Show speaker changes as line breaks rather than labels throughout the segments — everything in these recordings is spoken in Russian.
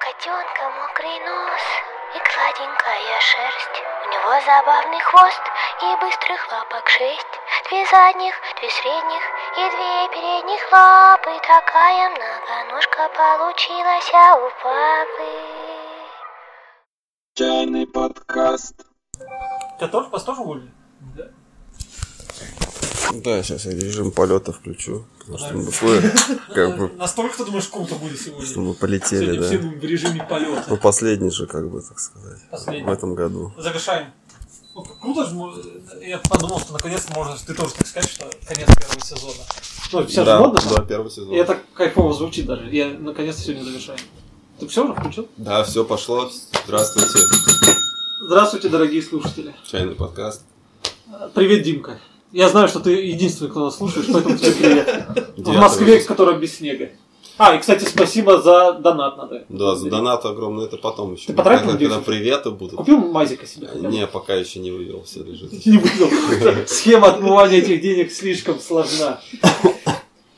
котенка мокрый нос и гладенькая шерсть. У него забавный хвост и быстрых лапок шесть. Две задних, две средних и две передних лапы. Такая многоножка получилась а у папы.
Чайный подкаст.
Тебя тоже, вас тоже уволили? Да.
Да, сейчас я режим полета включу, потому что мы такое, как бы,
Э, Настолько, ты думаешь, круто будет сегодня? Сегодня
чтобы
все
полетели, да.
будем в режиме полета.
Ну, последний же, как бы, так сказать,
Последний.
в этом году.
Завершаем. Ну, круто же, ну, я подумал, что наконец-то можно, ты тоже так сказать, что конец первого сезона. Ну, все же модно там.
первый сезон.
И это кайфово звучит даже. Я наконец-то сегодня завершаю. Ты все уже включил?
Да, все пошло. Здравствуйте,
Здравствуйте, дорогие слушатели.
чайный подкаст.
Э, Привет, Димка. Я знаю, что ты единственный, кто нас слушает, поэтому тебе привет. В
Девятый
Москве,
выпуск.
которая без снега. А, и, кстати, спасибо за донат надо.
Да, за донат огромный, это потом еще.
Ты потратил
Когда- Когда
деньги?
приветы будут.
Купил мазика себе?
Не, пока еще не вывел, все лежит.
Не выдал. Схема отмывания этих денег слишком сложна.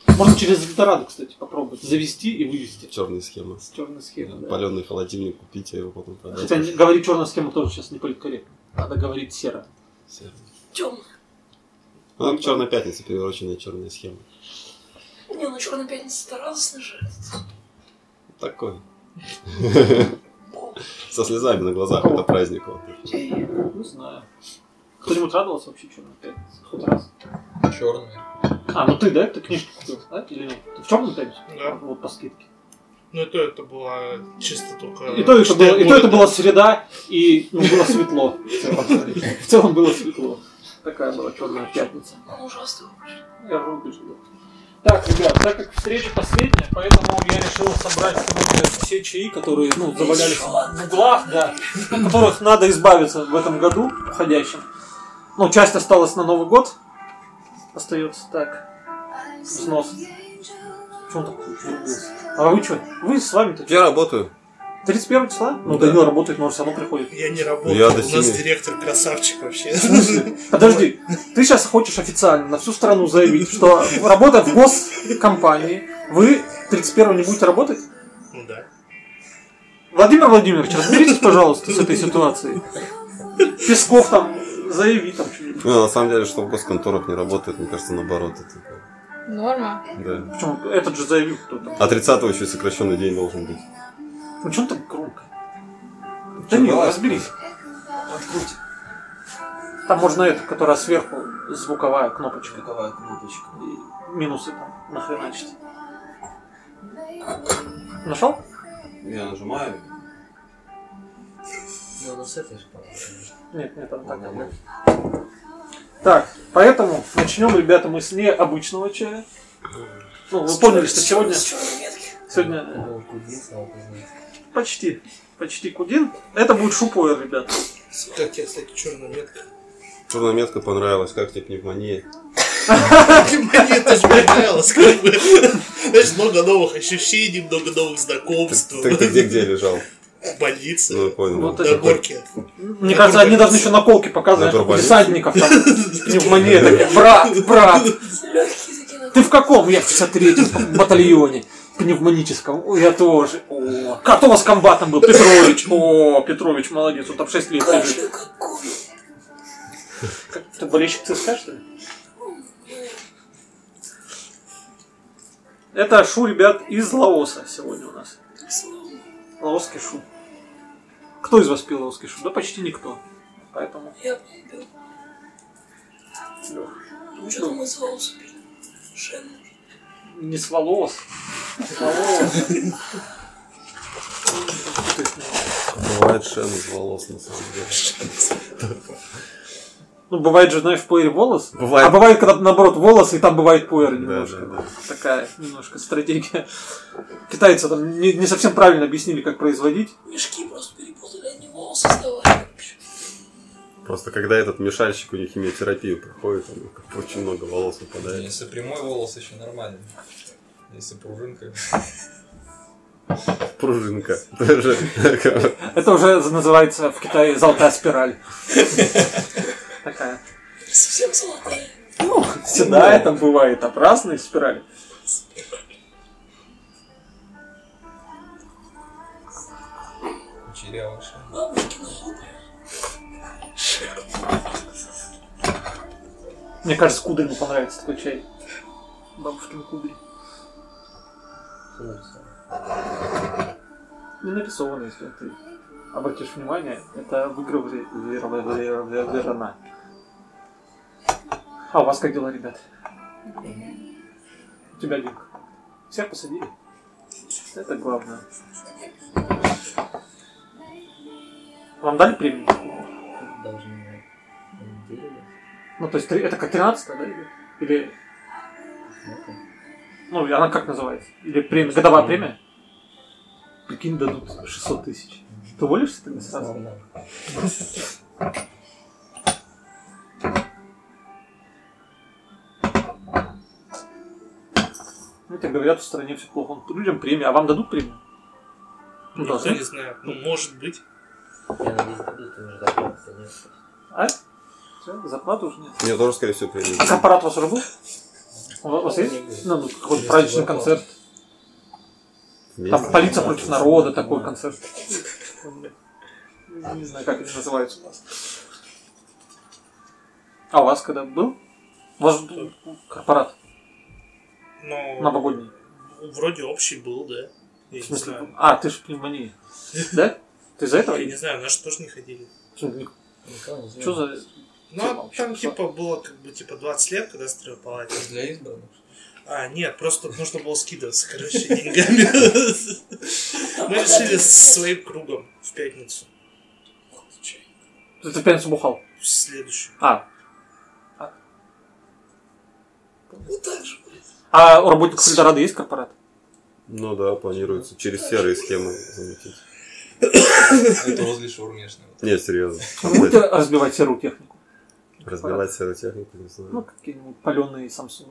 Можно через Эльдорадо, кстати, попробовать завести и вывести.
Черные схемы.
С черной схемой. да.
Паленый холодильник купить, а его потом
Хотя
продать.
не- говорить черная схема тоже сейчас не политкорректно. Надо говорить серо.
Все.
Темно.
Ну, как черная пятница, перевороченная черная схема.
Не, ну Черная пятница это радостно же.
Такой. Со слезами на глазах, это праздник. вот.
Не знаю. Кто-нибудь радовался вообще черной пятнице? Хоть раз?
Черный.
А, ну ты, да? Ты книжку купил, да? Или нет? Ты в черную пятницу?
Да.
Вот по скидке.
Ну и то это было чисто только...
И то, это
что
было, и то это
города.
была среда, и ну, было светло. В целом. В целом было светло. Такая была черная пятница.
Он ужасно вообще.
Я вроде же, да. Так, ребят, так как встреча последняя, поэтому я решил собрать сегодня все чаи, которые ну, завалялись в углах, да, от которых надо избавиться в этом году уходящем. Ну, часть осталась на Новый год. Остается так. Снос. Почему так получилось? А вы что? Вы с вами-то чё?
Я работаю.
31 числа? Ну,
Да.
Данил работает, но он все равно приходит.
Я не работаю,
Я
у
до
нас
семи.
директор красавчик вообще.
Подожди, ты сейчас хочешь официально на всю страну заявить, что работая в госкомпании, вы 31 не будете работать?
Ну да.
Владимир Владимирович, разберитесь, пожалуйста, с этой ситуацией. Песков там, заяви там что-нибудь.
Ну, на самом деле, что в госконторах не работает, мне кажется, наоборот. Это,
Норма.
да.
Причем этот же заявил кто-то.
А 30 еще и сокращенный день должен быть.
Ну что он так громко? Да не,
давай.
разберись. Там можно эту, которая сверху, звуковая кнопочка. Звуковая кнопочка. Минусы там, нахреначить. Нашел?
Я нажимаю.
Ну, ну с этой же пора.
Нет, нет, там так.
Ладно.
Так, поэтому начнем, ребята, мы с необычного чая. Ну, вы поняли, что сегодня...
С черной метки.
Сегодня э,
Ну, куди, слава богу.
Почти. Почти Кудин. Это будет шупойр, ребят.
Как я, кстати, черная метка.
Черная метка понравилась, как тебе пневмония?
Мне это же понравилось, как бы. Знаешь, много новых ощущений, много новых
Ты,
знакомств.
ты- ты где где лежал?
В
Ну, я
больнице.
понял.
Вот
На
это-
Такой-
горке.
Мне кажется, они должны еще наколки показывать
Напор болит.
десантников. Там, пневмония такие. Брат, брат,
Легкие такие на
ты в каком? Я в 53-м батальоне пневмоническом. Ой, я тоже. О, как у вас комбатом был? Петрович. О, Петрович, молодец. Он там 6 лет лежит.
кашлю какой.
Ты болельщик ЦСКА, что ли? Это Шу, ребят, из Лаоса сегодня у нас. Лаосский Шу. Кто из вас пил Лаосский Шу? Да почти никто. Поэтому...
Я пил. Ну что там мы с волос пили? Шен.
Не с волос. С волос. Ты с него.
Бывает шен из волос, на самом деле.
Ну, бывает же, знаешь, в пуэре волос.
Бывает.
А бывает, когда наоборот волосы, и там бывает пуэр немножко.
да, да.
Такая немножко стратегия. Китайцы там не, не совсем правильно объяснили, как производить.
Мешки просто перепутали, они волосы сдавали. вообще.
Просто когда этот мешальщик у них химиотерапию проходит, у него как бы очень много волос выпадает.
Если прямой волос еще нормально. Если пружинка.
Пружинка. Тоже.
Это уже называется в Китае золотая спираль. Такая.
Совсем золотая.
Ну, седая там бывает, а красные спирали.
потерял еще.
Бабушкина глупая.
Мне кажется, кудри ему понравится такой чай. Бабушкин кудри. Не нарисовано, если ты обратишь внимание, это выигрывает Верона. А у вас как дела, ребят? У тебя Дик. Всех посадили? Это главное. Вам дали премию?
Должны неделю.
Ну, то есть три- это как 13 да, идет? Или... Ну, и она как называется? Или премия, годовая премия? Прикинь, дадут 600 тысяч. Ты уволишься тогда сразу? Ну, тебе говорят, в стране все плохо. Ну, Людям премия, а вам дадут премию? Ну,
Никто
должны.
не знает. Ну, может быть.
Я надеюсь, дадут уже зарплату. нет?
А? Всё, зарплаты уже нет.
Мне тоже, скорее всего, приедет.
А корпорат у вас уже был? У вас есть? Ну, ну, какой-то праздничный концерт. Там полиция против народа, такой концерт. Не знаю, как это называется у вас. А у вас когда был? У вас же был корпорат
Но...
новогодний.
Вроде общий был, да. Я
В
не
смысле,
знаю.
а, ты же пневмония. Да? Ты из-за этого?
Я не знаю, наши тоже не ходили.
Никого не знаю.
Что за...
Ну,
Типа,
а
вообще
там,
пошла.
типа, было как бы, типа, 20 лет, когда строил палате.
Для избранных?
А, нет, просто нужно было скидываться, короче, деньгами. Мы решили с своим кругом в пятницу.
Ты в пятницу бухал?
В следующую.
А,
Вот так же, блядь.
а у работников Эльдорадо есть корпорат?
Ну да, планируется. Через серые схемы заметить.
Это возле шаурмешного.
Не, серьезно.
Вы будете Ну, разбивать серую технику?
Разбивать серую технику, не знаю.
Ну, какие-нибудь паленые Samsung.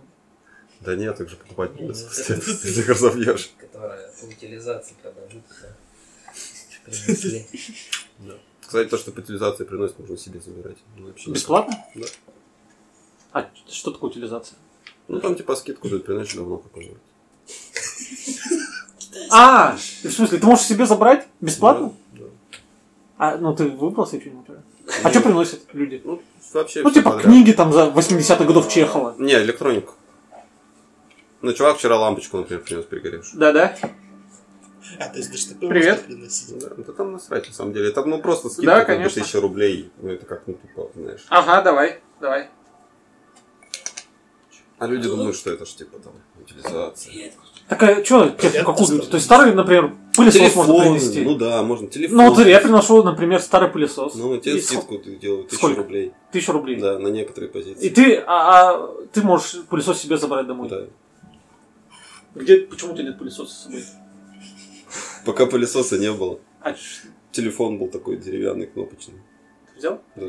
Да нет, их же покупать не
Ну,
будут.
вот
Ты
это-
их разобьешь.
Которая по утилизации продадутся. Принесли.
Кстати, то, что по утилизации приносит, можно себе забирать. Ну, вообще.
Бесплатно?
Да.
А что такое утилизация?
Ну там типа скидку дают, приносит давно какую-нибудь.
А, в смысле, ты можешь себе забрать бесплатно?
Да, да.
А, ну ты выбрал себе что-нибудь? уже? А что приносят люди?
Ну, вообще
Ну,
всё
типа
подряд.
книги там за 80-х годов Чехова.
Не, электронику. Ну, чувак вчера лампочку, например, принес перегоревшую.
Да-да.
А, то есть даже такое
Привет.
можно приносить.
Да, да там насрать, на самом деле. Это, ну, просто скидка
Да,
как бы,
конечно.
1000 рублей. Ну, это как, ну, типа, знаешь.
Ага, давай, давай.
А люди думают, что это ж, типа, там, утилизация.
Я
Так а что,
Я
технику какую
просто-
То есть старый, например, пылесос можно принести?
ну да, можно телефон.
Ну, вот я приношу, например, старый пылесос.
Ну, тебе
И ск-
скидку ты делают, тысячу
Сколько?
рублей.
Тысячу рублей.
Да, на некоторые позиции.
И ты, а, а ты можешь пылесос себе забрать домой.
Да.
Где, почему у тебя нет пылесоса с собой?
Пока пылесоса не было.
А, ш-
Телефон был такой деревянный, кнопочный.
ты взял?
Да.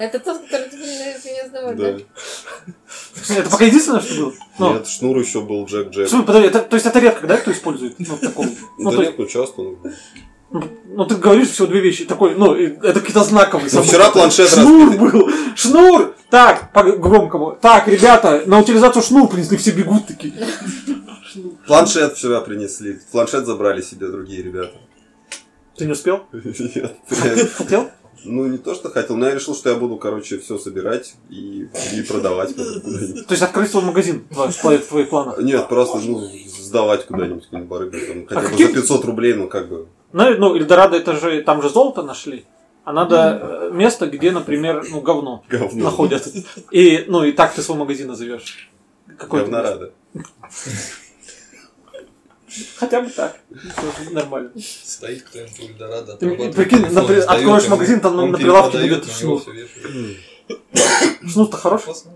Это тот, который ты принес меня с домой,
Да.
да?
Это пока единственное, что было? Ну,
Нет, шнур еще был
в
Джек-Джек.
смысле, подожди, это- то есть это редко, да, кто использует? Ну, такого. Ну,
да
то есть-
нет, ну часто. Ну,
Ну, ты говоришь всего две вещи. Такой, ну, и это какие-то знаковые.
Ну,
события.
вчера планшет
Шнур был! Шнур! Так, по громкому. Так, ребята, на утилизацию шнур принесли, все бегут такие.
Планшет вчера принесли. Планшет забрали себе другие ребята.
Ты не успел?
Нет, блин.
Хотел?
Ну, не то, что хотел, но я решил, что я буду, короче, все собирать и, и продавать потом куда-нибудь.
То есть открыть свой магазин твой- в твоих- в твоих планах.
Нет, просто, ну, сдавать куда-нибудь, какую-нибудь барыгу, там, хотя бы
А каким-
за 500 рублей, ну, как бы.
Ну, и- ну, Эльдорадо, это же, там же золото нашли. А надо э, место, где, например, ну, говно
Говно.
находят. И, ну, и так ты свой магазин назовешь. Какое-то место.
Говнорада.
Хотя бы так. Тоже Нормально.
Стоит кто-нибудь у Эльдорадо,
Ты
отрабатывает
прикинь,
телефон,
напри-
сдаёт
откроешь
ему,
магазин, там
он
на прилавке
перепродаёт,
будет
на него
шнур.
всё вешают.
Шнур-то хороший.
Классно.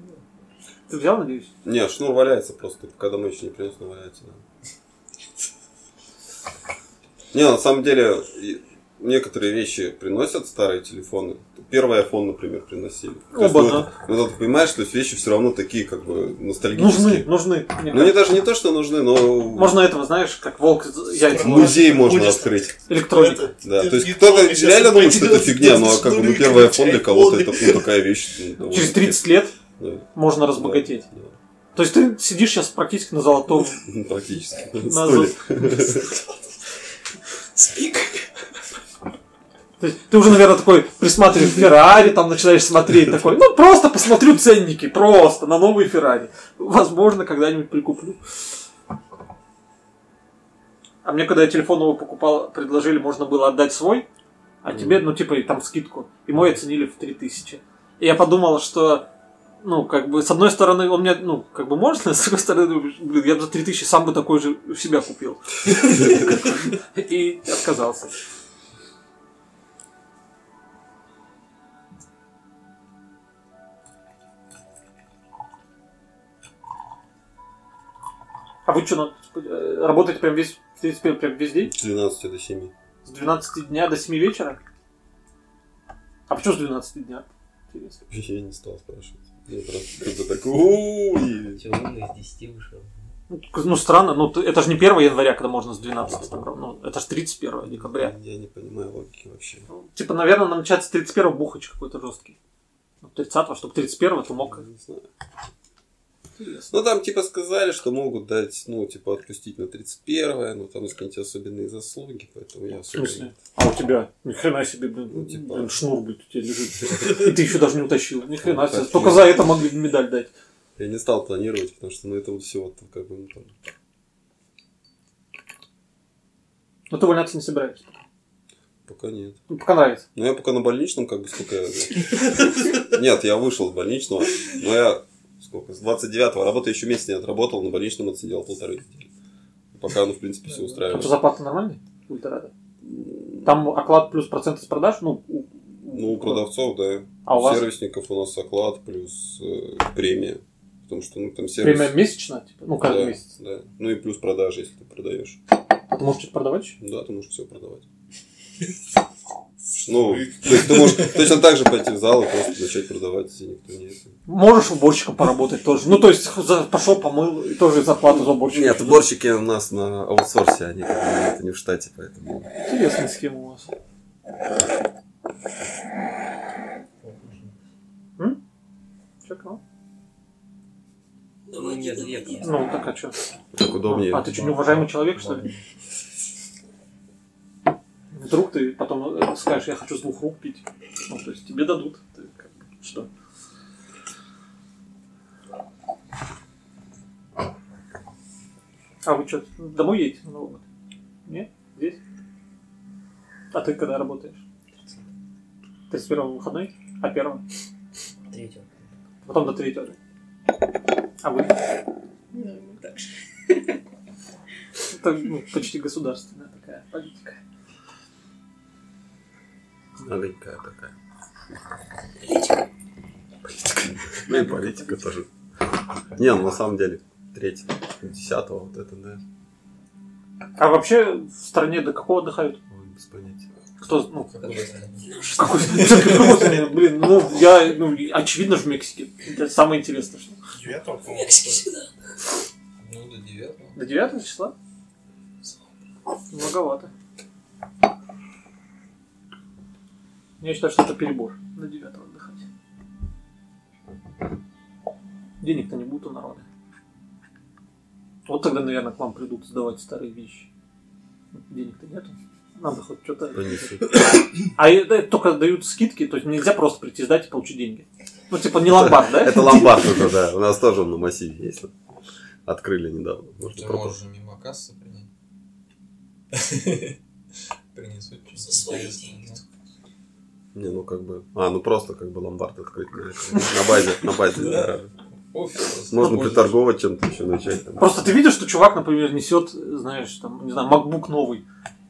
Ты взял, надеюсь?
Не, шнур валяется просто, когда мы еще не принес, но валяется, да. Не, на самом деле, и- некоторые вещи приносят старые телефоны. Первый iPhone, например, приносили. То есть,
Оба,
ну,
да.
это- ну, это ты понимаешь, что есть вещи все равно такие, как бы,
Нужны,
ностальгические.
нужны. мне
Ну, не
кажется.
даже не то, что нужны, но...
Можно этого, знаешь, как волк з- яйца.
Музей можно
Будешь-
открыть.
Электроника.
Да,
Ты-
то есть
ты
кто-то
помнишь,
реально
если
думает, что это
пойдёт,
фигня, но
просто
как бы ну,
шнуры
первый iPhone для
кончай,
кого-то
годы.
это ну, такая вещь. ну,
Через
довольно-таки.
30 лет
Да,
можно разбогатеть. То есть ты сидишь сейчас практически на золотом.
Практически.
На золо-
Столик.
С
То есть ты уже, наверное, такой присматриваешь Феррари, там начинаешь смотреть такой, ну просто посмотрю ценники, просто на новые Феррари. Возможно, когда-нибудь прикуплю. А мне, когда я телефон новый покупал, предложили, можно было отдать свой, а тебе, ну, типа, и там скидку. И мой оценили в 3000. И я подумал, что, ну, как бы, с одной стороны, он мне, ну, как бы можно, с другой стороны, думаешь, блин, я бы за 3000 сам бы такой же у себя купил. И отказался. А вы что, работаете прям весь, в принципе, прям весь день?
С 12 до 7.
С 12 дня до 7 вечера? А почему с 12 дня? Интересно.
Я не стал спрашивать. Я просто как-то так... «У-у-у», и
Че, умный из 10 вышел.
Ну, к- ну, странно, ну, ты- это же не 1 января, когда можно с 12 там, рав- ну, это же 31 декабря.
Я не понимаю логики вообще.
Ну, Типа, наверное, намечается 31 бухач какой-то жесткий. Ну, 30 чтобы 31 ты мог...
Не знаю. Ну, там типа сказали, что могут дать, ну, типа отпустить на 31-е, но там есть какие-то особенные заслуги, поэтому я
В
особенно...
смысле? А у тебя? Ни хрена себе, блин,
Ну, типа.
блин, шнур, блин, у тебя лежит. Ну, И ты еще даже не утащил. Ни хрена себе.
Утащил.
Только за это могли бы медаль дать.
Я не стал планировать, потому что, ну, это вот всего то как бы, ну, там...
Но ты увольняться не собираешься.
Пока нет.
Ну, пока нравится.
Ну, я пока на больничном, как бы, сколько я... Нет, я вышел с больничного, но я, сколько, с 29-го работы еще месяц не отработал, на больничном отсидел полторы недели. Пока, ну, в принципе, все
А что,
устраивает.
зарплата нормальная? Ультрада. Там оклад плюс проценты с продаж, ну... у-
Ну, у продавцов, да.
А у
у
вас
сервисников у нас оклад плюс э, премия. Потому что, ну, там сервис...
премия месячно, типа, ну, каждый
да,
месяц.
Да. Ну и плюс продажи, если ты продаешь.
А ты можешь что-то продавать еще?
Ну Да, ты можешь все продавать. Ну, то есть ты можешь точно так же пойти в зал и просто начать продавать, если никто не... это.
Можешь уборщиком поработать тоже. Ну, то есть, за- пошел, помыл, и тоже зарплата за уборщика.
Нет, уборщики у нас на аутсорсе, они как бы это не в штате, поэтому...
Интересная схема у вас. М? Чё, канал?
Ну, нет, нет.
Ну, так а что?
Так удобнее.
А ты что, неуважаемый человек, что ли? Вдруг ты потом э, скажешь, я хочу с двух рук пить. Ну, то есть тебе дадут. Ты как бы, что? А вы что, домой едете? Ну, вот. Нет? Здесь? А ты когда работаешь? 31 выходной? А первым?
Третьего.
Потом до третьего. да? А вы?
Ну, ну, так же.
Это ну, почти государственная такая политика.
Маленькая такая. Политика. Ну и политика тоже. Не, ну на самом деле, треть, десятого вот это, да,
А вообще в стране до какого отдыхают?
Ой, без понятия.
Кто, ну,
Какой
какой какой стране? Блин, ну, я, ну, очевидно, в Мексике. Это самое интересное, что.
Девятого,
В
по-моему.
Мексике всегда.
Ну, до девятого.
До 9 числа? Многовато. Я считаю, что это перебор. До 9 отдыхать. Денег-то не будет у народа. Вот тогда, наверное, к вам придут сдавать старые вещи. Денег-то нету. Надо хоть что-то...
Понесут.
А это только дают скидки, то есть нельзя просто прийти сдать и получить деньги. Ну, типа, не ломбард, да?
Это ломбард уже, да. У нас тоже он на массиве есть. Открыли недавно. Можно
Ты
пробовать.
можешь мимо кассы принять. Принесут что-то
За свои
интересное,
деньги.
ну.
Не, ну как бы. А, ну просто как бы ломбард открыть на, этом, на базе, на базе гаража.
Офис просто.
Можно
Пользуешься.
приторговать чем-то еще начать. Там.
Просто ты видишь, что чувак, например, несет, знаешь, там, не знаю, MacBook новый.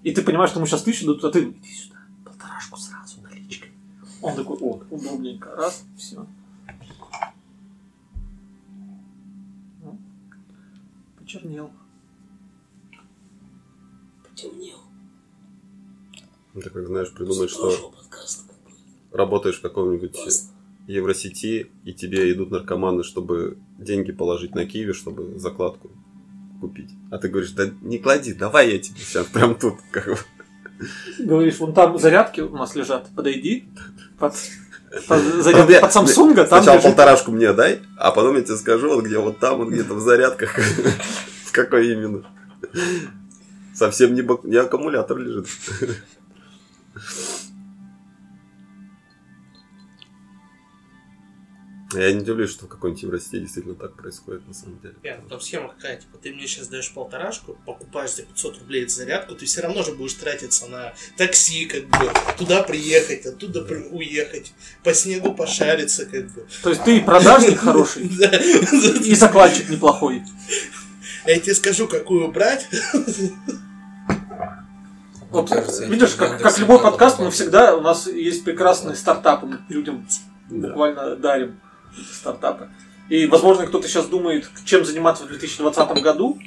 И ты понимаешь, что ему сейчас тысячу дадут, а ты иди сюда, полторашку сразу наличкой. Он такой, о, удобненько, раз, все. Ну, Почернел.
Потемнел.
Ну, Ты как знаешь, придумаешь, что
Прошлого подкаста как бы.
работаешь в каком-нибудь
Классно.
Евросети, и тебе идут наркоманы, чтобы деньги положить на Киви, чтобы закладку купить. А ты говоришь, да не клади, давай я тебе сейчас прям тут. Как бы.
Говоришь, вон там зарядки у нас лежат, подойди. Под, под
Потом
зарядку
я-
под Самсунга, там
Сначала
лежит.
полторашку мне дай, а потом я тебе скажу, вот где вот там, вот где-то в зарядках. В какой именно. Совсем не, бак- не аккумулятор лежит. Я не удивлюсь, что в какой-нибудь Евросети действительно так происходит на самом деле.
Нет, там схема какая, типа, ты мне сейчас даешь полторашку, покупаешь за 500 рублей эту зарядку, ты все равно же будешь тратиться на такси, как бы, туда приехать, оттуда при- уехать, по снегу пошариться, как бы.
То есть ты и продажник хороший,
Да.
и закладчик неплохой.
Я тебе скажу, какую брать.
Вот,
кажется,
видишь,
это
как, как
надо
любой
всегда
подкаст, мы
добавить.
всегда, у нас есть прекрасные стартапы, мы людям буквально дарим стартапы. И, возможно, кто-то сейчас думает, чем заниматься в 2020 году.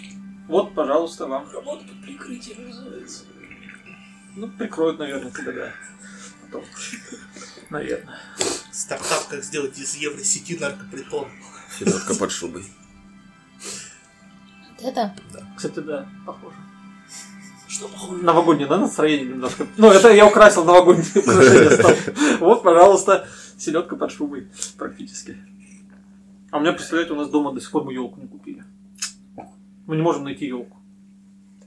Вот, пожалуйста, вам.
Работа под прикрытием называется.
Ну, прикроют, наверное, когда да. Потом. Наверное.
Стартап, как сделать из евросети наркопритон.
Селедка под шубой.
Это?
Кстати, да, похоже.
Что похоже?
Новогоднее, да, настроение немножко. Ну, это я украсил новогоднее украшение. стал. Вот, пожалуйста, селедка под шубой практически. А у меня, представляете, у нас дома до сих пор мы елку не купили. Мы не можем найти елку.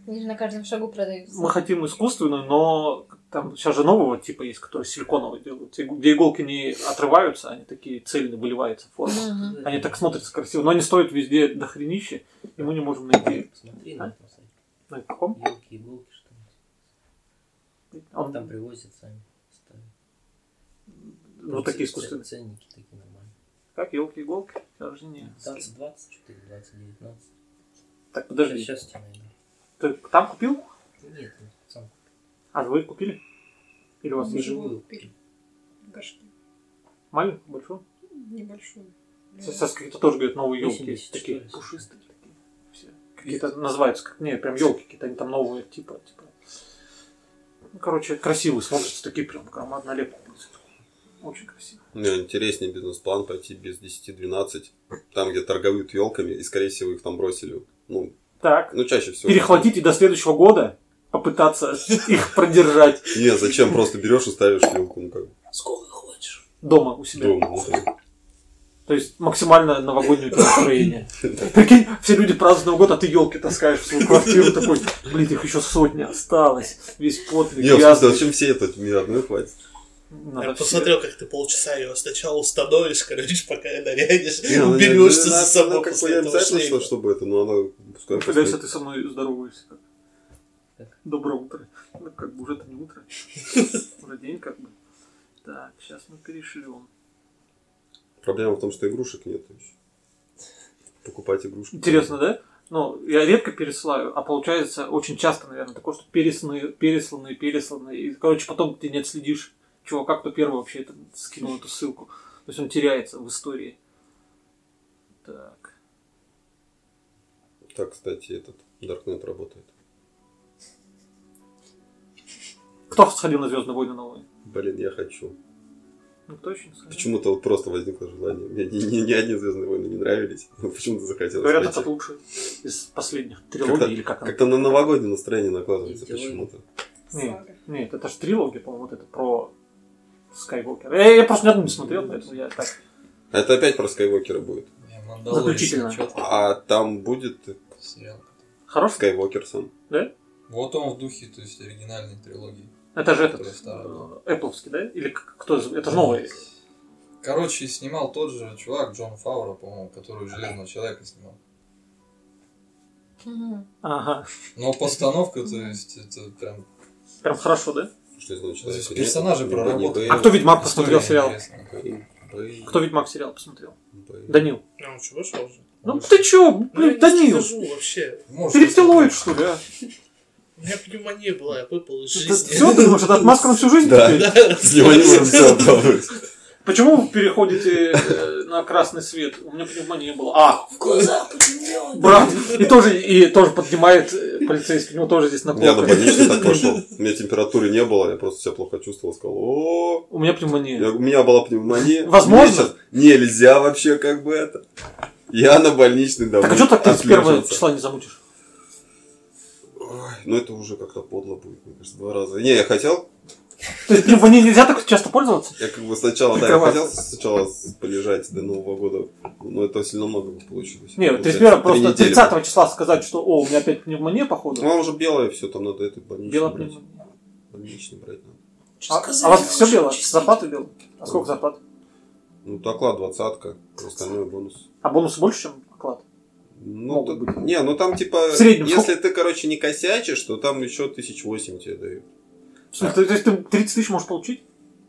Они же на каждом шагу продаются.
Мы хотим искусственную, но там сейчас же нового типа есть, который силиконовый делают, те, где иголки не отрываются, они такие цельные, выливаются форма.
Мгм.
Они так смотрятся красиво, но они стоят везде до хренища, и мы не можем найти.
Смотри
А?
на этом сайте.
На каком?
Елки, иголки, что-нибудь.
Он-
Там привозят сами. ставят.
Ну, вот
Там
такие
ц- ц-
искусственные.
Ценники такие нормальные.
Как елки, иголки? Даже не.
20, 24, 20, 19.
Так, подожди.
Сейчас тебе найду.
Ты там купил?
Нет, ну, сам
А вы купили? Или у вас есть
живую.
Живую купили. В горшке.
маленькую, большую?
Небольшую.
Сейчас какие-то тоже говорят новые елки.
80,
Такие
что ли?
пушистые. Такие. Все. Какие-то называются, как, не, прям елки какие-то, они там новые, типа, типа. Ну, короче, красивые, смотрятся такие прям громадно лепо. Очень красиво.
У меня интереснее бизнес-план пойти без 10-12, там, где торгуют елками, и, скорее всего, их там бросили. Ну,
Так,
ну чаще всего.
перехватить и до следующего года попытаться их продержать
Не, зачем? Просто берешь и ставишь елку, ну как бы,
Сколько хочешь?
дома у себя.
дома. ну, так.
То есть максимально новогоднее у тебя настроение. Прикинь, все люди празднуют Новый год, а ты елки таскаешь в свою квартиру такой, блин, их еще сотня осталось. Весь потный,
Не, в смысле,
грязный.
зачем все это? Мне одной хватит.
Надо
Я
все.
посмотрел, как ты полчаса ее сначала установишь, короче, пока нарядишь,
Не, ну,
берешься за
надо,
собой
ну, как бы,
после
я
этого
обязательно, что-
шлейфа.
чтобы это, но она... Пускай,
Ну, когда если ты со мной здороваешься. как?
Так.
Доброе утро. Ну, как бы уже-то не утро. Уже день как бы. Так, сейчас мы перешлем.
Проблема в том, что игрушек нет еще. Покупать игрушки.
Интересно, да? Ну, я редко пересылаю, а получается очень часто, наверное, такое, что пересланы, пересланы, пересланы. И, короче, потом ты не отследишь, чувака, кто первый вообще это, скинул эту ссылку. То есть он теряется в истории. Так.
Так, кстати, этот Darknet работает.
Кто сходил на Звездные войны новые?
Блин, я хочу.
Ну, кто еще не сходил?
Почему-то вот просто возникло желание. Мне ни, ни- ни одни Звездные войны не нравились. но Почему-то захотелось.
Говорят,
пойти.
этот лучший из последних трилогий
Как-то-
или как она?
Как-то на новогоднее настроение накладывается
Идеально.
почему-то.
Нет,
Сага.
нет, это же трилогия, по-моему, вот это про Скайуокера. Я, я просто ни одну не смотрел, поэтому я так.
А это опять про Скайуокера будет.
Не, Мандалорец
Заключительно.
чётко.
А там будет
Сериал.
Хорош?
Скайуокер сам.
Вот он в духе, то есть оригинальной трилогии.
Это же этот,
Который старый был.
э, Эппловский, да? Или к- кто? из- Это же новый.
Короче, снимал тот же чувак, Джон Фаура, по-моему, который Железного Человека снимал.
Мгм.
Ага.
Но постановка, то есть, это прям...
Прям хорошо, да?
Что это значит?
То есть персонажи
Нет,
проработаны.
не
А кто Ведьмак
история
посмотрел сериал?
интересная.
Бэй,
Кто Ведьмак сериал посмотрел?
бэй.
Данил.
А, ну, чего шел же?
Ну ты чё,
Ну, я
блин,
не
Данил?
скажу вообще.
Может,
Перептилоид, что ли, а?
У меня пневмония была, я выпал из жизни.
Все, ты думаешь, это отмазка на всю жизнь
Да.
теперь?
С него не можем всё обдумать.
Почему вы переходите э, на красный свет? У меня пневмония была. А,
В глазах потемнело.
брат. И тоже, и тоже поднимает э, полицейский. У него тоже здесь
Я на
наколка.
больничный так пошел. У меня температуры не было, я просто себя плохо чувствовал. Сказал, о
У меня пневмония.
Я- у меня была пневмония.
Возможно.
Мне сейчас нельзя вообще как бы это. Я на больничный домой.
Так а что так 31
отвлечился.
числа не замутишь?
Ну это уже как-то подло будет, мне кажется, два раза. Не, я хотел,
То есть пневмонией нельзя так часто пользоваться?
я как бы сначала, да, я
Прикрываться.
хотел сначала с- полежать до Нового года, но это сильно много бы получилось.
Нет,
Вот
31
это три
просто
недели.
30 числа сказать, что о, у меня опять пневмония, походу.
Ну, а уже белое все, там надо это больничный
Белая
брать.
пневмония.
Больничный брать надо.
А, а у вас все бело? А Зарплата белая? А сколько зарплат?
Ну, оклад двадцатка, остальное бонус.
А бонусы больше, чем оклад?
Ну,
Могут
тут-
быть.
не, ну там типа,
В среднем
если ты, короче, не косячишь, то там еще тысяч восемь тебе дают.
В смысле, то, то есть ты 30 тысяч можешь получить?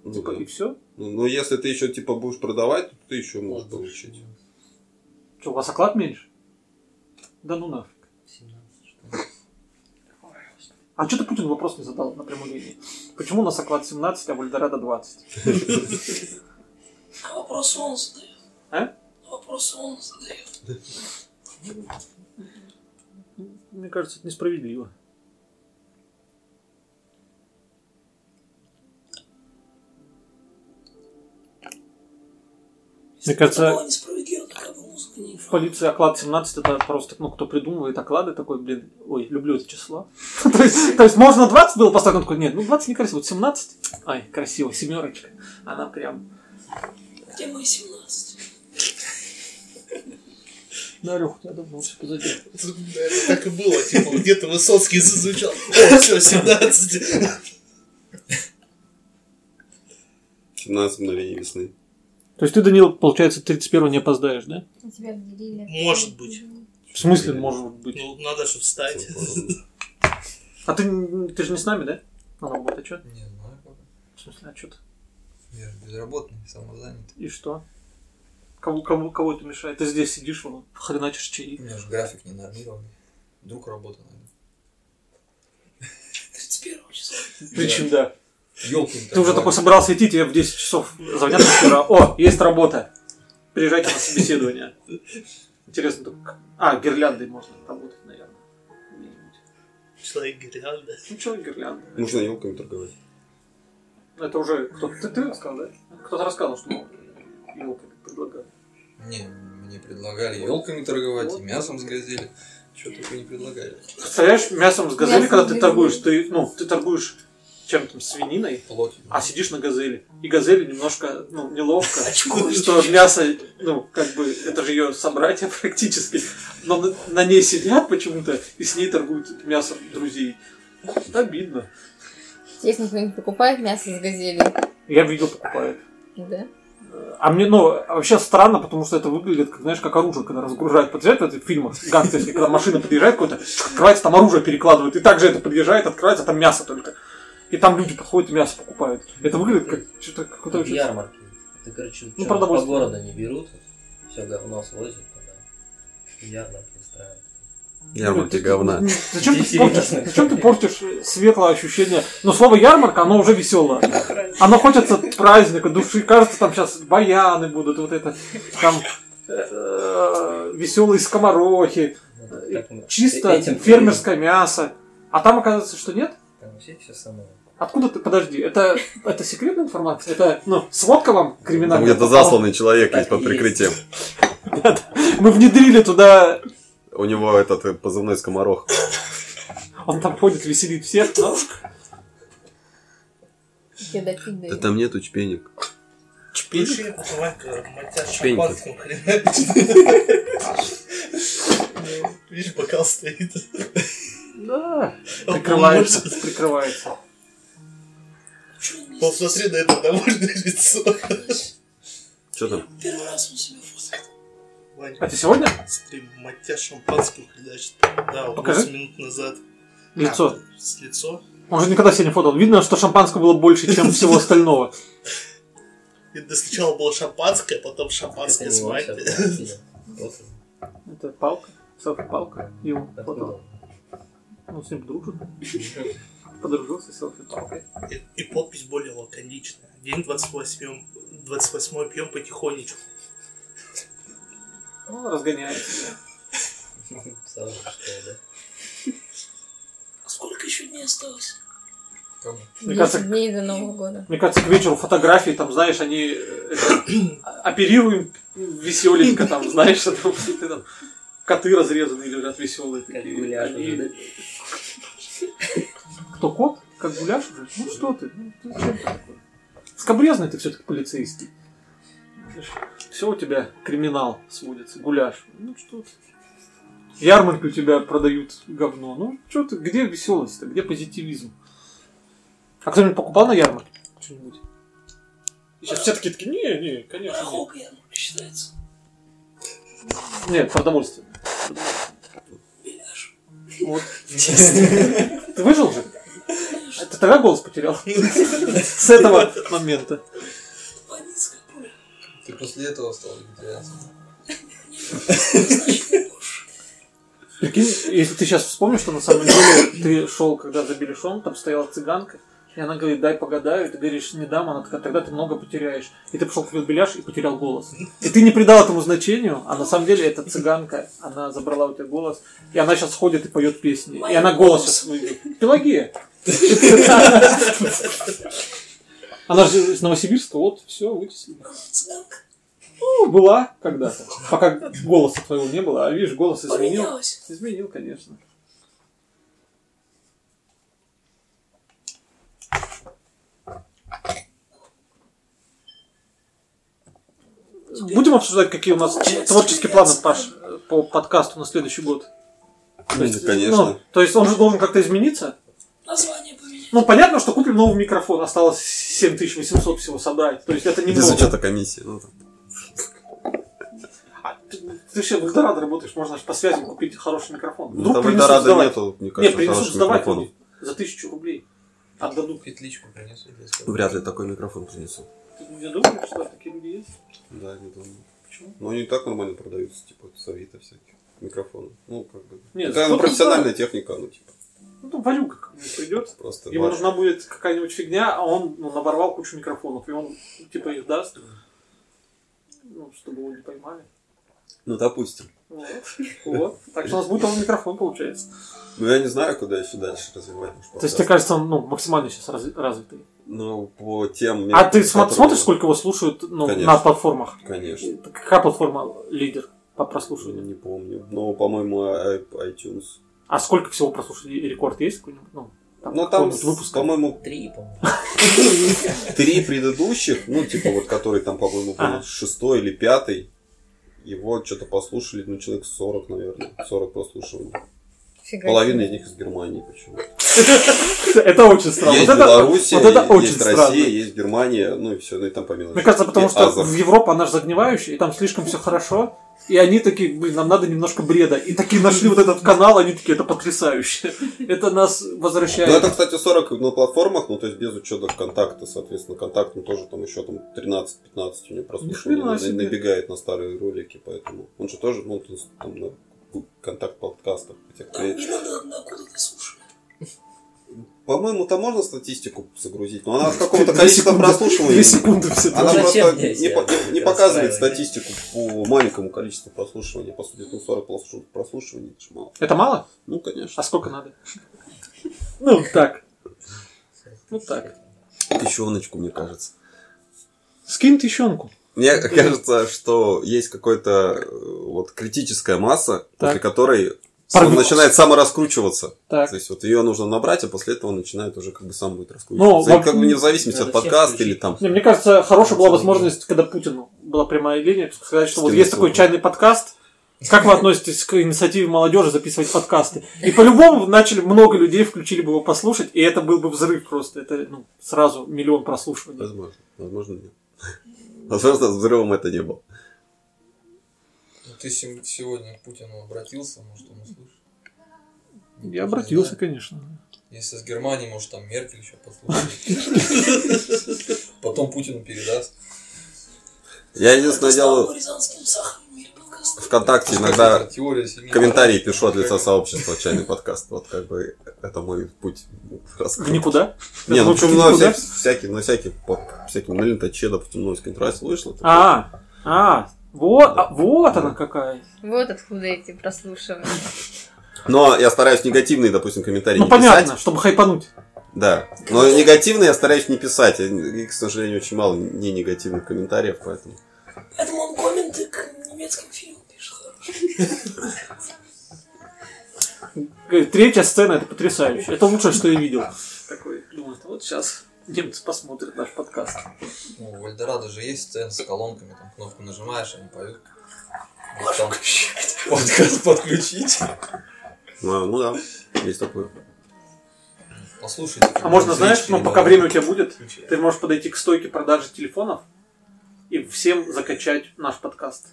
Ну,
типа,
да.
и все?
Ну, ну, если ты еще типа будешь продавать, то ты еще можешь получить.
Что, у вас оклад меньше? Да ну нафиг.
17, что ли?
А что ты Путин вопрос не задал на прямой линии? Почему у нас оклад 17, а в Эльдорадо 20?
А вопрос он задает.
А?
Вопрос он задает.
Мне кажется, это несправедливо. Мне
Это
кажется,
было несправедливо, такая бы музыка
в
не играла.
полиции оклад 17 это просто, ну, кто придумывает оклады, такой, блин, ой, люблю это число. То есть то есть можно 20 было поставить, он такой, нет, ну 20 некрасиво, вот 17, ай, красиво, семерочка, она прям
Где мои 17?
на Лёху, я давно уже позади.
Наверное, Так и было, типа, где-то Высоцкий зазвучал. О, все, 17.
17 мгновений весны.
То есть ты, Данил, получается, 31 не опоздаешь, да?
И Тебя обделили.
Может быть.
В смысле, может быть?
Ну, надо же встать.
А ты, н- ты же не с нами, да? На Новый год, а что?
Не знаю пока.
В смысле, а что ты?
Я же безработный, самозанятый.
И что? Кому, кому, кого это мешает? Ты здесь сидишь, вон, хреначишь
У
чаи.
меня же график не нормированный. Вдруг работа надо.
31 числа.
Причем, да.
Ёлкин
Ты уже такой собрался идти, тебе в 10 часов звонят с утра. О, есть работа. Приезжайте на собеседование. Интересно, только... как- А, гирляндой можно работать, наверное. где-нибудь.
Человек гирлянда.
Ну, человек гирлянды.
Нужно елками торговать.
Ну, Это уже кто-то... Ты, ты рассказал, да? Кто-то рассказал, что елка предлагают.
Не, мне предлагали елками торговать,
Вот.
и мясом с газели. Что только не предлагали.
Представляешь, мясом с газели,
Мясом
когда ты
газели.
торгуешь, ты, ну, ты торгуешь чем там, свининой,
Плоть.
а сидишь на газели. И газели немножко, ну, неловко,
Очкуешь
что мясо, ну, как бы, это же ее собратья практически. Но на, на ней сидят почему-то и с ней торгуют мясом друзей. Ну, Обидно.
Здесь никто не покупает мясо с газели.
Я видел, покупают.
Да?
А мне, ну, вообще странно, потому что это выглядит, как, знаешь, как оружие, когда разгружают, подъезжают в этих фильмах гангстерских, когда машина подъезжает какой-то, открывается, там оружие перекладывают, и также это подъезжает, открывается, а там мясо только. И там люди подходят и мясо покупают. Это выглядит как что-то какое-то
Тут
очень...
ярмарки. Это, короче, чё, по
Ну, продовольствие.
городу не берут, все говно свозят туда. Ярмарки устраивают.
Ярмарки
Ты- ты-
говна.
ну, Зачем ты,
Здесь
портишь,
серьезно.
зачем ты портишь светлое ощущение? Но слово ярмарка, оно уже веселое. Оно хочется праздника, души. Кажется, там сейчас баяны будут, вот это, там веселые скоморохи.
Ну, как мы-
чисто
э- этим
фермерское мясо. А там оказывается, что нет?
кормим. Там вообще все самое.
Откуда ты? Подожди, это, это секретная информация? Это, ну, сводка вам
Там
криминальная?
где-то засланный человек есть
Так
под
и есть.
прикрытием.
Мы внедрили туда...
У него этот э, позывной скоморох.
Он там ходит, веселит всех. но-
Тебе дать пить дают.
там нету чпенек.
Пиши, давай-ка, мать,
Шпеньки.
шампанского хрена. Видишь, бокал стоит.
Да.
Он
Прикрывается.
может.
Прикрывается.
Чё он не
Посмотри на это довольное лицо.
Что там?
Первый раз он себя фоткает.
Ваня,
А ты сегодня?
стрим матя шампанского хреначит. Да,
Покажи.
8 минут назад.
Лицо.
А, с лицо.
Он же никогда себя не фотал. Видно, что шампанского было больше, чем всего остального.
Это сначала было шампанское, а потом шампанское
Это
с
не он
мать.
всё приносил. Вот он.
Это палка. Селфи-палка. И он
Откуда
фотал.
он?
Он с ним дружит. Подружился селфи-палкой.
И, и подпись более лаконичная. День 28, 28 пьем потихонечку.
Ну, разгоняется.
Сразу что, да?
А сколько еще дней осталось?
Кому?
Мне кажется,
10 дней до Нового года.
Мне кажется, к вечеру фотографии, там, знаешь, они э, э, оперируем веселенько, там, знаешь, что там, ты там, коты разрезанные лежат веселые.
Как гуляш уже, да?
Кто кот? Как гуляш уже? Ну что ты? Ну, ты зачем ты такой? Скобрезный ты все-таки полицейский. Все у тебя криминал сводится, гуляш. Ну что ты? Ярмарки у тебя продают говно. Ну что ты, где веселость-то, где позитивизм? А кто-нибудь покупал на ярмарке что-нибудь? Сейчас все такие такие, не, не, конечно.
Хок я ну, считается.
Нет, нет продовольствие.
Беляш.
Вот. Ты выжил же? А Ты тогда голос потерял. С этого момента.
Бандитская пуля.
Ты после этого стал вегетарианцем.
Прикинь, если ты сейчас вспомнишь, что на самом деле ты шел, когда забили шон, там стояла цыганка, и она говорит, дай погадаю, и ты говоришь, не дам, она такая, тогда ты много потеряешь. И ты пошел купил беляш и потерял голос. И ты не придал этому значению, а на самом деле эта цыганка, она забрала у тебя голос, и она сейчас ходит и поет песни. И она голос сейчас выиграет. Пелагея. Она же из Новосибирска, вот, все, вытеснили.
Цыганка.
Ну, была когда-то, пока голоса твоего не было, а видишь, голос изменил.
Поменялась.
Изменил, конечно. Будем обсуждать, какие у нас творческие планы, Паш, по подкасту на следующий год?
Ну, конечно.
ну, то есть он же должен как-то измениться?
Название поменяли.
Ну, понятно, что купим новый микрофон, осталось 7800 всего собрать. То есть это
Без
немного.
учета комиссии. ну, там.
А, ты, ты же в Эльдорадо работаешь, можно же по связи купить хороший микрофон.
Ну,
Вдруг
там
принесут
Эльдорадо
сдавать.
нету, мне
Нет,
кажется,
принесут
хороших
сдавать
микрофонов.
мне за тысячу рублей. Отдадут.
Петличку принесу. я скажу.
Вряд ли такой микрофон принесут.
Ты не думаешь, что такие люди есть?
Да, не думаю.
Почему?
Ну, они и так нормально продаются, типа, с Авито всяких микрофонов. Ну, как бы.
Нет,
Такая, ну,
ну,
профессиональная техника, ну, типа,
Ну, там варюга какая-нибудь придет.
просто.
Ему
ваш-
нужна будет какая-нибудь фигня, а он ну, наборвал кучу микрофонов, и он типа их даст. Ну, чтобы его не поймали.
Ну, допустим.
Вот. Вот. Так что у нас будет он микрофон, получается.
Ну, я не знаю, куда еще дальше развивать. наш
То есть,
подкаст.
тебе кажется, он ну, максимально сейчас развитый.
Ну, по тем...
А
методам,
ты смо-
которые-
смотришь, сколько его слушают ну,
Конечно.
на платформах?
Конечно.
Это Какая платформа лидер по прослушиванию?
Не помню. Но, по-моему, i- iTunes.
А сколько всего прослушали? Рекорд есть какой-нибудь? Ну,
Ну, там,
какой-нибудь выпуск.
по-моему,
Три, по-моему.
три предыдущих, ну, типа, вот, который там, по-моему, был
Ага.
шестой или пятый. Его что-то послушали, ну, человек 40, наверное. 40 прослушиваний.
Фига.
Половина из них из Германии почему
Это очень странно.
Есть
вот это,
Белоруссия,
вот это очень
есть
странно.
Россия, есть Германия, ну и все, ну и там помимо.
Мне кажется, потому
И
что
Азов.
Европа, она же загнивающая, и там слишком все хорошо. И они такие, блин, нам надо немножко бреда. И такие нашли вот этот канал, они такие, это потрясающе. Это нас
Ну, это,
возвращает.
кстати, 40 на платформах, ну, то есть без учета контакта, соответственно, контакт, ну, тоже там еще там 13-15 у него прослушиваний
хрена
на-
себе.
набегает на старые ролики, поэтому он же тоже, ну, то есть, там на контакт подкастов. этих
Там не
клеечек.
надо одна куда-то слушать.
По-моему, там можно статистику загрузить, но она от какого-то количества прослушиваний.
Две секунды все
Она
Зачем
просто
мне
не, по- не- не
себя
показывает
расстраивать?
статистику по маленькому количеству прослушивания. По сути, ну, 40 прослуш- прослушиваний, это ж мало.
Это мало?
Ну, конечно.
А сколько надо? Ну, так. Ну, так.
Печеночку, мне кажется.
Скинь тыщенку.
Мне кажется, что есть какая-то э, вот критическая масса,
Так.
после которой
Порвётся.
он начинает самораскручиваться.
Так.
То есть вот ее нужно набрать, а после этого он начинает уже как бы сам будет
Ну,
раскручиваться. И
во-
как бы не в зависимости
Надо
от
всех
подкаста
включить.
или там.
Не, мне кажется, хорошая была возможность, когда Путину была прямая линия, сказать, что вот
Скинуть
есть такой
ссылку.
чайный подкаст. Как вы относитесь к инициативе молодежи записывать подкасты? И по-любому начали много людей, включили бы его послушать, и это был бы взрыв просто. Это ну, сразу миллион прослушиваний.
Возможно. Возможно, нет. Возможно, с взрывом это не было.
Ну, Ты сем- сегодня к Путину обратился, может, он услышит.
Я
обратился,
конечно.
Если с Германии, может, там Меркель еще послушает. Потом Путину передаст.
Я единственное
Стал
делаю
рязанским сахаром в мире подкаста.
ВКонтакте
Какая-то
иногда
Теория семьи.
комментарии пишу от лица сообщества «Чайный подкаст». Вот как бы это мой путь
В
раскрытия.
никуда?
Не, ну
В общем,
почему на
никуда?
всякий, всякий, на всякий, по, всякий, на ленточе, допустим, новость контрасс вышла. такой,
А, а, вот, а, вот она какая.
Вот откуда эти прослушивания.
Но я стараюсь негативные, допустим, комментарии
Ну
не
понятно,
писать.
чтобы хайпануть.
Да. Но негативные я стараюсь не писать. И, к сожалению, очень мало не негативных комментариев, поэтому.
Поэтому он комменты к немецким фильмам пишет хорошие.
Говорит, Э, Третья сцена это потрясающе. Это лучшее, что я видел. Такой, думает, вот сейчас немцы посмотрят наш подкаст.
Ну, в Эльдорадо же есть сцена с колонками, там кнопку нажимаешь, они поют. Вот
Пашу
там
включает.
а,
Подкаст подключить.
Ну, ну да, есть такое.
Послушайте. как
А можно,
бы
знаешь,
зрители
ну, пока
могут
время у тебя будет,
включить.
ты можешь подойти к стойке продажи телефонов и всем закачать наш подкаст.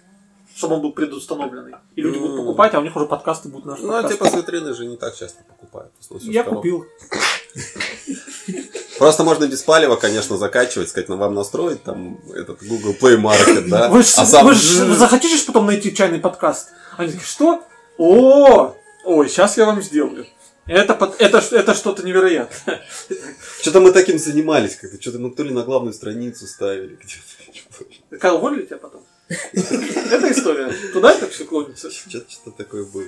Чтобы он был предустановленный. И люди будут
М.
покупать, а у них уже подкасты будут наши.
Ну, а типа с витрины же не так часто покупают. в основном всё
Я
с коробки.
купил.
Просто можно без палева, конечно, закачивать, сказать, ну, вам настроить там этот Google Play Market, да?
Вы же
а сам...
захотите ж потом найти чайный подкаст? Они такие, что? О, ой, сейчас я вам сделаю. Это, под- это, ш- это что-то невероятное.
Что-то мы таким занимались как-то. Что-то мы то ли на главную страницу ставили. Где-то.
Так, а уволили тебя потом? Это история. Туда это все клонится.
Что-то, такое было.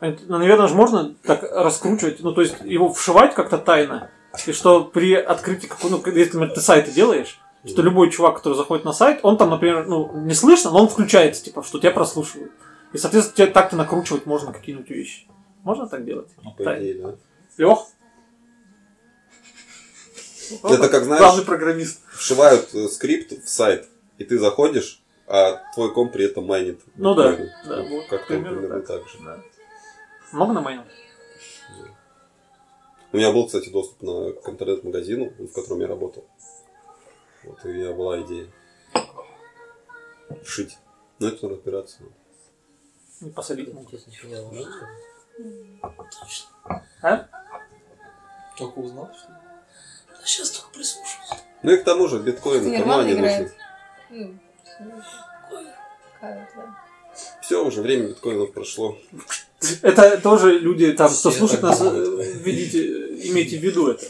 Это, ну, наверное, же можно так раскручивать, ну, то есть его вшивать как-то тайно, и что при открытии, какого- ну, если например, ты сайты делаешь, что любой чувак, который заходит на сайт, он там, например, ну, не слышно, но он включается, типа, что тебя прослушивают. И, соответственно, тебе так-то накручивать можно какие-нибудь вещи. Можно Ну, так делать?
Ну, По идее, да.
Лех?
Ну,
Это как, знаешь-
Главный программист.
Вшивают э, скрипт в сайт, и ты заходишь, а твой ком при этом майнит.
Ну да,
биткоины.
да, вот
Как-то
примерно
примерно
так.
так же.
Да. Много намайнил?
У меня был, кстати, доступ на, к интернет-магазину, в котором я работал. Вот, и у меня была идея. Шить. Но это надо опираться.
Не посадить мог.
Здесь ничего не наложить, что ли?
А?
Только узнал, что ли?
Да сейчас только прислушиваюсь.
Ну и к тому же биткоины,
Ты
кому они
нормально
нужны?
Ну, кайф, да.
Все, уже время биткоинов прошло.
Это тоже люди, там, кто
Все
слушает
так
нас, э,
думают.
видите, э, имейте в виду это.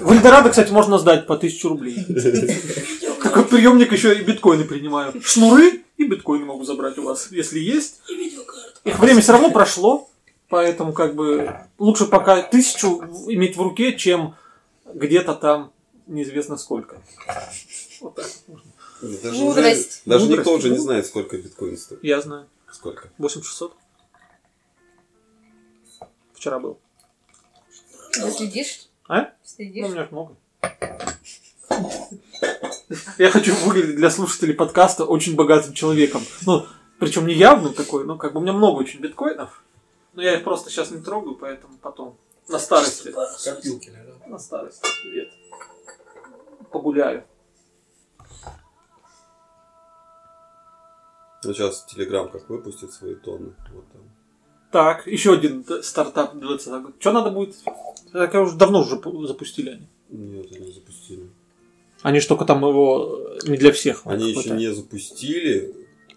В Эльдорадо, кстати, можно сдать по 1000 рублей. Такой приемник еще и биткоины принимаю. Шнуры и биткоины могу забрать у вас, если есть.
И видеокарту.
Их время все равно прошло, поэтому как бы лучше пока тысячу в- иметь в руке, чем где-то там неизвестно сколько. Вот так.
Даже,
Мудрость.
Уже, даже
Мудрость.
никто уже не знает, сколько биткоин стоит.
Я знаю.
Сколько?
8600. Вчера был.
Ты следишь?
А? Ну, у
Следишь?
меня ж много. Я хочу выглядеть для слушателей подкаста очень богатым человеком. Ну, причем не явным такой, но как бы у меня много очень биткоинов. Но я их просто сейчас не трогаю, поэтому потом. На старости.
В копилке лежат.
На старости лет. Погуляю.
Ну, сейчас Телеграм как выпустит свои тонны. Вот там.
Так, еще один т- стартап 20 год. Что надо будет? Так, я уже давно уже п- запустили они.
Нет, они запустили.
Они ж только там его э, не для всех. он
Они еще
какой-то.
не запустили,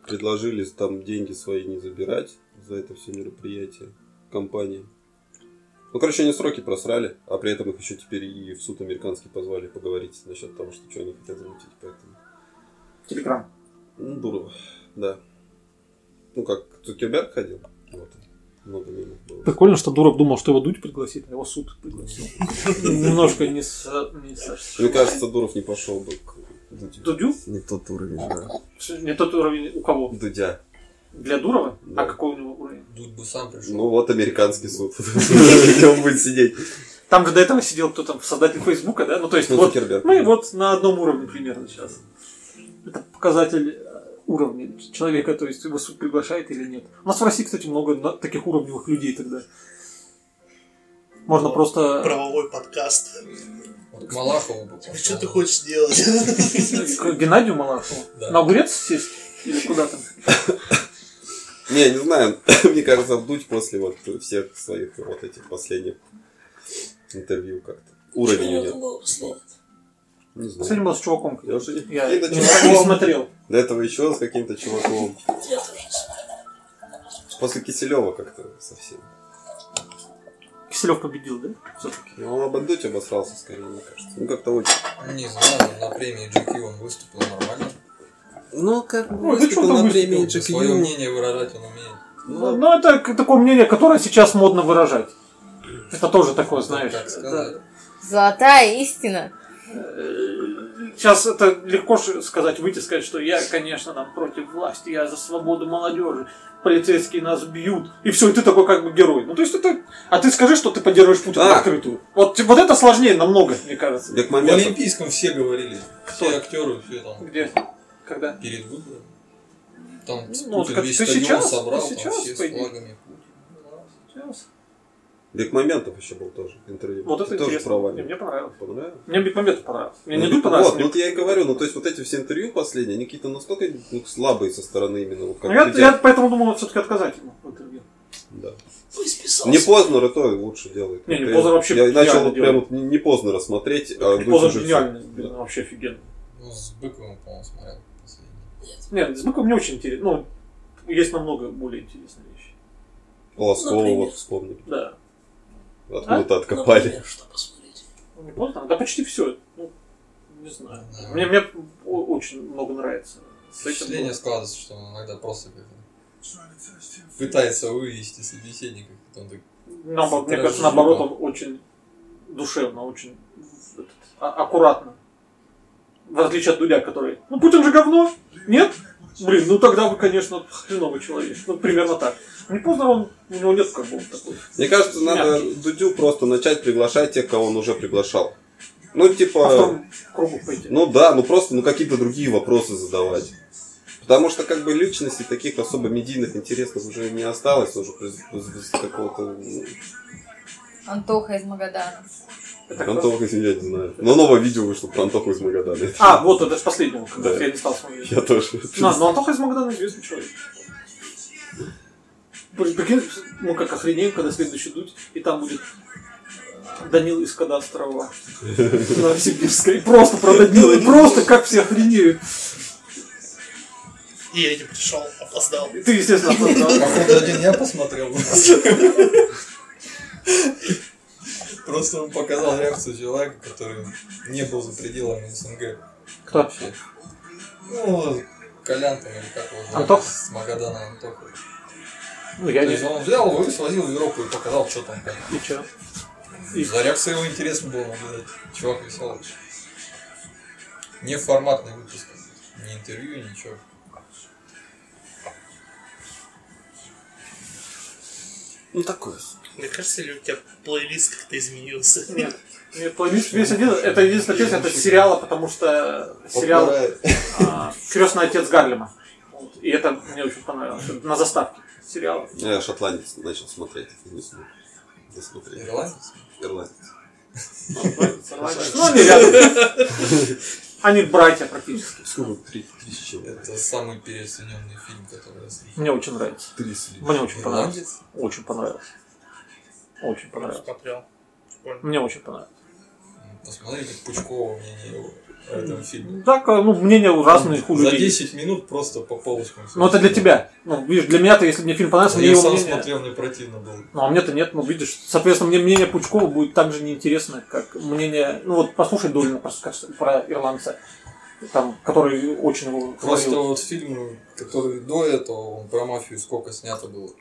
предложили там деньги свои не забирать за это все мероприятие компании. Ну, короче, они сроки просрали, а при этом их еще теперь и в суд американский позвали поговорить насчет того, что, что они хотят замутить, поэтому...
Телеграм.
Ну, Дурова, да. Ну, как Цукерберг ходил, вот, много мимо было.
Прикольно, что Дуров думал, что его Дудь пригласит, а его суд пригласил. Немножко не со- не сошлись.
Мне кажется, Дуров не пошел бы к Дудю.
Дудю?
Не тот уровень, да.
Не тот уровень у кого?
Дудя.
Для Дурова?
Да.
А какой у него уровень?
Дудь бы сам пришел.
Ну, вот американский суд. Где он будет сидеть?
Там же до этого сидел кто там, создатель Фейсбука, да? Ну, то есть,
Ну,
вот
Цукерберг.
мы вот на одном уровне примерно сейчас. Это показатель э, уровня человека, то есть его суд приглашает или нет. У нас в России, кстати, много на- таких уровневых людей тогда. Можно
Ну,
просто...
Правовой подкаст.
Вот к Малахову бы пошел.
Что ты хочешь сделать?
К Геннадию Малахову?
Да.
На огурец сесть? Или куда там?
Не, не знаю. Мне кажется, вдуть после вот всех своих вот этих последних интервью как-то. Уровень
Чего у него
идет.
там было последнее?
Не
Последний
знаю.
был с чуваком.
Я уже не-
Я
каким-то
не не
чуваком.
смотрел.
До этого еще с каким-то чуваком.
Я тоже не знаю.
После Киселева как-то совсем.
Киселев победил, да? Все-таки.
Ну, он об Андуте обосрался скорее, мне кажется. Ну, как-то очень.
Не знаю, на премии GQ он выступил нормально.
Ну, как бы
Ой, да выступил чё там на выступил? премии
Свое мнение выражать он умеет.
Ну, ну, это к- такое мнение, которое сейчас модно выражать. Это тоже такое, знаешь. э,
Как сказать.
Золотая истина.
Сейчас это легко ж сказать, выйти и сказать, что я, конечно, там против власти, я за свободу молодежи, полицейские нас бьют, и все, и ты такой как бы герой. Ну, то есть это... А ты скажи, что ты поддерживаешь Путина
Да.
в открытую. Вот, вот это сложнее намного, мне кажется.
Как
В
момент.
Олимпийском все говорили.
Кто?
Все актеры, все там
Где? Когда?
перед выборами. Там
Ну,
Путин
как
весь
ты
стадион
сейчас,
собрал,
Ну, ты сейчас,
там все
по идее.
с флагами. Путина. Сейчас.
Бег моментов еще был тоже. Интервью.
Вот это
Ты тоже
интересно.
про
Не,
Ваню.
мне понравилось.
Понравилось?
Мне Бекмамбетов понравился. Мне не
Ну,
Дудь понравился.
Вот,
мне-
ну, вот я и говорю, ну то есть вот эти все интервью последние, они какие-то настолько ну, слабые со стороны именно. Вот,
Ну,
как
я,
сидят.
я поэтому думал все-таки отказать ему в интервью.
Да.
Пусть писался.
Не Познер, то лучше делает.
Не, не,
Вот
Познер
я-
вообще
Я начал
гениально
вот прям
делает.
вот не- не Познера смотреть, а Дудь
Поза
уже всё.
гениальный,
Да.
блин, вообще офигенно.
Ну, с Быковым, по-моему, смотрел последний.
Нет, с Быковым мне очень интересно. Ну, есть намного более интересные вещи.
Полоскова
Например.
вот вспомнили.
Да.
Откуда-то откопали.
Например, что посмотреть.
Ну, Не поздно. Да почти все. Ну, не знаю.
Да.
Мне, мне о- очень много нравится. С этим
Впечатление
было.
складывается, что он иногда просто как бы пытается вывести собеседника. как-то Он так
Наоборот, мне кажется,
Стражи
наоборот,
Бога.
он очень душевно, очень этот, а- аккуратно. В отличие от Дудя, который... Ну, Путин же говно! Нет? Блин, ну тогда вы, конечно, хреновый человек. Ну, примерно так. Не поздно он... У него нет как бы он такой.
Мне кажется, надо
Мягкий.
Дудю просто начать приглашать тех, кого он уже приглашал. Ну,
По
типа,
второму а кругу пойти.
ну да, ну просто ну, какие-то другие вопросы задавать. Потому что как бы личностей таких особо медийных интересных уже не осталось, уже без, какого-то...
Антоха из Магадана.
Это кто?
Антоха, я не знаю. Но новое видео вышло про Антоху из Магадана.
А, вот, это с последнего, когда
Да.
я не стал смотреть.
Я тоже.
На, ну Антоха из Магадана известный человек. Блин, прикинь, мы как охренеем, когда следующий дуть, и там будет э, Данил из Кадастрова. Новосибирской. Просто про Данила. и Просто как все охренеют.
И я не пришел, опоздал.
И Ты, естественно, опоздал.
Походу, один я посмотрел. Просто он показал реакцию человека, который не был за пределами СНГ.
Кто?
Вообще. Ну, Колян там или как его зовут,
Антох?
С Магадана Антоха.
Ну,
То
я
есть он взял его и свозил в Европу и показал, что там как.
И чё?
И За реакцию его интересно было наблюдать. Чувак веселый. Не форматный выпуск. Не интервью, ничего.
Ну такое.
Мне кажется, или у тебя плейлист как-то изменился?
Нет. Мне плейлист весь один, это единственная песня, это с сериала, потому что сериал а, «Крестный отец Гарлема». Вот. И это мне очень понравилось. Это На заставке сериала.
Я шотландец начал смотреть. Не смог. Досмотреть.
Ирландец?
Ирландец.
Ну, они рядом. Они братья практически.
Сколько? Три три с чем?
Это самый переоцененный фильм, который я смотрел.
Мне очень нравится.
Три с лишним.
Мне очень понравилось.
Ирландец?
Очень понравилось. Очень понравилось.
Смотрел. Прикольно.
Мне очень понравилось.
Посмотрите Пучкова мнение его о этом фильме.
Так, ну, мнения разные у
За
людей.
10 минут просто по полочкам. всё
Ну, это для
рассказал.
тебя. Ну, видишь, для меня-то, если мне фильм понравился,
Да
мне
Ну, Я
его
сам
мнение...
смотрел, мне противно было.
Ну, а мне-то нет, ну, видишь, соответственно, мне мнение Пучкова будет так же неинтересно, как мнение... Ну, вот послушай Долина про, про ирландца, там, который очень его
Просто
хвалил.
вот фильмы, которые до этого, он про мафию сколько снято было.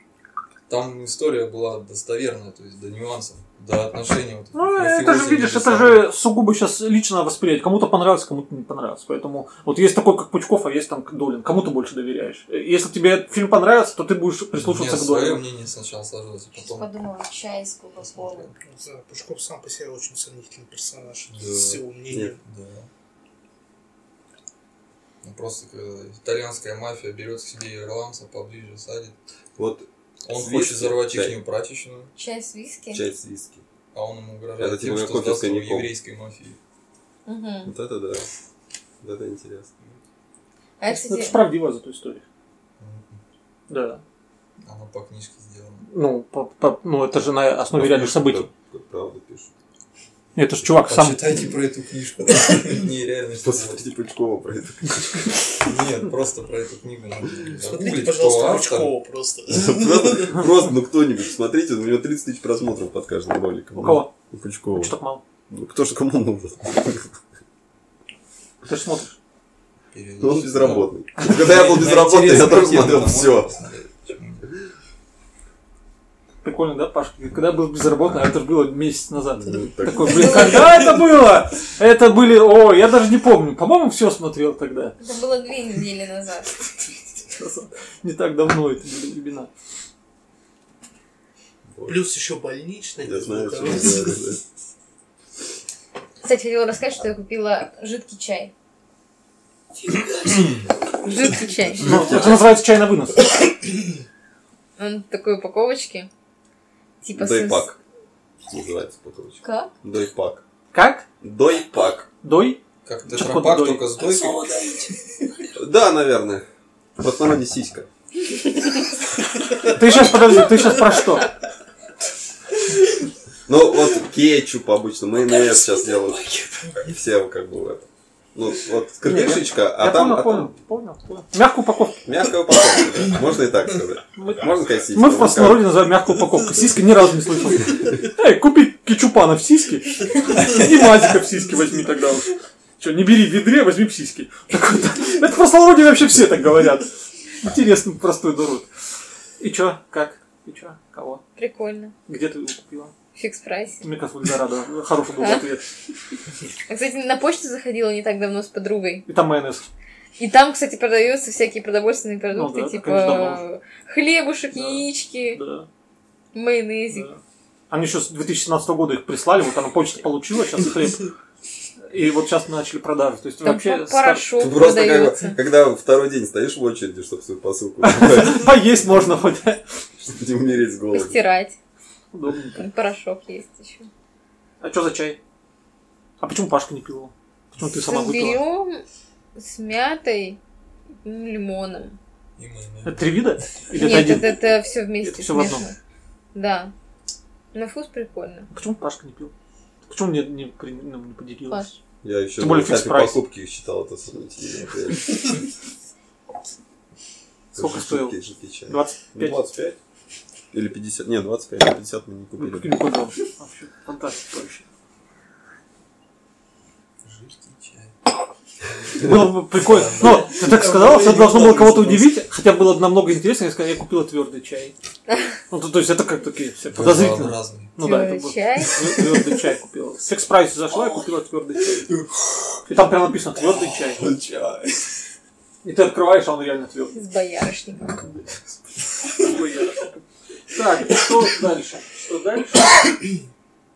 Там история была достоверная, то есть до нюансов, до отношений. Вот,
Ну,
мафиози
это же, видишь,
между
это
собой.
же сугубо сейчас лично восприятие. Кому-то понравится, кому-то не понравится. Поэтому вот есть такой, как Пучков, а есть там Долин. Кому ты больше доверяешь? Э, Если тебе фильм понравится, то ты будешь прислушиваться
Мне
к
свое
Долину.
мнение сначала сложилось, а
Сейчас
потом...
подумала, чай из колбасолы.
Не знаю, Пушков сам по себе очень сомнительный персонаж.
Да.
С его мнением.
Да. Ну, просто когда итальянская мафия берет к себе ирландца поближе, садит.
Вот
Он
С
хочет
виски?
взорвать
Чай.
ихнюю прачечную,
Чай с виски?
чай с виски.
а он ему угрожает
Это
тем,
типа кофе
что
с
сдаст его
коньяком.
еврейской мафии.
Мгм.
Вот это да. Вот это интересно.
А я,
Ну, Это же
кстати,
правдиво за эту историю. Да.
Она по книжке сделана.
Ну, по- по- ну, это же на основе
Ну,
реальных событий.
Да, Правда пишут.
Это же чувак сам...
Почитайте про эту книжку. Нереально. что было.
Посмотрите Пучкова про это.
Нет, просто про эту книгу надо
Смотрите,
загуглить, кто
пожалуйста,
автор.
Пучкова просто.
Просто, просто, ну кто-нибудь, смотрите, у него 30 тысяч просмотров под каждым роликом.
У кого?
У Пучкова.
Что так мало?
Ну, кто же кому нужен?
Ты же смотришь.
Переводчик.
Он безработный. Когда я был
Мне
безработный, я
интересно,
тоже
где она,
смотрел
можно
все.
посмотреть?
Прикольно, да, Пашка? Когда я был безработный, а это же было месяц назад.
так.
Такой, блин, когда это было? Это были, о, я даже не помню. По-моему, все смотрел тогда.
это было две недели назад.
Не так давно это были времена.
Плюс еще больничный.
Я знаю,
Да.
что я делаю, да.
Кстати, хотела рассказать, что я купила жидкий чай. Жидкий чай.
Ну, это называется чай на вынос.
Он в такой упаковочке. Типа с-
Дойпак. Называется по-короче.
Как?
Дойпак.
Как?
Дойпак.
Дой?
Как
под
тетрапак,
дой.
только с дойкой.
Слово даете.
Да, наверное. В основном сиська.
Ты сейчас, подожди, ты сейчас про что?
Ну, вот кетчуп обычно, майонез сейчас делают. Все как бы в этом. Ну, вот крышечка, а
Я
там...
понял,
а
понял,
там
понял, понял. Мягкую упаковку.
Мягкая упаковка, да. можно и так сказать. Можно сказать сиська.
Мы
ну,
в простонародье называем мягкую упаковку. Сиськи ни разу не слышал. Эй, купи кетчупана в сиськи и мазика в сиськи возьми тогда уж. Че, не бери в ведре, возьми в сиськи. Так вот, Это в простонародье вообще все так говорят. Интересно, простой дурут. И чё, как? И чё, кого?
Прикольно.
Где ты его купила?
Фикс прайс.
Микрофон Эльдорадо. Хороший был
А?
ответ.
А, кстати, на почту заходила не так давно с подругой.
И там майонез.
И там, кстати, продаются всякие продовольственные продукты,
Ну да, это,
типа
конечно, давно
хлебушек,
Да.
яички,
Да.
майонезик.
Да. Они еще с 2017 года их прислали, вот она почта получила, сейчас хлеб. И вот сейчас начали продажи. То есть
Там
вообще
пор-
старш-
порошок
Ты просто как бы,
продается.
когда второй день стоишь в очереди, чтобы свою посылку забрать,
поесть можно хоть.
чтобы не умереть с голоду.
Постирать.
Удобненько.
Там порошок есть еще.
А что за чай? А почему Пашка не пила? Почему Ну, ты сама выпила?
Берем с мятой м, лимоном.
И майонез.
Это три вида? Или это
Нет,
один?
это, все вместе
Это всё в одном.
смешано. Да. На вкус прикольно.
Почему Пашка не пил? Почему мне не, при- нам не поделилась?
Паш,
Я еще
Тем более
на этапе
фикс-прайс.
покупки считал это сомнительно.
Сколько стоил?
стоило? 25.
25?
25? Ну, Или 50? Нет, 25, а 50 мы не
Ну,
купили.
купили кондом. Вообще, фантастика вообще.
Жидкий чай.
Было бы Ну, прикольно. Но ты так сказал, что это должно было кого-то удивить, хотя было бы намного интереснее, если бы я купила твердый чай. Ну, то, то есть это как такие все подозрительно.
Разный.
Ну да, это
Тёртый
было.
чай.
Твердый чай купила. В секс прайс зашла и купила твердый чай. И там прям написано твердый чай.
Чай.
И ты открываешь, а он реально твердый.
С боярышником.
Так, что дальше? Что дальше?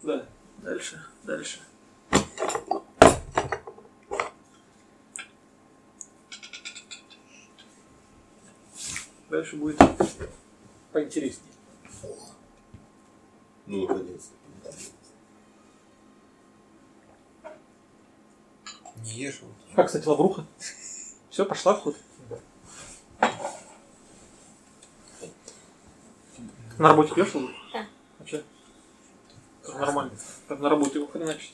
Да, дальше, дальше. Дальше будет поинтереснее.
Ну, наконец.
Не ешь его.
Как, А, кстати, лавруха? Все, пошла в ход? На работе пьешь лавруху?
Да.
А чё? Тоже Нормально. Там на работе его хреначить.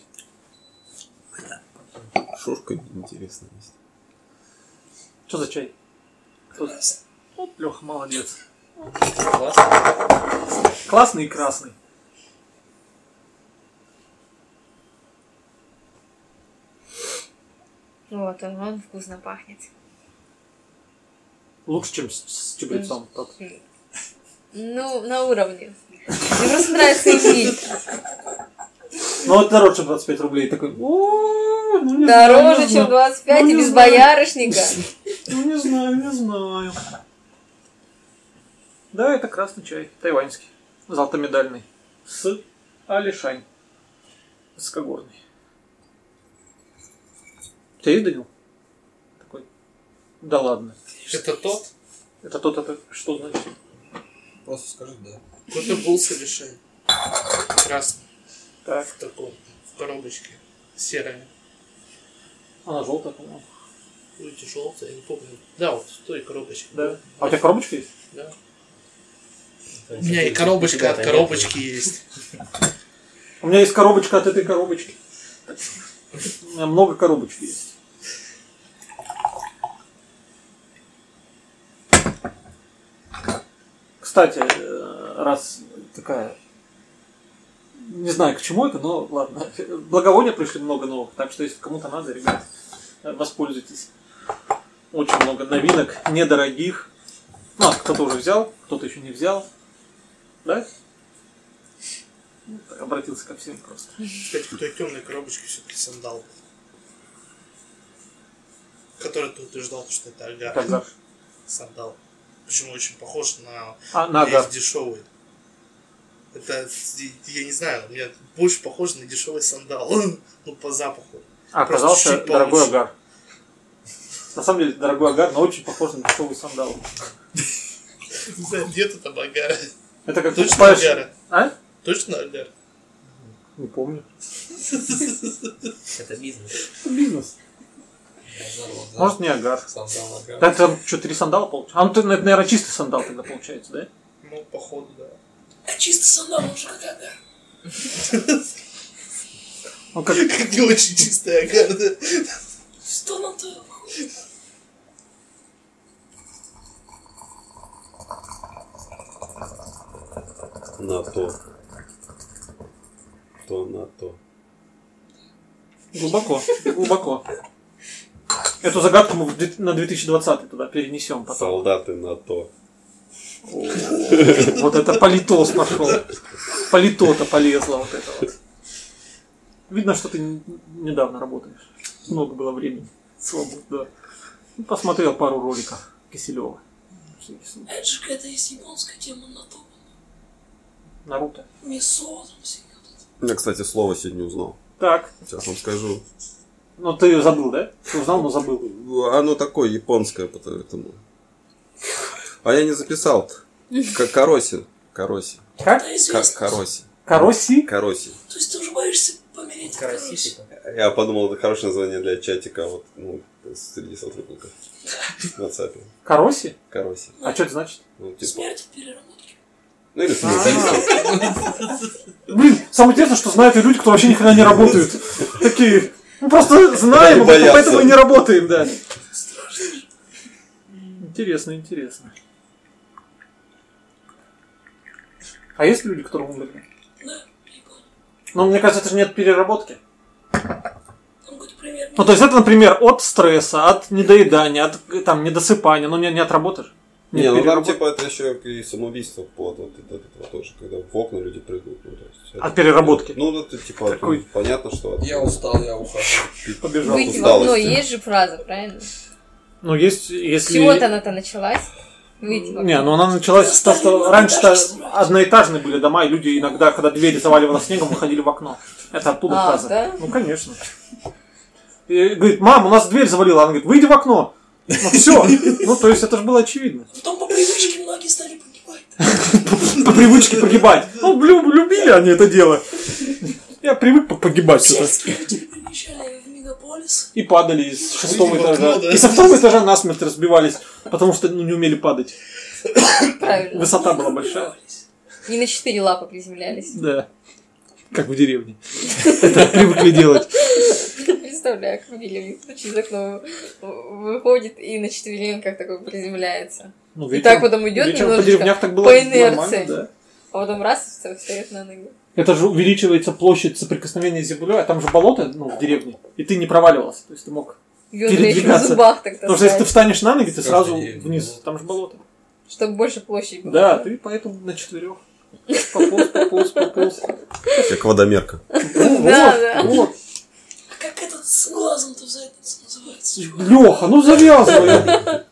Шушка интересная есть.
Что за чай? Кто за- Вот Леха молодец. Классный и красный.
Вот он, он вкусно пахнет.
Лучше, чем с, с чабрецом. тот.
Ну, на уровне. Мне просто нравится их вид.
Ну вот дороже, чем 25 рублей. Такой, «О, ну не знаю,
Дороже,
не
чем
знаю».
25
Ну,
и
не
без
знаю.
боярышника.
Ну не знаю, не знаю. Да, это красный чай, тайваньский, золотомедальный, с Алишань, высокогорный. У тебя есть, Данил? Такой. Да ладно.
Это тот,
Это тот, это что значит?
Просто скажи, да.
какой был совершенно. Красный,
Так,
в таком, в коробочке. Серая.
она желтая, по-моему.
Вроде желтая, я не помню. Да, вот в той коробочке.
Да. А у тебя коробочка есть?
Да. У меня и коробочка от коробочки есть.
У меня есть коробочка от этой коробочки. У меня много коробочек есть. Кстати, э, раз такая... Не знаю, к чему это, но ладно. Благовония пришли много новых, так что если кому-то надо, ребят, э, воспользуйтесь. Очень много новинок, недорогих. Ну, а кто-то уже взял, кто-то еще не взял. Да? Ну, Обратился ко всем просто.
Кстати, в той темной коробочке все-таки сандал был. Который ты утверждал, что это агар.
Как завтра.
Сандал. Почему очень похож на
А, на агар.
есть дешевый. Это, я не знаю, у меня больше похож на дешевый сандал. Ну, по запаху.
А оказался
чуть-чуть
дорогой
получше.
агар. На самом деле дорогой агар, но очень похож на дешевый сандал.
Не знаю, где-то там агара.
Это как
Точно
покупаешь-
агара.
А?
Точно, Альдар?
Не помню.
Это бизнес.
Это бизнес.
Азаров, да.
Может, не агар.
Сандал, агар.
Так, там что, три сандала получается? А, ну, ты, ну, это, наверное, чистый сандал тогда получается, да?
Ну, походу, да.
А чисто сандал уже как агар.
Ну, как...
Как не очень чистая карта.
Что нам-то
На то. То на то.
Глубоко, глубоко. Эту загадку мы в две- на 2020 туда перенесем потом.
Солдаты на то.
Вот это политос пошел. Полито-то полезло вот это вот. Видно, что ты н- недавно работаешь. Много было времени. Свобод, да. Ну, Посмотрел пару роликов Киселева.
Это же какая-то есть японская тема на то.
Наруто.
Мясо там всякое.
Я, кстати, слово сегодня узнал.
Так,
Сейчас вам скажу.
ну ты забыл, да? Ты узнал, но забыл.
Оно такое японское, поэтому. А я не записал. К- Кароси. Кароси.
Как?
Да
К-
известно.
Кароси.
Кароси?
Кароси.
То есть ты уже боишься помереть от караси?
Карасисика.
Я подумал, это хорошее название для чатика вот, ну, среди сотрудников. В WhatsApp.
Кароси?
Кароси.
А что это значит?
Ну, типа.
Смерть от переработки.
Ну
А.
или смерть.
Блин, самое интересное, что знают и люди, которые вообще ни хрена не работают. Такие, мы просто знаем,
Они
а потом
боятся.
поэтому и не работаем, да. Интересно, интересно. А есть люди, которые умерли?
Да, я понял.
Ну, мне кажется, это же нет переработки.
Там какой-то пример.
Ну, то есть это, например, от стресса, от недоедания, от э, там, недосыпания, но не, не от работы же.
Не, ну там
переработ-
типа это еще и самоубийство плод вот это- от этого тоже, когда в окна люди прыгают. ну, то есть это-
От переработки.
Ну, это типа от-
Какой?
понятно, что от
Я устал, я ухожу.
побежал
Выйти в окно, есть же фраза, правильно?
Ну, есть,
С
если...
чего-то она-то началась. Выйти в окно.
Не, ну она началась с того, что раньше одноэтажные были дома, и люди иногда, когда двери заваливало снегом, выходили в окно. Это оттуда
А,
фраза.
да?
Ну, конечно. И говорит, мам, у нас дверь завалила. Она говорит, выйди в окно. Ну все. Ну, то есть это же было очевидно.
А Потом по привычке многие стали погибать.
По привычке погибать. Ну, лю- любили они это дело. Я привык по- погибать что-то.
Всех строителей перемещали в мегаполис.
И падали из шестого
Выйди в
этажа.
окно, да.
И со второго этажа насмерть разбивались, потому что ну, не умели падать.
Правильно.
Высота была большая.
Не на четыре лапы приземлялись.
Да. Как в деревне. Это привыкли делать.
Представляю, как Вильям через окно выходит и на четвереньках такой приземляется.
Ну,
И так потом идет
вечером
немножечко,
по деревнях так было
по инерции.
нормально, да.
А потом раз и всё, встает на ноги.
Это же увеличивается площадь соприкосновения с землей, а там же болото, ну, в деревне, и ты не проваливался, то есть ты мог.
Ведра еще в
Передвигаться.
зубах так
Потому что если ты
таскать,
встанешь на ноги, ты
Каждый
сразу
день
вниз,
болото.
там же болото.
чтобы больше площади было.
Да, ты поэтому на четырех. Пополз, пополз, пополз.
Как водомерка.
Ну,
Да,
вот,
А как этот с глазом-то в задницу называется?
вот. Леха, ну завязывай.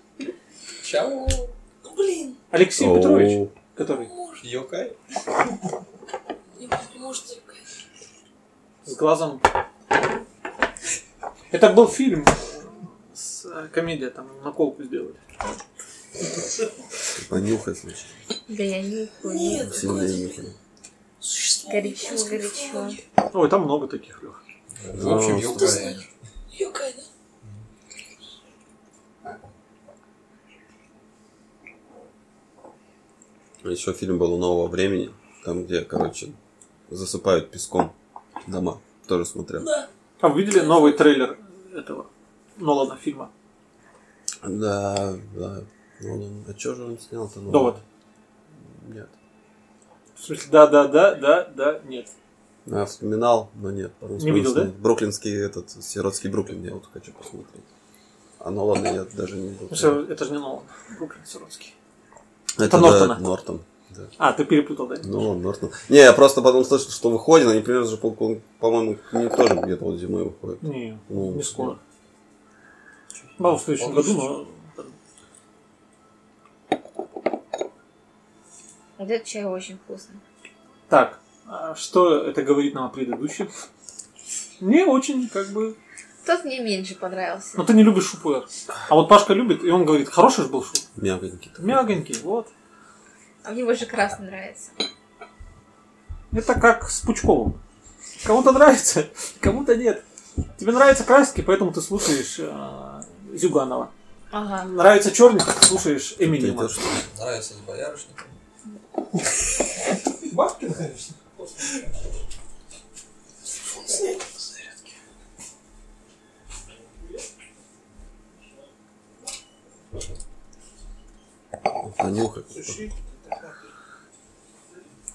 Чао.
Ну блин,
Алексей Петрович, который
Йокай.
не не может такая.
с глазом. Это был фильм с э, комедия, там наколку сделали.
Понюхай, значит.
Да я не
Нет, какое-то,
не
блин, существо
Горячо,
японской
горячо.
мифологии.
Ой, там много таких, Леха.
Ну,
В общем, Йокай.
Йокай, да?
Еще фильм был у нового времени, там, где, короче, засыпают песком дома. Тоже смотрел.
Да.
А вы видели новый трейлер этого Нолана фильма?
Да, да. Нолан. А что же он снял-то? Нолан?
Довод.
Нет.
В смысле, да, да, да, да, да, нет.
Я вспоминал, но нет. потом
Не
вспомнил,
видел,
что
да?
Бруклинский этот, сиротский Бруклин, я вот хочу посмотреть. А Нолана я даже не видел.
Ну, всё, это же не Нолан. Бруклин Сиротский.
Это,
это
да,
Нортона.
Нортон. Да.
А, ты перепутал, да?
Нолан, Нортон. Не, я просто потом слышал, что выходит, они примерно же, по- по-моему, не тоже где-то вот зимой выходят.
Не,
Ну,
не скоро. Мало в следующем году, но...
Вот этот чай очень вкусный.
Так, а что это говорит нам о предыдущем? Мне очень, как бы...
Тот мне меньше понравился.
Но ты не любишь шупуэр. А вот Пашка любит, и он говорит, хороший же был шуп.
Мягонький. такой.
Мягонький, вот.
А мне больше красный нравится.
Это как с Пучковым. Кому-то нравится, кому-то нет. Тебе нравятся краски, поэтому ты слушаешь э, Зюганова.
Ага.
Нравится черный, слушаешь Эминема.
Это что?
Нравится с боярышником.
Бабки нравятся?
Понюхай.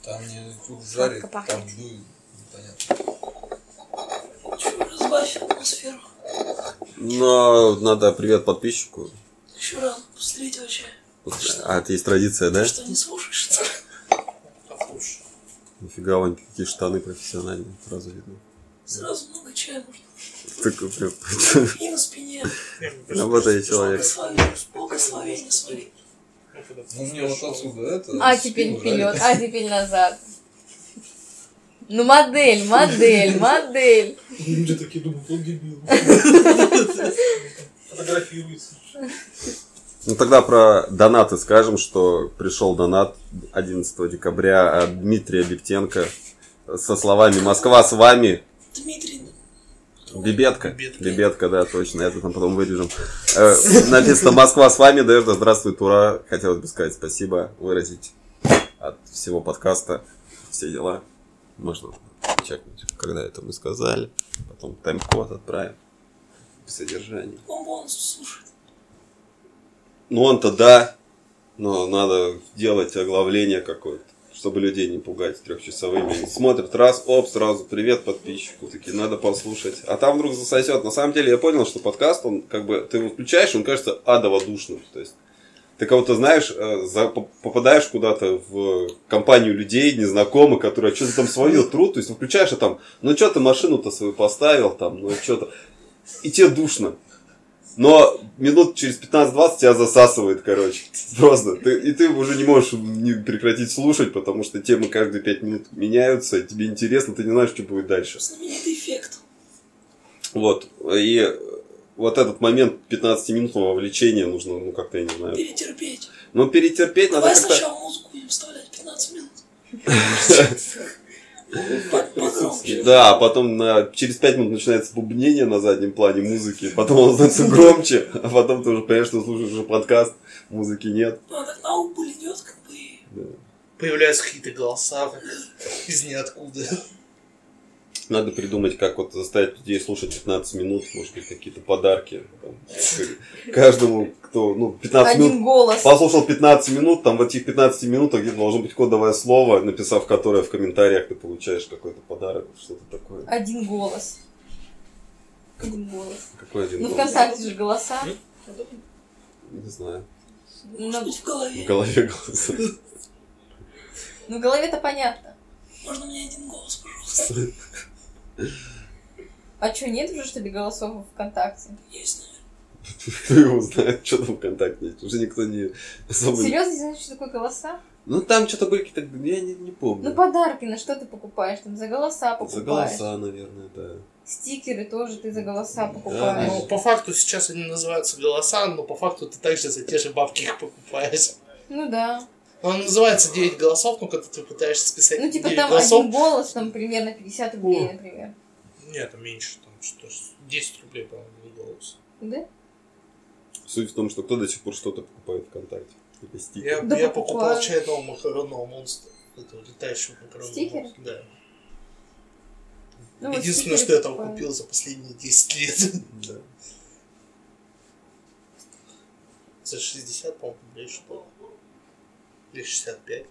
Там не тут жарит,
Пахнет.
там дует. Понятно.
Чё, разбавь атмосферу.
Но надо привет подписчику.
Еще рано, после третьего чая.
А, это есть традиция, да?
Ты что, не слушаешь?
Нифига, Вань, какие штаны профессиональные, сразу видно.
Сразу много чая можно.
Такой прям
И на спине.
работает человек.
Благословение свои.
Ну мне вот отсюда это.
А
спину жарит.
теперь вперед, а теперь назад. Ну, модель, модель, модель.
Люди такие думают, он дебил.
Фотографируется.
Ну тогда про донаты скажем, что пришел донат 11 декабря от Дмитрия Лептенко со словами «Москва с вами».
Дмитрий,
Бебетка.
Бебетка.
Бебетка, да, точно. Это там потом вырежем. Э, Написано «Москва с вами». Надежда, здравствует, ура. Хотелось бы сказать спасибо, выразить от всего подкаста все дела. Можно чекнуть, когда это мы сказали. Потом тайм-код отправим. Содержание.
он бонус слушает.
Ну он-то да, но надо делать оглавление какое-то, чтобы людей не пугать трехчасовыми. Они Смотрят раз, оп, сразу привет подписчику, такие надо послушать. А там вдруг засосет. На самом деле я понял, что подкаст, он как бы, ты его включаешь, он кажется адово душным. То есть ты кого-то знаешь, э, за- по- попадаешь куда-то в компанию людей незнакомых, которые что-то там свою труд, то есть включаешь, а там, ну что ты машину-то свою поставил, там, ну что-то. И тебе душно. Но минут через 15-20 тебя засасывает, короче. Просто. Ты- и ты уже не можешь не прекратить слушать, потому что темы каждые 5 минут меняются, тебе интересно, ты не знаешь, что будет дальше.
Знаменитый эффект.
Вот. И э, вот этот момент 15-минутного вовлечения нужно, ну как-то, я не знаю.
Перетерпеть.
Но перетерпеть надо
Давай
как-то...
сначала музыку будем вставлять 15 минут. Под- Погромче.
Да, а потом на... через 5 минут начинается бубнение на заднем плане музыки, потом оно становится громче, а потом ты уже понимаешь, что слушаешь уже подкаст, музыки нет.
Ну, а так на убыль идет, как бы. и
Появляются какие-то голоса вот, из ниоткуда.
Надо придумать, как вот заставить людей слушать 15 минут, может быть, какие-то подарки. там, к- Каждому, кто, ну, 15
Один
минут,
голос.
послушал 15 минут, там в этих 15 минутах где-то должно быть кодовое слово, написав которое в комментариях ты получаешь какой-то подарок, что-то такое.
Один голос. Один голос.
Какой один
Ну,
голос?
ВКонтакте же голоса.
Не знаю.
Ну,
В голове.
В голове голос.
ну, в голове-то понятно.
Можно мне один голос, пожалуйста?
А что, нет уже, что ли, голосов в ВКонтакте?
Есть, наверное.
Кто его знает, что там ВКонтакте есть. Уже никто не особо... не-
Серьезно, не знаешь, что такое голоса?
Ну, там что-то были какие-то... Я не, не
Ну,
помню.
подарки на что ты покупаешь? Там за голоса
За
покупаешь.
голоса, наверное, да.
Стикеры тоже ты за голоса покупаешь.
Ну, по факту сейчас они называются голоса, но по факту ты также за те же бабки их покупаешь.
Ну да.
Он называется 9 голосов, но когда ты пытаешься списать
Ну, типа
9
там
Э, голосов...
один голос, там примерно 50 рублей, например.
Нет, там меньше, там что ж, 10 рублей, по-моему, за голос.
Да?
Суть в том, что кто до сих пор что-то покупает ВКонтакте. Какие-то стикеры.
Я,
Да
я
покупаю.
покупал чай одного макаронного монстра. Этого летающего макаронного
Стикеры?
монстра. Да.
Ну, вот
Единственное,
стикеры
что я там
покупаю.
купил за последние 10 лет.
Да.
За 60, по-моему, рублей что ли. Или 65.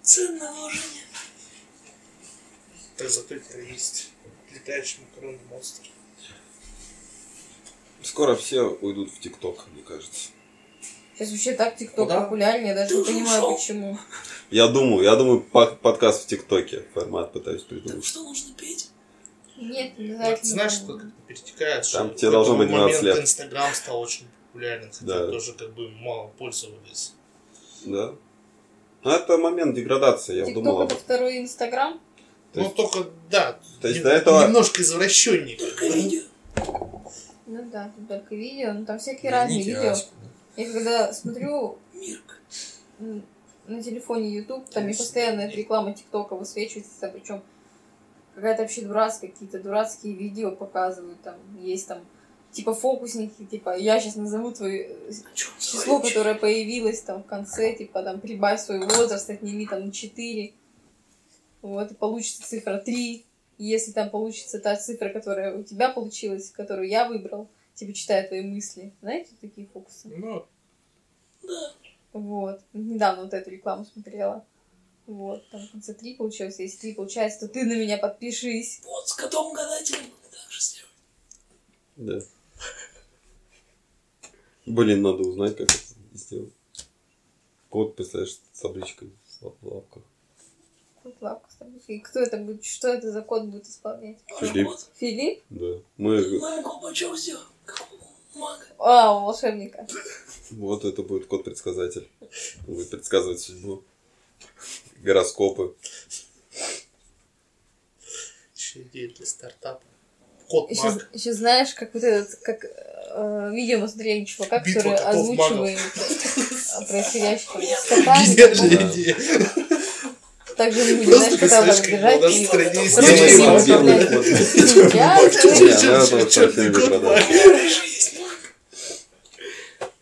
Ценное вложение.
Так зато это есть летающий макаронный монстр.
Скоро все уйдут в ТикТок, мне кажется.
Сейчас вообще так ТикТок
Да.
популярнее, я даже
Ты
не
уже
понимаю,
ушел?
почему.
Я думаю, я думаю, пак- подкаст в ТикТоке формат пытаюсь
Так
придумать.
что нужно петь?
Нет, не
Ну,
обязательно.
ты знаешь, что как-то перетекает, что
Там
в
тебе должно
какой-то
быть 20
момент
лет.
Инстаграм стал очень популярен, хотя
Да.
тоже как бы мало пользовались.
Да. Ну, это момент деградации, я думал.
ТикТок
об
это
этом.
второй Инстаграм.
То
Ну,
есть-
только, да,
То есть
нем-
до этого-
немножко извращенник.
Только видео.
Ну да, тут только видео, ну там всякие
а
Верните
разные видео.
Аську, да.
Я когда смотрю,
Мирка.
м, на телефоне YouTube, там и постоянно эта реклама ТикТока высвечивается, причем какая-то вообще дурацкая, какие-то дурацкие видео показывают, там есть там типа фокусники, типа я сейчас назову твое число, которое появилось там в конце, типа там прибавь свой возраст, отними там на 4, вот, и получится цифра 3, если там получится та цифра, которая у тебя получилась, которую я выбрал, типа читая твои мысли, знаете, такие фокусы?
Ну,
Вот. Недавно вот эту рекламу смотрела. Вот, там в конце три получилось. Если три получается, то ты на меня подпишись.
Вот с котом-гадателем мы так же сделаем.
Да. Блин, надо узнать, как это сделать. Код, представляешь, с табличкой в лап- лапках.
Тут лапка с тобой. И кто это будет? Что это за код будет исполнять?
Филипп,
Филипп?
да. Мы...
Моим колпачом сделаем, как у мага.
А, у волшебника.
Вот это будет код-предсказатель. Он будет предсказывать судьбу. Гороскопы.
еще идея для стартапа. Кот
Еще,
маг.
еще знаешь, как вот этот, как э, видео мы смотрели чувака,
Битва
который
котов
озвучивает э, происходящее там с
Гениальная
котами.
Да.
идея.
Также мы будем,
Просто
знаешь, кота вот
представляешь,
так
как было
Сделай
на стране
держать и ручки ему
сам,
сделать
сделай.
управлять.
Не,
Сейчас.
она там совсем без
кот
продаж.
маг.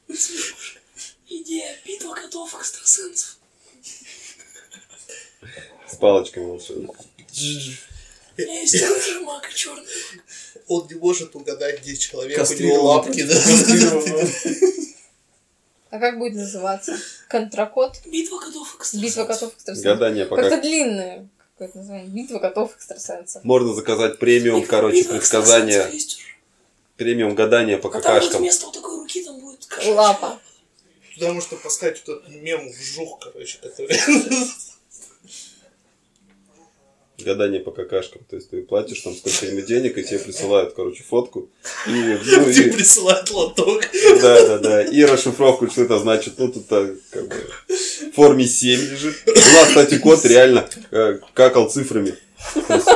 Идея битва котов экстрасенсов.
С палочками волшебными.
Есть рыжий маг и черный.
Он не может угадать, где человек, у него
Кастрированный.
лапки. да.
А как будет называться? Контракот?
Битва котов экстрасенсов.
Битва котов экстрасенсов.
Гадание
Как-то
пока.
длинное какое-то название. Битва котов экстрасенсов.
Можно заказать премиум,
Битва-
короче,
битва
предсказания.
экстрасенсов есть уже.
Премиум гадания по
А там будет
какашкам.
вместо вот такой руки, там будет кошачья.
Лапа.
Туда можно поставить вот этот мем вжух, короче, который...
Гадание по какашкам. То есть ты платишь там сколько ему денег, и тебе присылают, короче, фотку. И, ну, и-
Тебе присылают лоток.
да, да, да. И расшифровку, что это значит. Ну, тут так, как бы в форме 7 лежит. У нас, кстати, кот реально э, какал цифрами. То есть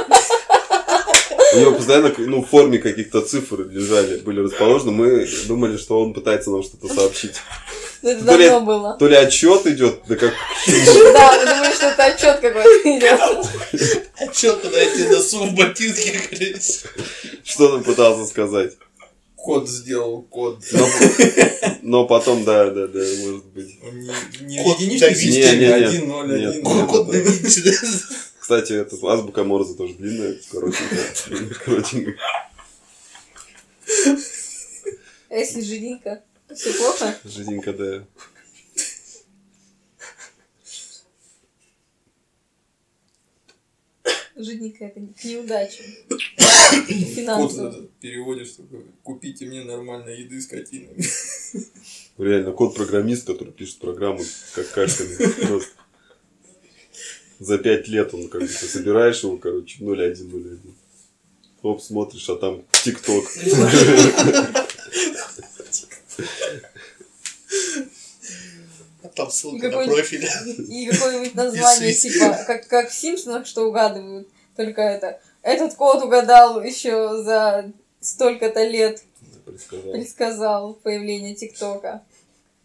У него постоянно ну, в форме каких-то цифр лежали, были расположены. Мы думали, что он пытается нам что-то сообщить.
Ну, это
Блин.
давно было.
То ли отчет идет, да как
Да, мы думали, что это отчет какой-то идет.
А чё, когда я тебе носу в ботинке, короче?
что он пытался сказать.
Код сделал, код.
Но, но потом, да, да, да, может быть.
Он не, не а
Код
в единичной
Давид.
системе,
Не, не, нет.
1, 0,
Нет.
1.
Код
Кот да Винчи, да?
Кстати, это азбука Морзе тоже длинная, коротенькая. коротенькая.
А если жиденько? Все плохо?
Жиденько, да.
Жиденько это к неудачам.
Код
Финансово.
этот переводишь, такой, купите мне нормально еды скотина.
Реально, код-программист, который пишет программу как кашками. Просто. За пять лет он как бы, ты собираешь его, короче, 0101. Оп, смотришь, а там тик-ток.
А Там ссылка на
Какой-
профиль.
И какое-нибудь название,
Пишись.
типа, как, как в Симпсонах, что угадывают. Только это. Этот кот угадал еще за столько-то лет.
Предсказал.
Предсказал появление ТикТока.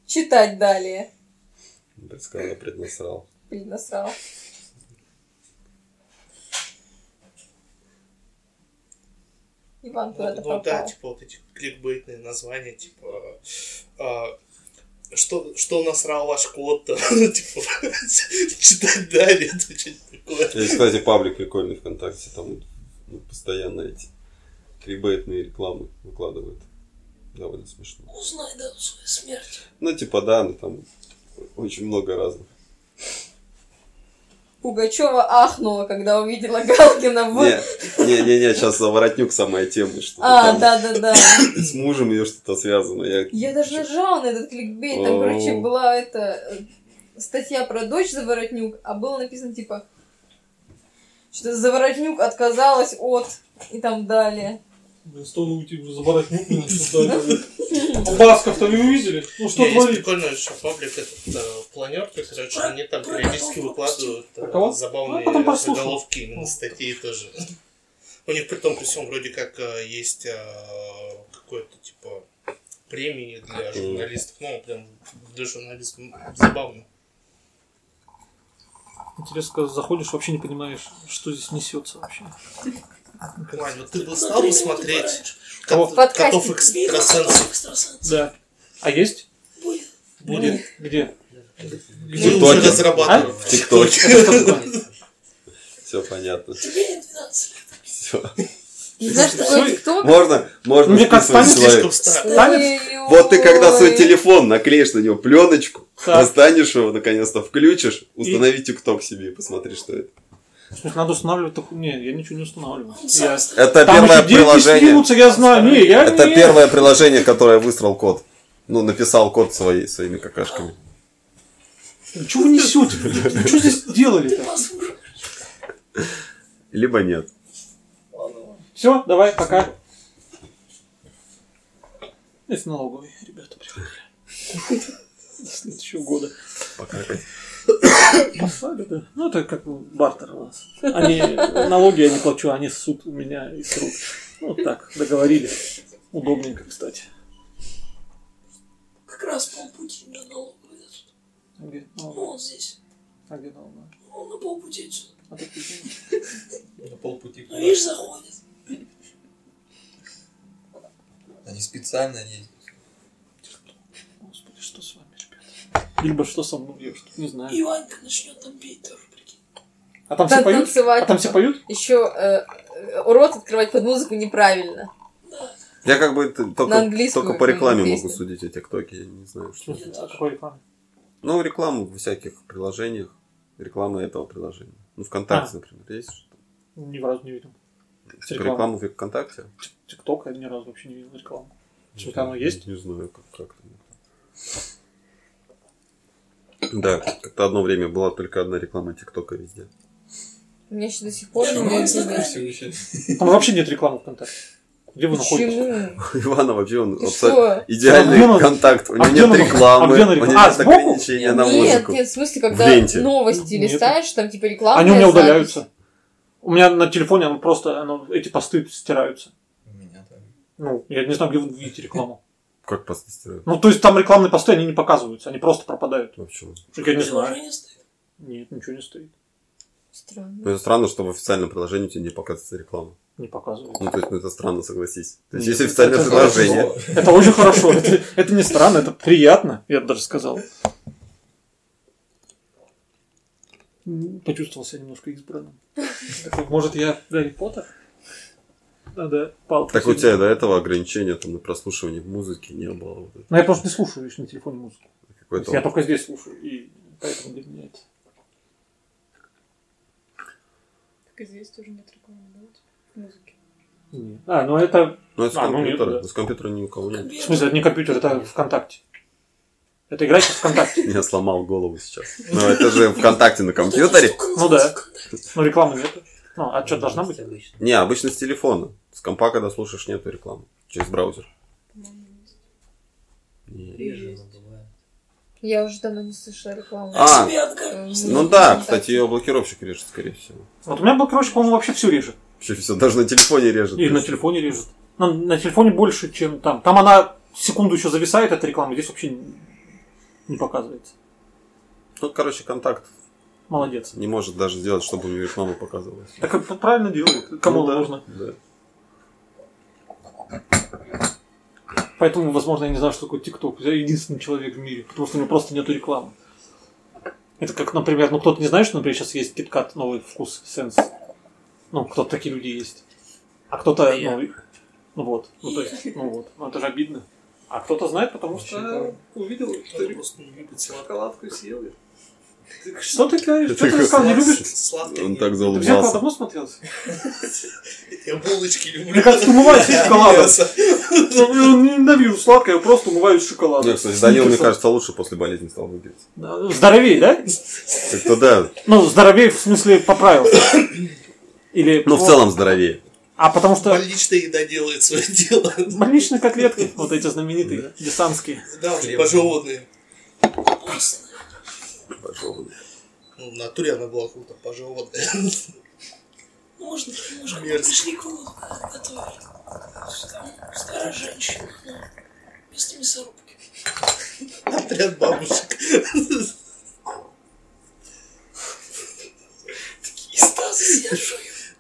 Читать далее.
Предсказал, преднасрал.
Преднасрал. Иван куда-то
Ну да,
пропал.
типа вот эти кликбейтные названия, типа... а, Что, что насрал ваш кот? там, Типа, читать далее, это что-то такое.
Есть, кстати, паблик прикольный ВКонтакте, там ну, постоянно эти крибейтные рекламы выкладывают. Довольно смешно.
Узнай дату своей смерти.
Ну, типа, да, ну, там очень много разных.
Пугачева ахнула, когда увидела Галкина в...
Не, не, не, не, сейчас заворотнюк самая тема, что
А, да-да-да.
с мужем ее что-то связано. Я,
Я даже нажала на этот кликбейт. Там,
О.
короче, была эта э, статья про дочь Заворотнюк, а было написано, типа, что Заворотнюк отказалась от... И там далее.
Блин, стоило уйти уже за воротнюк, блин, что да. Басков-то не увидели? Ну что
Не, Есть
творит?
прикольно, что паблик этот э, планер, то есть, короче, они там
Про- про
периодически
котов
выкладывают э,
Про кого?
забавные
Ну, потом послушаю.
заголовки именно статьи тоже. У них при том при всем вроде как э, есть э, какое-то типа премии для журналистов, ну прям для журналистов ну, забавно.
Интересно, когда заходишь, вообще не понимаешь, что здесь несется вообще.
Вань, вот ты бы стал бы смотреть
Кого?
кот-
Подкастик.
котов экстрасенсов?
Экстрасенс.
Да. А есть?
Будет.
Где?
Мы уже
ТикТоке.
разрабатываем.
В ТикТоке. Все понятно.
Тебе не 12 лет.
Все.
Не знаешь, что
Суть-
такое кто?
Можно, можно
Мне кажется, станет
списывать
Слишком
человека.
стар.
Вот ты когда свой телефон наклеишь на него пленочку,
Так.
достанешь его, наконец-то включишь, установи тикток себе и посмотри, что это.
В смысле, надо устанавливать такую... Не, я ничего не устанавливаю.
Он
Я-
сам стар.
Это
Там
первое
еще деньги
приложение.
снимутся, я знаю. Не, я
Это
не-
первое приложение, которое высрал код. Ну, написал код своей, своими какашками.
Чего вы несете? Что здесь делали-то?
Послушай.
Либо нет.
Все, давай, пока. Это налоговый, ребята, приходили. До следующего года. Послали, да. Ну, это как бы бартер у нас. Они, налоги я не плачу, они суд у меня и срут. Ну, вот так, договорились. Удобненько, кстати.
Как раз полпути на налоговый дадут.
А где
Ну,
налоговая?
он здесь.
А где налоговая?
Он на полпути отсюда.
А ты где?
На полпути
Ну,
куда?
видишь, заходит.
Они специально ездят.
Господи, что с вами, ребята? Либо что со мной, я что-то не
И
знаю.
Ванька начнет там петь тоже, прикинь.
А там все
Там
поют?
танцевать.
А там все поют?
Еще э, рот открывать под музыку неправильно.
Я как бы т-
На
только,
английскую
только по рекламе
песню.
могу судить о ТикТоке, я не знаю,
В
что.
смысле, о А какой рекламе?
Ну, рекламу во всяких приложениях, реклама этого приложения. Ну,
А.
ВКонтакте, например, есть что?
Ни разу не видел.
Типа
Реклама.
рекламу в ВКонтакте?
Тикток я ни разу вообще не видел рекламу. А Что там есть?
Не знаю, как, как там. Да, как-то одно время была только одна реклама ТикТока везде.
У меня еще до сих пор
Ну,
не
это
знаю.
знаешь.
Там вообще нет рекламы ВКонтакте. Где вы находитесь?
Почему?
У Ивана вообще он
Ты
абсолютно
что?
А где
идеальный
он-
контакт. У
а
него
где он-
нет рекламы,
а
у
где он
него
реклама? А,
нет
сбоку?
ограничения на
Нет,
музыку.
нет, в смысле, когда
ленте.
новости
Нет.
листаешь, там типа реклама.
Они у меня удаляются. У меня на телефоне оно просто оно, эти посты стираются.
У меня так.
Ну, я не знаю, где вы видите рекламу.
Как постестирают?
Ну, то есть там рекламные посты, они не показываются, они просто пропадают.
Вообще.
Я не знаю.
Приложение стоит.
Нет, ничего не стоит.
Странно.
Ну, это странно, что в официальном приложении тебе не показывается реклама.
Не показывают.
Ну, то есть, ну, это странно, согласись. То есть,
Нет,
есть официальное
это
приложение.
Это очень хорошо. Это, это не странно, это приятно, я бы даже сказал. М, Почувствовал себя немножко избранным. Такой, Может, я Гарри Поттер? Надо палку.
Так у
себе.
тебя до этого ограничения там на прослушивание музыки не было. Вот это
Ну, я просто не слушаю лишь на телефоне музыку. То есть
какое-то-
я только здесь слушаю, и поэтому для меня это...
Так и здесь тоже нет рекламы, да, у тебя? Музыки.
Нет. А, ну это...
Ну, это с
А, ну, нет,
компьютера.
да.
С компьютера ни у кого нет.
В смысле, это не компьютер, это ВКонтакте. Это играйте ВКонтакте.
Я сломал голову сейчас. Ну, это же ВКонтакте на компьютере.
Ну да. Но рекламы нету. Ну, а что, должна быть?
Обычно.
Не, обычно с телефона. С компа, когда слушаешь, нету рекламы. Через браузер.
По-моему, есть.
Не.
Реже она бывает.
Я уже давно не слышала рекламу.
А,
Э,
ну да,
ВКонтакте.
кстати, ее блокировщик режет, скорее всего.
Вот у меня блокировщик, по-моему, вообще все режет.
Вообще все, даже на телефоне режет.
И на телефоне режет. На, на телефоне больше, чем там. Там она секунду еще зависает, эта реклама, здесь вообще не- не показывается.
Ну, короче, контакт
Молодец.
не может даже сделать, чтобы у него реклама показывалась.
Так это правильно делают, кому
Ну да,
нужно.
Да.
Поэтому, возможно, я не знаю, что такое ТикТок. Я единственный человек в мире, потому что у него просто нету рекламы. Это как, например, ну кто-то не знает, что, например, сейчас есть KitKat, новый вкус, сенс. Ну, кто-то такие люди есть. А кто-то, ну, и- ну вот, ну то есть, ну вот, ну это же обидно. А кто-то знает, потому что увидел, что
Кто-то просто не любит сладкое.
шоколадку съел. Что ты говоришь? Что ты
Ты
рассказал? Не
Сладкое-
любишь?
Сладкое.
Он
не
так
люблю.
Ты в зеркало
заулыбался.
давно смотрелся?
Я булочки люблю.
Мне кажется, умываюсь
Я
шоколадом.
мясо.
Я ненавижу сладкое, я просто умываюсь шоколадом.
Нет, Ну, кстати, Данил, мне кажется, лучше после болезни стал выглядеть.
Да, Здоровее, да?
Как-то да,
Ну, здоровее в смысле поправился. Или...
ну в целом здоровее.
А потому что...
Больничная еда делает свое дело.
Больничные котлетки, вот эти знаменитые, десантские.
Да, уж
Хлеб.
пожеванные.
Пошел.
Ну, в натуре она была круто пожеванная.
Ну, может быть, немножко
Мерзко.
пришли к выводу, когда готовили. Что Там старая женщина, ну, вместо мясорубки.
Отряд бабушек.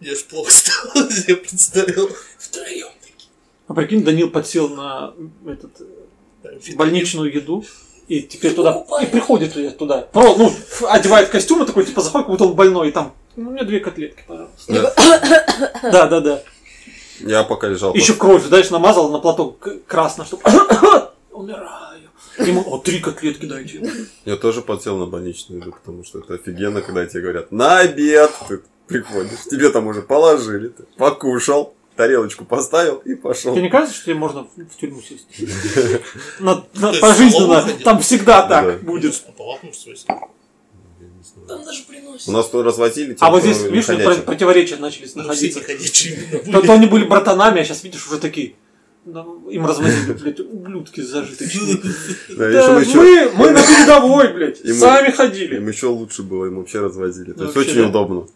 Мне ж плохо стало, я представил. Втроем.
А прикинь, Данил подсел на этот э, больничную еду. И теперь туда, и приходит туда- туда. Про, ну, ф- одевает костюм и такой, типа, заходит, как будто он больной, и там, ну, мне две котлетки, пожалуйста. Да, да, да.
Я пока лежал.
Еще
под-
кровь, знаешь, намазал на платок к- красно, чтобы... Умираю. Ему, о, три котлетки дайте.
Я тоже подсел на больничную еду, потому что это офигенно, когда тебе говорят «на обед». Ты приходишь, тебе там уже положили, ты покушал, тарелочку поставил и пошел.
Тебе не кажется, что тебе можно в- в тюрьму сесть? На- на-
Ты в
Пожизненно,
салон ходил?
там всегда так
Да.
будет.
А палатку, что есть? Там даже приносят.
У нас тут развозили.
А
тех,
вот здесь,
кто
видишь,
ходячий.
про- противоречия начались
Ну, все
находиться.
не ходячие именно
То,
были.
то они были братанами, а сейчас, видишь, уже такие. ну, Им развозили, блядь, ублюдки зажиточные.
Да, видишь,
Да,
он еще-
мы, мы на передовой, блядь,
Ему-
сами ходили.
Им еще лучше было, им вообще развозили. То
Ну,
есть
вообще,
очень
да.
удобно.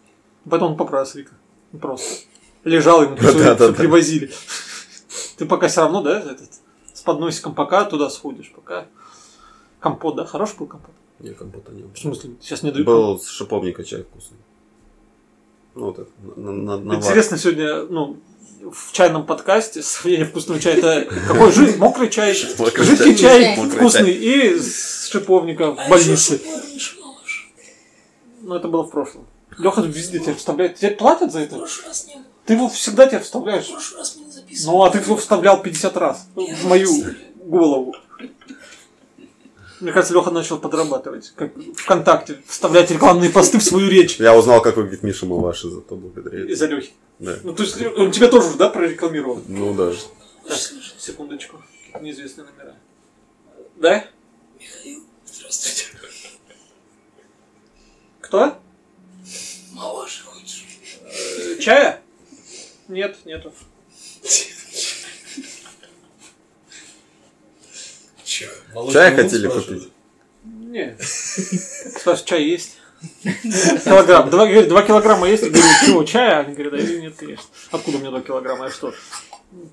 Потом он поправился, Вика. Ну, Просто. Лежал, ему
Да,
все,
да, да.
привозили. Ты пока все равно, да, этот, с подносиком пока туда сходишь, пока. Компот, да? Хороший был компот?
Я компота не было.
В смысле, сейчас не дают.
Был с шиповника чай вкусный. Ну, так, на, на- навар.
Интересно сегодня, ну, в чайном подкасте сравнение вкусного чая это какой жи- мокрый чай,
Мокрый
жидкий чай,
чай.
Мокрый
вкусный и с шиповника
А
в больнице. Ну это было в прошлом. Леха ну, везде тебя вставляет. Тебе платят за это?
прошлый раз не было.
Ты его всегда тебя
В
вставляешь.
прошлый раз мы не записывали.
Ну а ты его вставлял 50 раз в мою голову. Мне кажется, Леха начал подрабатывать, как ВКонтакте, вставлять рекламные посты в свою речь
Я узнал, как выглядит Миша Маваши, зато благодаря
из-за
этому.
Лехи.
Да.
Ну, то есть он тебя тоже, да, прорекламировал?
Ну да.
Так, секундочку. Неизвестные номера. Да?
Михаил, здравствуйте.
Кто?
Мало же хочешь.
Э, Чая? Нет, нету.
Чё, молочный
Чай
лук
хотели
спрашивают?
купить?
Не. Саш, чай есть? Килограмм. Два, говорит, два килограмма есть? Я говорю, чего, чая? Они говорят, да и нет, конечно. Откуда мне два килограмма? Я что,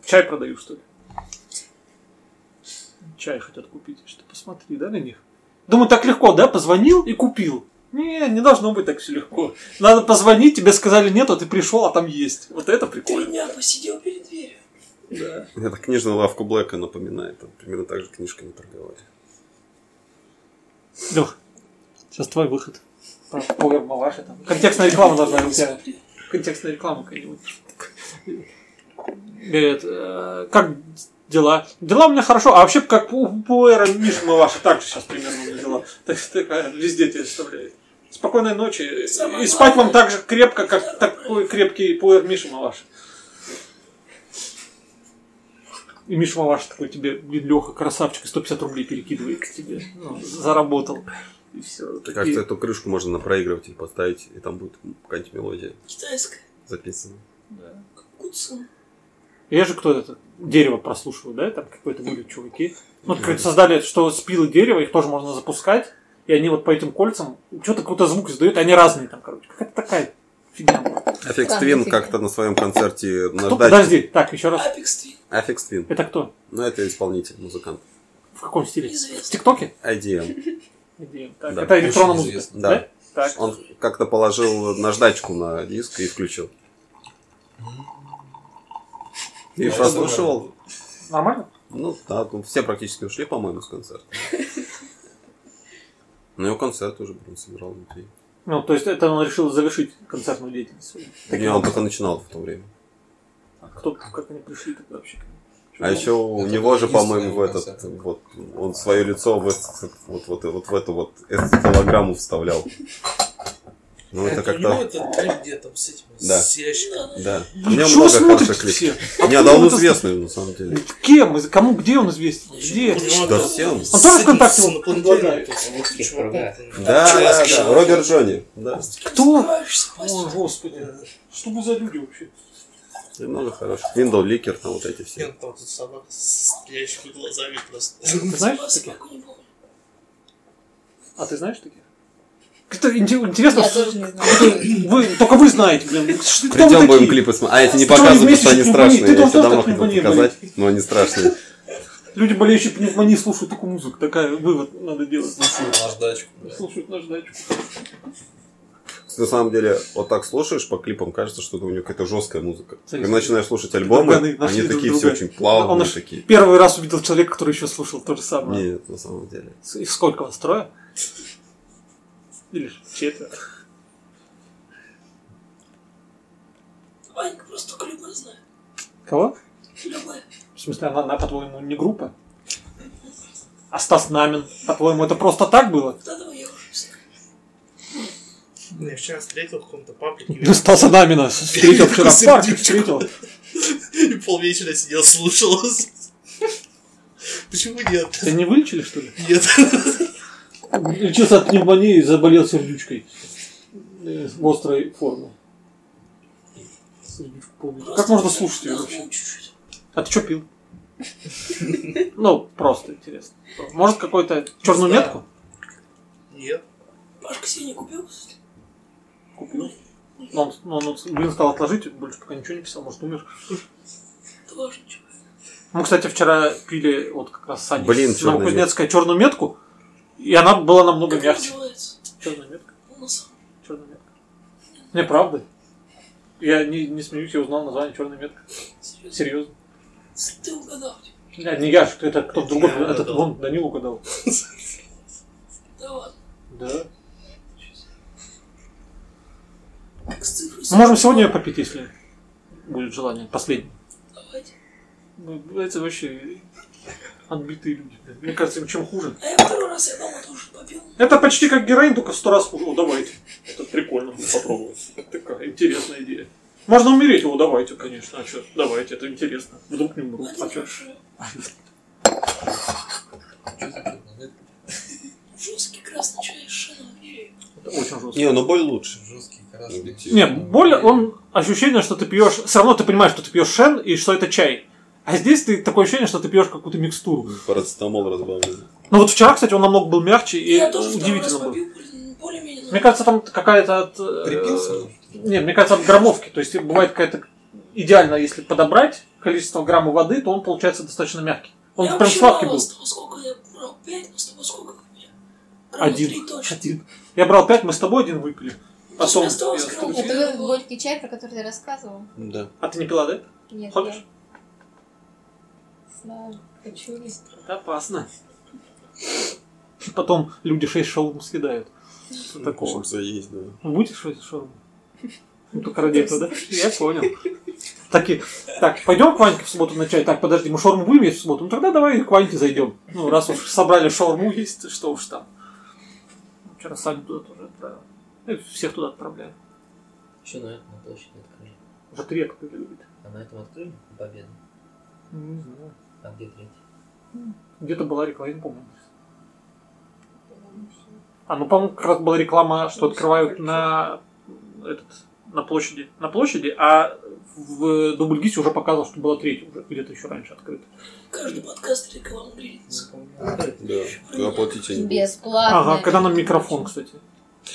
чай продаю, что ли? Чай хотят купить. Что, посмотри, да, на них? Думаю, так легко, да? Позвонил и купил. Не, не должно быть так все легко. Надо позвонить, тебе сказали нет, а ты пришел, а там есть. Вот это
Три
прикольно.
дня посидел перед дверью.
Это книжную лавку Блэка напоминает. Там примерно так же книжками торговали.
Лех, сейчас твой выход. Про повар Маваши там. Контекстная реклама должна быть у тебя. Контекстная реклама какая-нибудь. Говорит, «Э, как дела? Дела у меня хорошо, а вообще как у Пуэра Миша Маваши, так же сейчас примерно у меня дела. Так что такая везде тебя вставляет. Спокойной ночи. И спать вам так же крепко, как такой крепкий Пуэр Миша Маваши. И Миша Маваш такой тебе, блин, Леха, красавчик, 150 рублей перекидывает к тебе. Ну, заработал. И все.
Кажется, эту крышку можно на проигрыватель поставить, и там будет какая-нибудь мелодия
Китайская.
записана.
Куцун.
Я же кто это? Дерево прослушиваю, да? Там какой-то были чуваки. Ну, как создали, что спилы дерева, их тоже можно запускать. И они вот по этим кольцам что-то какой-то звук издают, и они разные там, короче. Какая-то такая фигня была.
Аффикс
Да,
Твин
офигенно.
как-то на своем концерте
Кто-
наждачки.
Подожди, так, еще раз.
Апекс Твин.
Аффикс Твин.
Это кто?
Ну, это исполнитель, музыкант.
В каком стиле? В
Неизвестно.
ТикТоке?
IDM.
Где он? Так,
Да,
это электронная
очень
музыка.
известно.
Да.
Да? Так.
Он как-то положил наждачку на диск и включил.
Ну,
И
Это
прослушивал.
Нормально?
Ну, да, ну, все практически ушли, по-моему, с концерта. Но его концерт уже, блин, собирал внутри.
Ну, то есть это он решил завершить концертную деятельность. свою.
Не, он только начинал в то время.
А кто, как они пришли тогда вообще?
А еще у
Это
него же,
единственный
по-моему, в этот,
концерт.
вот, он свое лицо в, эс- вот, вот, вот в эту вот эсцефалограмму вставлял. Ну, это
у него
как-то...
это блин, где там с этим,
Да.
с ящиком.
Да. У
Блин,
меня
чего
много
смотрите
хороших клипов.
все?
У меня
Откуда
давно
вы это-
известный, на самом деле.
Кем? Из- Кому? Где он известен? Где?
него
Да
там
всем.
с
Он тоже
этим,
ВКонтакте
с
вот предлагает.
инопланетянином,
В узких
чуваком,
кругах.
Ну,
там,
Да, да,
чувашки.
да. Роберт Джонни. Да.
Кто?
Закрываешься, пасть.
О, господи. Что вы за люди вообще?
И много хороших. Виндоу Ликер, там вот эти все.
Нет, там тут собака с стреляющими глазами просто.
Ты знаешь таких?
Собаку не помню.
А ты знаешь таких? Это инте- интересно,
Я
что-
тоже не знаю.
вы, только вы знаете, блин. Что, кто вы
Придем, будем
такие?
клипы смотреть. А я тебе не
Что они
показываю, потому
вместе
что они
с пневмонией?
страшные.
Ты
Я
там
тебе
тоже
давно
так
хотел
пневмония
показать, но они страшные.
Люди, болеющие пневмонией, слушают такую музыку. Такая вывод надо делать.
Слушают наждачку. да.
Слушают наждачку.
на самом деле, вот так слушаешь по клипам, кажется, что это у него какая-то жесткая музыка.
Смотри,
Когда начинаешь слушать альбомы,
Друганы нашли
они
друг
такие все
друга.
очень
Он
плавные,
аж
такие.
Первый раз увидел человека, который еще слушал то же самое.
Нет, на самом деле.
С- Их сколько вас? Трое? Или четверо?
Ванька просто только любэ знает.
Кого?
Любэ.
В смысле, она, она, по-твоему, не группа? А Стас Намин, по-твоему, это просто так было?
Да, давай, я уже все.
Я вчера встретил в каком-то паблике.
Ну, Стаса Намина встретил вчера в парке, встретил.
И полвечера сидел, слушал. Почему нет?
Тебя не вылечили, что ли?
Нет.
Лечился от пневмонии и заболел сердючкой э, в острой форме. Сердючку помню. Как можно слушать ее вообще? А ты что пил? Ну, просто интересно. Может, какую-то черную
Да.
метку?
Нет.
Пашка себе не купил?
Купил. Но он, но он, блин, стал отложить, больше пока ничего не писал, может, умер.
Это важно, чё.
Мы, кстати, вчера пили вот как раз с Саней
Блин, чёрная
Новокузнецкая черную метку, и она была намного
Как она
мягче.
называется?
Черная метка?
Ну, на самом
Черная метка. Не, правда. Я не, не смеюсь, я узнал название черная метка.
деле, серьёзно.
Серьезно.
Ты угадал. типа.
Да, не я, что это кто-то другой,
Я
этот
угадал.
вон Данил угадал.
Да ладно.
Да.
Как с цифрой
Мы можем сегодня ее попить, если будет желание. Последний.
Давайте.
Ну, Это вообще отбитые люди. блин. Мне кажется, им чем хуже.
А я второй раз я дома тоже попил.
Это почти как героин, только в сто раз хуже. О, давайте. Это прикольно, надо попробовать. Такая интересная идея. Можно умереть, о, давайте, конечно. А что, давайте, это интересно. Вдруг не умру.
Один
А чё?
хорошо.
а,
Жесткий красный чай с шином гирею.
Это очень жестко.
Не, но боль лучше.
Жесткий красный.
Объективно.
Не, боль, он ощущение, что ты пьешь, все равно ты понимаешь, что ты пьешь шен и что это чай. А здесь ты такое ощущение, что ты пьешь какую-то микстуру.
Парацетамол разбавлен.
Ну вот вчера, кстати, он намного был мягче и
Я тоже второй раз
удивительно был.
попил, блин, более-менее.
Мне кажется, там какая-то от... э,
Припился?
Не, мне кажется, от граммовки. То есть бывает какая-то... Идеально, если подобрать количество грамма воды, то он получается достаточно мягкий. Он
я
прям
вообще
сладкий
мало
был.
с того, сколько я брал, пять, но с того, сколько у меня. Грамма три
Один.
точно.
Один. Я брал пять, мы с тобой один выпили. Потом...
у меня осталось
я с
грамм.
тобой-
Слушай,
Это вот этот
ну-
горький чай, про который ты рассказывал?
Да.
А ты не пила, да?
Нет,
Хочешь?
я знаю, хочу ли.
Это опасно. Потом люди шесть шаурм съедают. Что такого?
Хочется есть, Ну, да.
Будешь шо- шаурму? Ну, только ради этого, да? Я понял. Так, и- так, пойдем к Ваньке в субботу на чай. Так, подожди, мы шаурму будем есть в субботу? Ну, тогда давай к Ваньке зайдем. Ну, раз уж собрали шаурму есть, что уж там. Вчера Саню туда тоже отправил. Ну, и всех туда отправляю.
Еще на этом на площади открыли.
Уже три открыли, говорит.
А на этом открыли? Победу.
Не знаю.
А где третий?
Где-то была реклама, я не помню. А, ну, по-моему, как раз была реклама, что открывают на этот на площади, на площади, а в Дубльгисе уже показывал, что была третья уже где-то еще раньше открыта.
Каждый подкаст реклама грилится.
Да. Вы оплатите. не будете.
Бесплатно.
Ага, когда нам микрофон, кстати.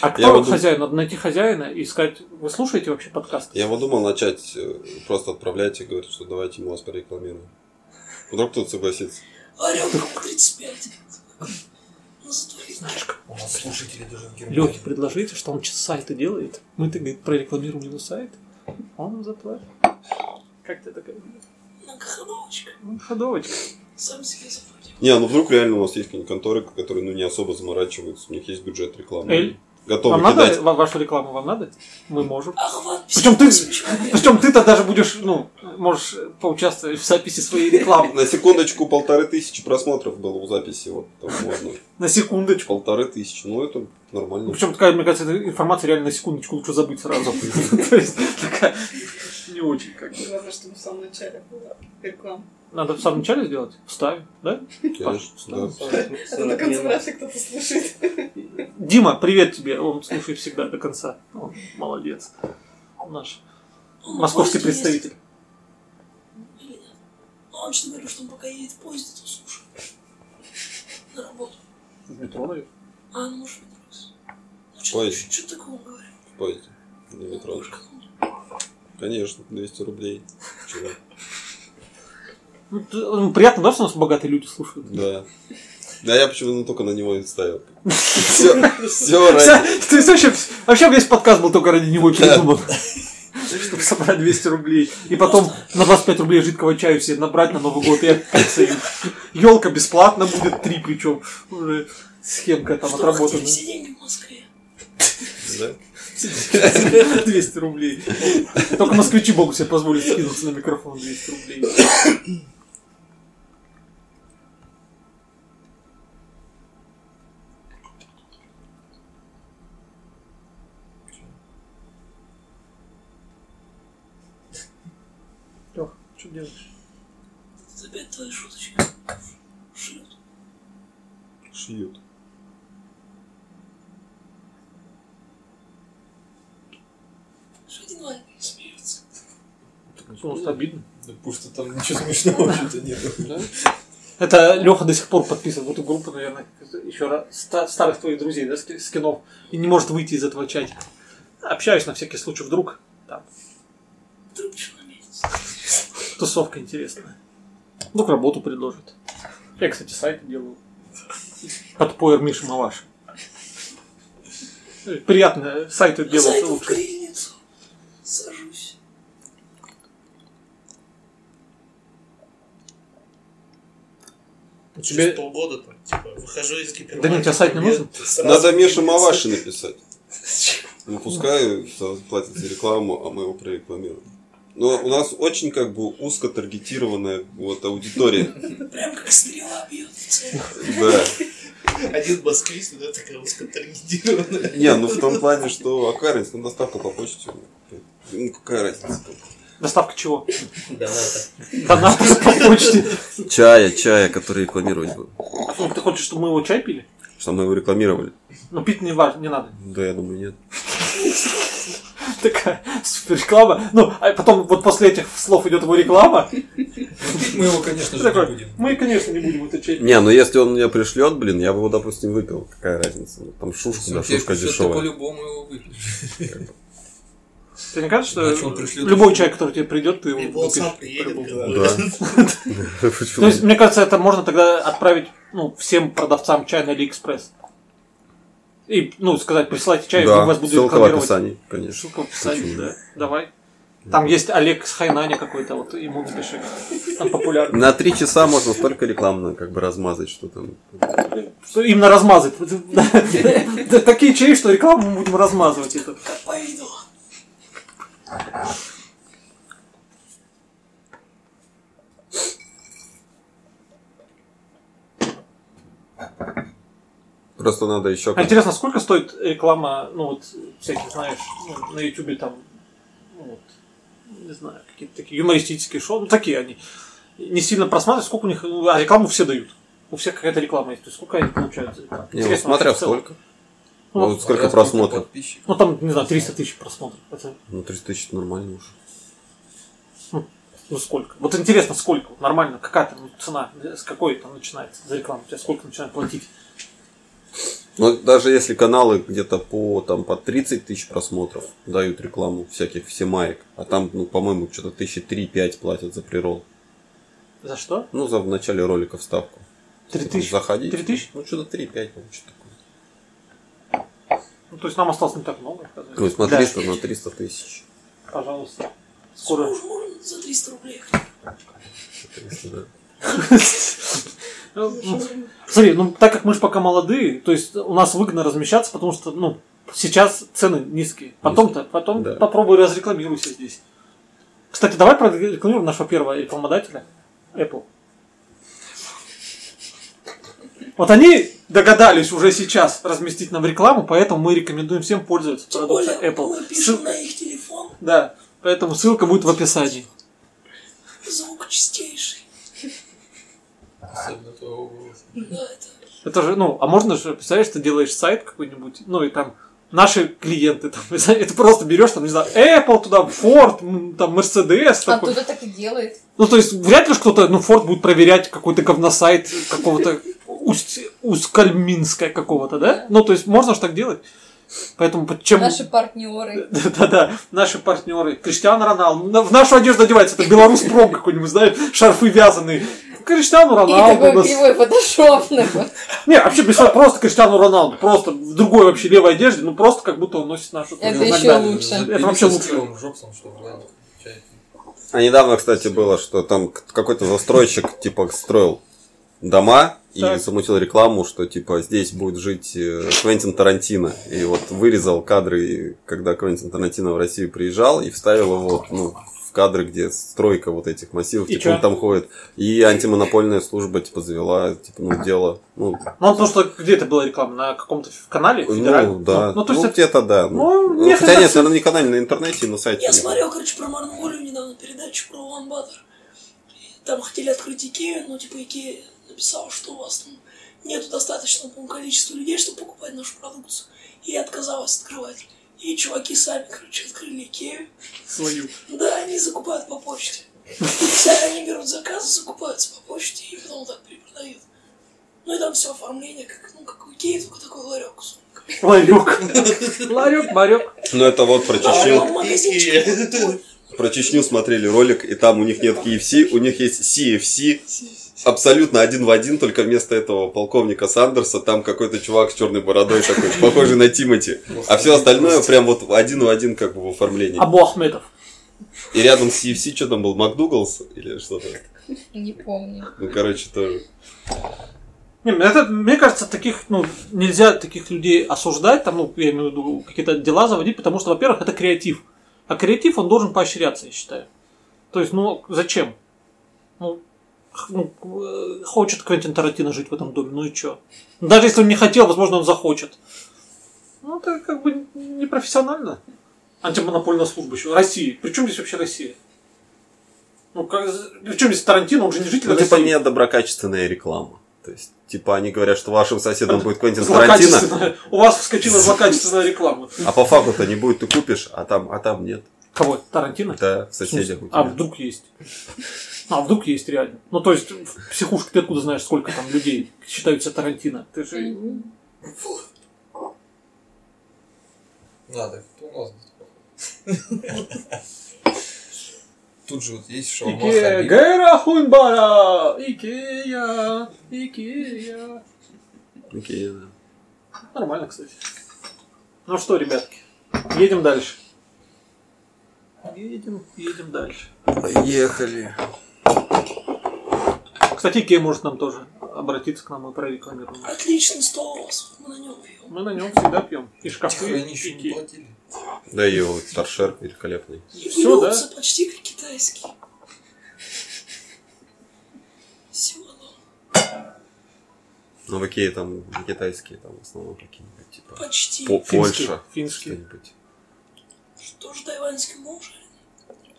А кто
Я вот дум-
хозяин? Надо найти хозяина и сказать, вы слушаете вообще подкаст?
Я вот думал начать э, просто отправлять и говорить, что давайте мы вас порекламируем. Вдруг кто-то согласится.
Орел 35. Ну, зато и
У нас слушатели даже в
Лехе предложите, что он сейчас сайты делает. Мы так говорит, прорекламируем его сайт. Он нам заплатит. Как ты такая?
многоходовочка.
Ну, ходовочка.
Сам себе заплатил.
Не, ну вдруг реально у нас есть какие-нибудь конторы, которые ну, не особо заморачиваются, у них есть бюджет рекламы.
Эль,
Готовы
Вам
кидать.
надо? Ва- Вашу рекламу вам надо? Мы можем.
Охват
Причем ты-
58 человек.
Причем ты-то даже будешь, ну, можешь поучаствовать в записи своей рекламы.
На секундочку полторы тысячи просмотров было у записи вот там у одной.
На секундочку.
Полторы тысячи, ну это нормально.
Причем такая, мне кажется, эта информация реально на секундочку лучше забыть сразу. То есть такая не очень как. бы.
Главное, чтобы в самом начале была реклама.
Надо в самом начале сделать? Вставим, да?
Конечно, да.
40,
Это до
Ну,
40 минут.
концентрации кто-то слушает.
Дима, привет тебе. Он слушает всегда до конца. Он молодец. Наш
Он на
московский
поезде ездит.
представитель.
Или нет? Ну, он что-то говорил, что он пока едет в поезде, то слушает. На работу.
В метро, наверное.
А, ну, может, быть, раз. Ну,
Поезд.
что-то что такого говорил.
В поезде. На метро. Конечно, 200 рублей. Чего?
Ну, т- ну, Приятно, да, что нас богатые люди слушают?
Да. Да я почему-то только на него и ставил. Все, все ради.
Вся- То есть вообще, вообще весь подкаст был только ради него передуман. Чтобы собрать 200 рублей. И потом на 25 рублей жидкого чаю все набрать на Новый год и опять Елка бесплатно будет, три причем. Уже схемка там
Что вы
отработана.
хотели все деньги в Москве?
Да?
200 рублей. Только москвичи могут себе позволить скинуться на микрофон 200 рублей. Лёх, что делаешь?
Это опять твои шуточки. Шлют.
Шьют.
Что один маленький смеется?
Просто обидно.
Да потому что там ничего смешного вообще-то нет.
Это Леха до сих пор подписан в эту группу, наверное, еще раз ста- старых твоих друзей, да, ски- скинов, и не может выйти из этого чатика. Общаюсь на всякий случай, вдруг там
Трубочку на месяц.
тусовка интересная. Вдруг работу предложит. Я, кстати, сайты делаю. Подпоер Миша Маваш. Приятно э, сайты делать
Ну, Зайду в
лучше.
крыльницу. Сажусь.
Через полгода там, типа, выхожу из гипермаркета.
Да нет, тебе сайт не
нет,
нужен?
сразу
Надо Мише
гипермаркет.
Маваши написать. Ну, пускай платит за рекламу, а мы его прорекламируем. Но у нас очень как бы узко таргетированная вот аудитория.
Прям как стрела бьет в цель.
Да.
Один москвич, да, такая узкотаргетированная.
Не, ну в том плане, что а какая разница, ну доставка по почте. Ну какая разница.
Доставка чего?
Донаты.
Донаты по почте.
Чая, чая, который рекламировать будем.
Ну, Ты хочешь, чтобы мы его чай пили?
Что мы его рекламировали?
Ну, пить не важно, не надо.
Да, я думаю, нет.
Такая супер реклама. Ну, а потом вот после этих слов идет его реклама.
Пить мы его, конечно
Ты
же, не
такой,
будем.
мы, конечно, не будем отвечать.
Не, ну если он мне пришлет, блин, я бы его, допустим, выпил. Какая разница? Ну, Там шушка, да,
Если он тебе
шушка
пришлёт, ты
дешевая.
по-любому его выпьешь.
Тебе не кажется,
Иначе
что
А он пришлет
любой
еще.
человек, который тебе придет, ну, ты его
Либо он
выпьешь?
сам приедет,
По-любому.
либо-
То есть, мне кажется, это можно тогда отправить ну, всем продавцам чай на Алиэкспресс. И, ну, сказать, присылайте чай, и
Да,
вас будут
ссылка в
рекламировать.
описании, конечно.
Ссылка в описании,
Почему
да.
нет?
Давай.
Ну,
Там есть Олег с Хайнаня какой-то, вот ему напиши. Там популярный.
На три часа можно столько рекламно как бы размазать, что там.
Что Именно размазать. Да, Такие чаи, что рекламу мы будем размазывать. Это.
Как по виду.
Просто надо еще
А интересно, сколько стоит реклама, ну вот, всяких, знаешь, ну, на Ютубе там, ну, вот, не знаю, какие-то такие юмористические шоу, ну такие они. Не сильно просматривают, сколько у них, ну, а рекламу все дают. У всех какая-то реклама есть, то есть сколько они получают за рекламу?
Не, ну,
Интересно
смотря
вообще в целом.
сколько.
Ну,
Вот сколько
Раз
просмотров.
подписчиков.
Ну там, не знаю, 300 тысяч просмотров. Это,
Ну, 300 тысяч это нормально уже.
ну сколько? Вот интересно, сколько? Нормально, какая там ну, цена, с какой там начинается за рекламу? Тебя сколько начинают платить?
Ну, даже если каналы где-то по, там, по 30 тысяч просмотров дают рекламу всяких всемаек, а там, ну, по-моему, что-то тысячи три-пять платят за прирол.
За что?
Ну, за в начале ролика вставку.
Три
Там
тысячи?
Заходить.
Три тысячи?
Ну, что-то три-пять, по-моему, что-то такое.
Ну то есть нам осталось не так много, оказывается.
Ну,
Да,
смотри, что на 300 тысяч.
Пожалуйста. Скоро.
Муж можно за 300 рублей.
Ну, Смотри, ну так как мы же пока молодые, то есть у нас выгодно размещаться, потому что, ну, сейчас цены низкие. Потом-то, потом
Да.
попробуй разрекламируйся здесь. Кстати, давай прорекламируем нашего первого рекламодателя, Apple. Вот они догадались уже сейчас разместить нам рекламу, поэтому мы рекомендуем всем пользоваться
Тем
продуктом
более,
Apple.
мы
Ссыл-
пишем на их телефон.
Да, поэтому ссылка будет в описании.
Звук чистейший.
Особенно твоего голоса.
Да, это
Это же, ну, а можно же, представляешь, ты делаешь сайт какой-нибудь, ну и там наши клиенты, там, не знаю, и ты просто берешь, там, не знаю, Apple туда, Ford, м, там, Mercedes
А
такой.
кто-то так и делает.
Ну, то есть, вряд ли ж кто-то, ну, Ford будет проверять какой-то говносайт какого-то усть, Ускальминская какого-то, да? Ну, то есть, можно же так делать. Поэтому, под- чем...
Наши партнеры.
Да-да, наши партнеры. Криштиан Роналду. На- В нашу одежду одевается. Это белорус пром какой-нибудь, знаешь, шарфы вязаные. Криштиану
И
Роналду.
такой
нас-
кривой фотошоп. нахуй.
Не, вообще представь, просто Криштиану Роналду, просто в другой вообще левой одежде, ну просто как будто он носит нашу
Это
кожу.
еще лучше.
Это вообще лучше.
Джобсом, что да, чай.
А недавно, кстати, было, что там к- какой-то застройщик, типа, строил дома и
Так.
замутил рекламу, что, типа, здесь будет жить э, Квентин Тарантино. И вот вырезал кадры, когда Квентин Тарантино в Россию приезжал, и вставил его, ну, в кадры, где стройка вот этих массивов,
И
типа, он
чё?
там ходит. И антимонопольная служба, типа, завела, типа, ну, дело, ну,
Ну, потому что где это была реклама? На каком-то ф- канале
ну
федеральном?
да,
Ну, то есть
ну,
это...
где-то да.
Ну,
Ну,
мне
хотя
кажется-
нет, наверное, не канале, на интернете, на сайте.
Я смотрел, короче, про Монголию недавно передачу про Улан-Батор. И Там хотели открыть Икею, но типа Икея написал, что у вас там нету достаточного по-моему, количества людей, чтобы покупать нашу продукцию. И отказалась открывать. И чуваки сами, короче, открыли Икею.
Свою.
Да, они закупают по почте. Всяко они берут заказы, закупаются по почте и потом так перепродают. Ну и там все оформление, как, ну, как у Икеи, только такой ларек.
Ларек. Ларек, Марек.
Ну это вот про
А
Чечню.
Там магазинчик. такой.
Про Чечню смотрели ролик, и там у них нет KFC, у них есть CFC. Абсолютно один в один, только вместо этого полковника Сандерса там какой-то чувак с черной бородой такой, похожий на Тимати. А все остальное прям вот один в один как бы в оформлении.
Абу А Ахмедов.
И рядом с CFC что там был, Макдугалс или что-то?
Не помню.
Ну, короче, тоже.
Не, это, мне кажется, таких, ну, нельзя таких людей осуждать, там, ну, я имею в виду, какие-то дела заводить, потому что, во-первых, это креатив. А креатив, он должен поощряться, я считаю. То есть, ну, зачем? Ну, х- ну, э, хочет Квентин Тарантино жить в этом доме, ну и чё? Даже если он не хотел, возможно, он захочет. Ну, это как бы непрофессионально. Антимонопольная служба еще. России. Причем здесь вообще Россия? Ну, как, причем здесь Тарантино, он же не житель
Ну, типа,
России.
не доброкачественная реклама. То есть, типа, они говорят, что вашим соседом будет Квентин Тарантино,
Злокачественная. У вас вскочила злокачественная реклама.
а по факту-то не будет, ты купишь, а там, а там нет.
Кого? Тарантино?
Да, в
В смысле?
соседях у
А
тебя.
вдруг есть? А вдруг есть реально? Ну то есть в психушке ты откуда знаешь, сколько там людей считаются Тарантино? Ты же...
Да, так это у нас будет, походу. Тут же вот есть шаурма
Икея,
Хабиб.
Гера Хунбара, Икея, Икея.
Окей, да.
Нормально, кстати. Ну что, ребятки, едем дальше. Едем, едем дальше.
Поехали.
Кстати, Икея может нам тоже обратиться к нам и прорекламируем.
Отличный стол у вас, мы на нем пьем.
Мы на нем всегда пьем. И
Тихо,
шкафы,
они еще не
и
платили.
Да и вот торшер великолепный.
И
Всё,
блюдца почти как китайские. Всего одно.
Ну, в Икее там не китайские, там в основном какие-нибудь, типа,
Почти.
По-
Финские,
Польша,
финские.
что-нибудь.
Что же тайваньский муж?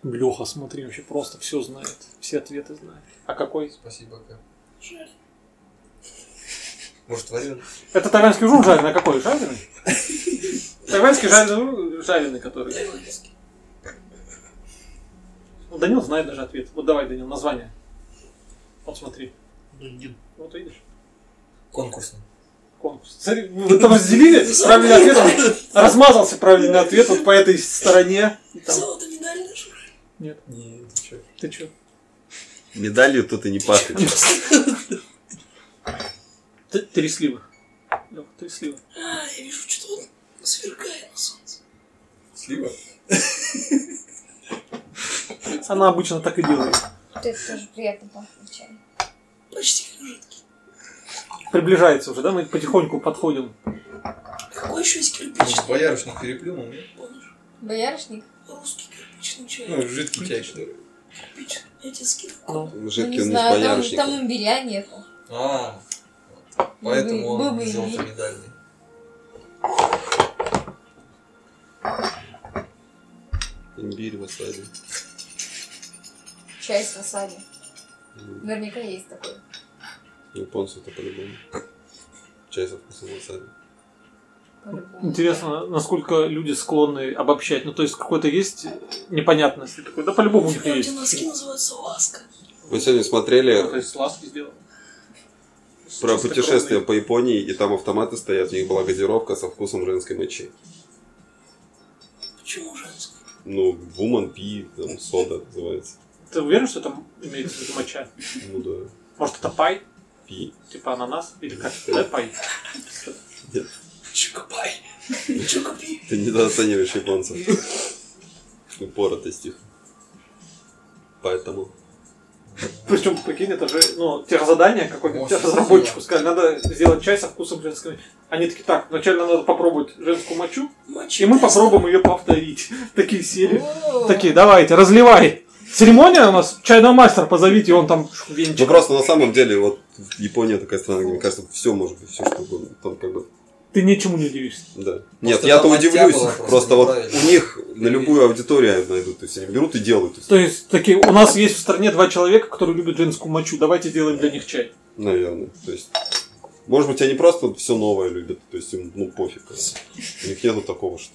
Леха, смотри, вообще просто все знает. Все ответы знает. А какой?
Спасибо, Кэп.
Жаль.
Может, вареный?
Это тайваньский ужин жареный, а какой? Жареный? Тайваньский жареный, жареный, который.
Тайваньский.
Ну, Данил знает даже ответ. Вот давай, Данил, название. Вот смотри.
Ну, не-
Вот видишь?
Конкурсный.
Конкурс. Смотри, вы там разделили правильный ответ. он Размазался правильный ответ вот по этой стороне. И там-
Золото медаль нашу.
Нет,
Не, ты чё?
ты чё?
Медалью тут и не пахнет.
Ты три слива. Лёха, три слива.
А, я вижу, что он сверкает на солнце.
Слива?
Она обычно так и делает.
Вот Это тоже приятно пахнет чаем.
Почти как жидкий.
Приближается уже, да? Мы потихоньку подходим.
Какой еще есть
Может,
кирпичный?
боярышник переплюнул, нет?
Помнишь?
Боярышник? Ну,
Русский кирпичный чай.
Ну, жидкий чай, что ли?
Кирпичный. Я тебе скидывал.
Ну,
Ну,
Жидкий
не
он не
знаю, там,
боярышник.
там имбиря нету.
А, вот. поэтому
Был бы- был
он
бы имбирь.
золотомедальный.
Имбирь, васаби.
Чай с васаби.
М,
Наверняка есть такой.
Японцы это по-любому. Чай со вкусом васаби.
По-любому.
Интересно, насколько люди склонны обобщать. Ну, то есть, какой-то есть непонятность. И такой, да по-любому у них
Прям где
есть.
носки называются ласка.
Вы сегодня смотрели
Ну, есть, ласки сделал.
про путешествие по Японии, и там автоматы стоят, у них была газировка со вкусом женской мочи.
Почему женский?
Ну, Woman Пи, там, сода называется.
Ты уверен, что там имеется в виду моча?
Ну да.
Может, это пай?
Пи.
Типа ананас? Или как? Да, пай.
Чукопай. Чукопи.
Ты недооцениваешь японцев. Упоротость их. Поэтому.
Причем, прикинь, это же, ну, техзадание какое-то.
Может,
Тебе разработчику сказали, надо сделать чай со вкусом женской. Они такие, так, вначале надо попробовать женскую мочу,
Мочи.
и мы попробуем ее повторить. Такие сели. Такие, давайте, разливай. Церемония у нас, чайного мастера позовите, и он там
Ну
венчик.
просто на самом деле, вот Япония такая страна, где, мне кажется, все может быть, все что угодно. Там как бы
Ты ничему не удивишься.
Да. Нет,
Просто
я-то
там
удивлюсь.
оттяпало
Просто,
просто
вот
неправильно.
у них на любую аудиторию найдут. То есть они берут и делают. То есть,
То есть, такие, у нас есть в стране два человека, которые любят женскую мочу, давайте сделаем для них чай.
Наверное. То есть. Может быть, они просто все новое любят. То есть им ну пофиг. короче. У них нету такого, что.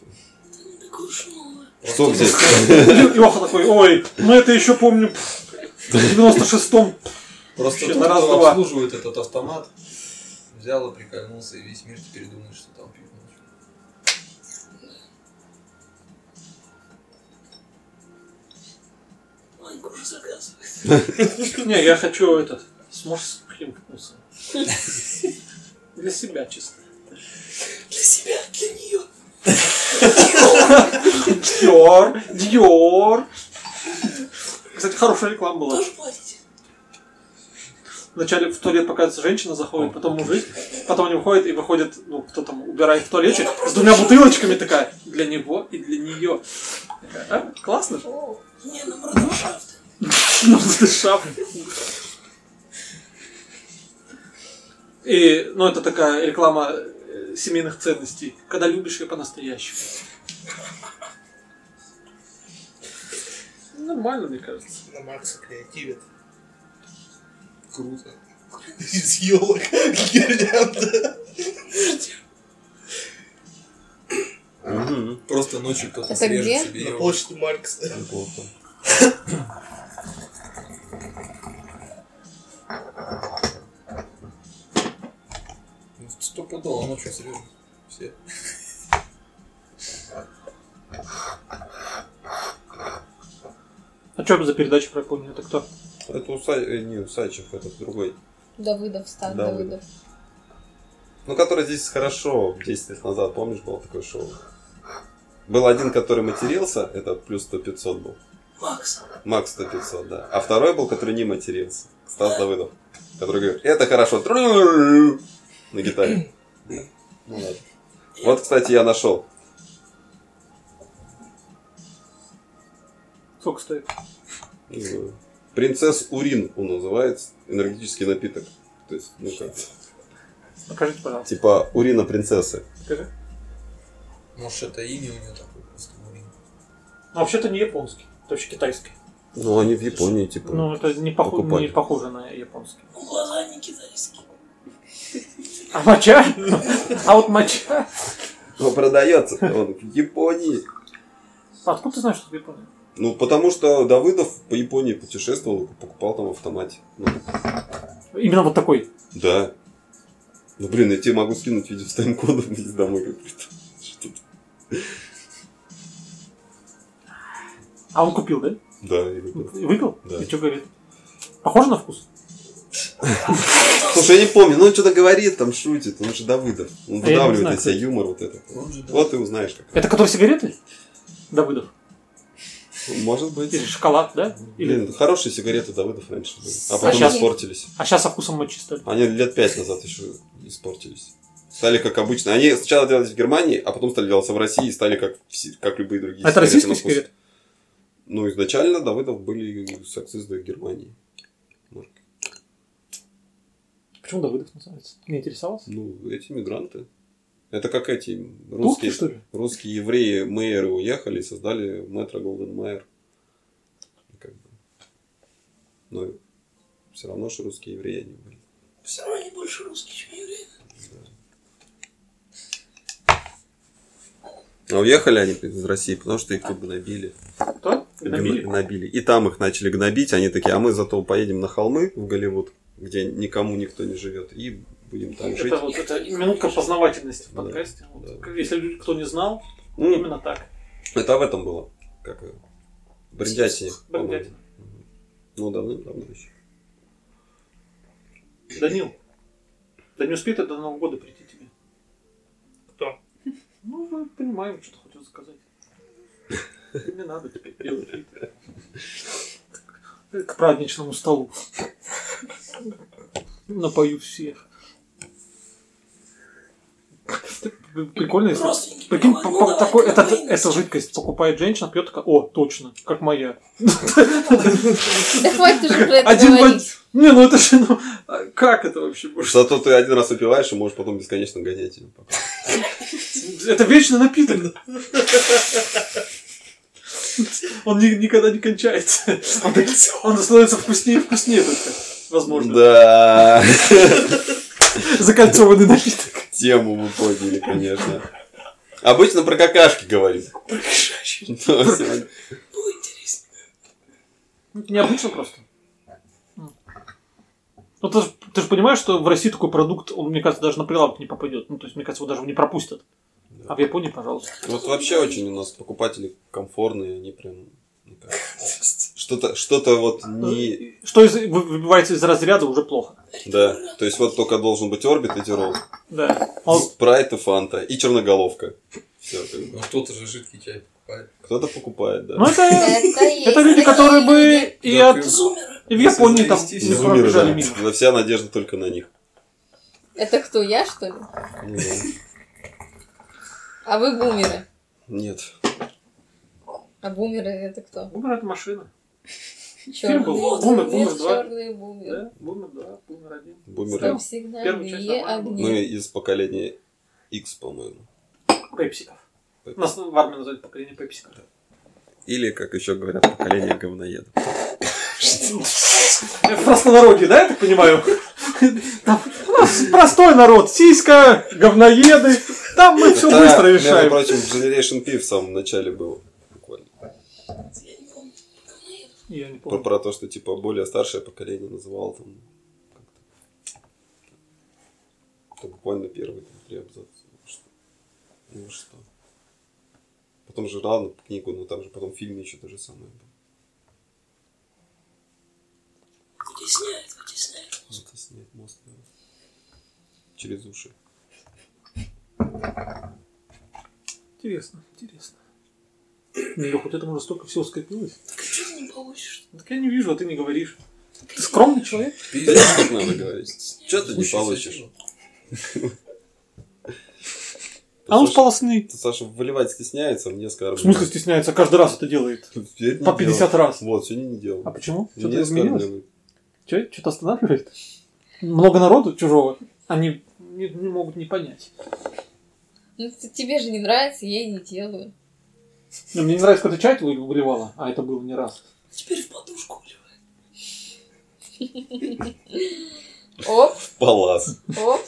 Так уж новое.
Что где?
И Леха такой, ой, мы это еще помним пф, в 96-м.
Просто
Вообще,
тот,
на раз,
кто
два.
обслуживает этот автомат, взял и прикольнулся, и весь мир теперь думает, что там пьют ночью.
Ванька уже заказывает.
Не, я хочу этот, с мужским вкусом. Для себя чисто.
Для себя, для нее.
Диор, Диор. Кстати, хорошая реклама была.
Тоже платите.
Вначале в туалет показывается женщина, заходит, потом мужик, потом они уходят и выходит, ну, кто там убирает в туалете, с двумя бутылочками такая, для него и для нее. Такая, а, классно.
Не, на бродершафт.
Ну, дышав. И, ну, это такая реклама э, семейных ценностей. Когда любишь ее по-настоящему. Нормально, мне кажется.
На Макса креативит.
Круто.
Из елок гирлянда.
Мгм.
Просто ночью кто-то
Это
срежет
где?
себе
На
его.
площади Маркса.
Неплохо.
Ну, Стопудово ночью срежет. Все.
А что за передача про Японию? Это кто?
Это Усай... э, не Усачев, этот другой.
Давыдов, Стан
Давыдов.
Давыдов.
Ну, который здесь хорошо 10 лет назад, помнишь, было такое шоу? Был один, который матерился, это плюс 100 500 был.
Макс.
Макс 100 500, да. А второй был, который не матерился. Стас Давыдов. Который говорит, это хорошо. Тру-ру-ру-ру. На гитаре. Ну ладно. Вот, кстати, я нашел.
Сколько стоит?
Не знаю. Принцесс Урин он называется. Энергетический напиток. То есть, ну как.
Покажите, пожалуйста.
Типа урина принцессы.
Покажи.
Может, это имя у него такое просто. блин.
Ну, вообще-то не японский. Это вообще китайский.
Ну, они в Японии, типа.
Ну, это не, поху-
Покупать.
не похоже на японский.
Ну, глаза не китайские.
А моча? А вот моча.
Но продается Ну, он в Японии.
Откуда ты знаешь, что это Япония?
Ну, потому что Давыдов по Японии путешествовал, покупал там в автомате. Ну,
Именно вот такой.
да. Ну, блин, я тебе могу скинуть видео с тайм-кодом и домой как придут. Что-то.
А он купил, да?
Да, я люблю.
И выпил?
Да.
И что говорит? Похоже на вкус?
Слушай, я не помню, но он что-то говорит, там шутит, он же Давыдов.
А я
Он
не
выдавливает
знаю,
из
кто
себя
это.
юмор вот этот.
Он же, да.
Вот и узнаешь, как.
Это который сигареты? Давыдов.
Может быть.
Или шоколад, да? Или...
Блин, хорошие сигареты Давыдов раньше были, а
А
потом
щас-
испортились.
А сейчас со вкусом мочи стали.
Они лет пять назад еще испортились. Стали как обычно. Они сначала делались в Германии, а потом стали делаться в России и стали как, все- как любые другие
А это
сигареты на
российские
вкус.
сигареты?
Ну, изначально Давыдов были с акцизой Германии.
Почему Давыдов называется? Не интересовался?
Ну, эти мигранты. Это как эти
Турки,
русские,
что ли?
русские евреи Мейеры уехали и создали Метро Голден Майер. Как бы. Но все равно, что русские евреи они были.
Все равно они больше русские, чем евреи.
А уехали они из России, потому что их тут гнобили.
Кто? Гнобили?
гнобили. И там их начали гнобить. Они такие, а мы зато поедем на холмы в Голливуд, где никому никто не живет, и будем там жить.
Это вот это минутка познавательности в
Да.
подкасте. Вот,
Да.
как- Если люди- кто не знал,
М,
именно так.
Ну, это в этом было. Как его? Бриндятине. по-моему.
Бандятина.
Ну, давным-давно еще.
Данил, да не успеет это до Нового года прийти тебе.
Кто?
Ну, вы понимаем, что хочу заказать. Не надо теперь делать вид. К праздничному столу. Напою всех. Прикольно, если...
Родственники,
Прикинь,
ну,
по-
ну,
по-
давай,
такой,
давай,
это,
давай,
эта жидкость покупает женщина, пьет такая, о, точно, как моя.
Да хватит уже про это
Один в один.
говорить.
Не, ну это же, ну, а как это вообще? может?
Зато ты один раз выпиваешь и можешь потом бесконечно гонять ее.
Это вечный напиток. Он ни- никогда не кончается. Он, он становится вкуснее и вкуснее только, возможно.
Да,
Закольцованный напиток.
тему мы подняли, конечно. Обычно про какашки говорим. Ну, Но сегодня-
Было интересно.
Необычно просто. Ну, ты, ж- ты же понимаешь, что в России такой продукт, он, мне кажется, даже на прилавок не попадет. Ну, то есть, мне кажется, его даже не пропустят. А в Японии, пожалуйста.
Вот вообще очень у нас покупатели комфортные, они прям... ну, как, Что-то, что-то
А,
вот не...
Что из- вы- выбивается из разряда, уже плохо.
Да, то есть вот только должен быть орбит и тирол.
Да. А вот
Спрайт и фанта. И черноголовка. Все,
Ну кто-то же жидкий чай покупает.
Кто-то покупает, да.
Ну, это,
есть
это люди,
такие
которые
люди.
бы и
Да,
от...
ты-
Зумеры.
И в Япони там
Если
Из
не
завести,
Умира,
пробежали
да.
мимо.
Да, Вся надежда только на них.
Это кто, я что ли?
Ну, да.
А вы бумеры.
Нет.
А бумеры это кто?
Бумер это машина.
Чёрные.
был. Бумер, бумер
Нет,
два.
черные бумеры.
Да, бумер 2, бумер 1.
Бумеры.
Там всегда
Первую часть
две
нормально было.
Ну,
огни.
и из поколения X, по-моему.
Пепсиков. Нас в армии называют поколение пепсиков.
Или, как еще говорят, поколение говноедов.
Э, В простонародье, да, я так понимаю? Там, у нас простой народ, сиська, говноеды. Там мы все
Это,
быстро
Между
решаем.
прочим, Generation P в самом начале было. Буквально.
Я не помню. Говноедов.
Я не
Про,
помню.
про то, что типа более старшее поколение называло там как-то. Это буквально первые там, три абзаца. Ну что. Ну что. Потом же ладно книгу, но там же потом в фильме еще то же самое было.
Вытесняет, вытесняет.
Затесняет мозг. да. Через уши.
Интересно, интересно. Леха, вот это уже столько всего скопилось.
Так а что ты не получишь?
Так я не вижу, а ты не говоришь. Ты скромный человек?
Да не так надо говорить. Че ты не
Случай
получишь?
соседа.
А он
Слушай,
полосный.
это Саша выливать стесняется, а мне
В
скажут.
смысле стесняется? Каждый раз это делает.
Теперь не
По 50
делал.
раз.
Вот, сегодня не делал.
А почему?
Мне
Что-то изменилось?
оскорбливает.
Че, что-то останавливает? Много народу чужого, они не, не могут не понять.
Ну, т- тебе же не нравится, я и не делаю.
Ну, мне не нравится, когда чай вы- выливала, а это было не раз.
Теперь в подушку вливает.
Оп,
Палас.
оп.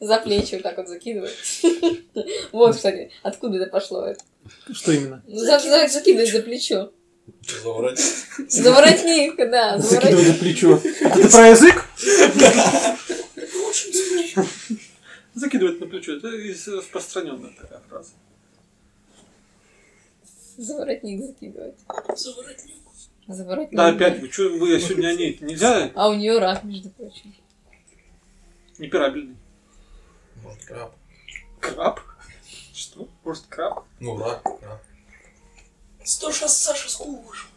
За плечи вот так вот закидываю. Вот, кстати, откуда это пошло. это.
Что именно?
Ну, за- за- Закидывать за плечо.
Заворотник.
За воротник, да, за
Закидывай
воротник.
за плечо. Это ты про язык?
Очень смешно.
Закидывать на плечо. Это распространенная такая фраза.
За воротник закидывать.
За воротню.
За воротник.
Ну, Да, опять, вы что, вы сегодня о ней нельзя?
А у нее рак, между прочим.
Неперабельный.
Может, краб.
Краб? Что? Может, краб?
Ну, рак, краб.
Сто шесть Саша скул вышел.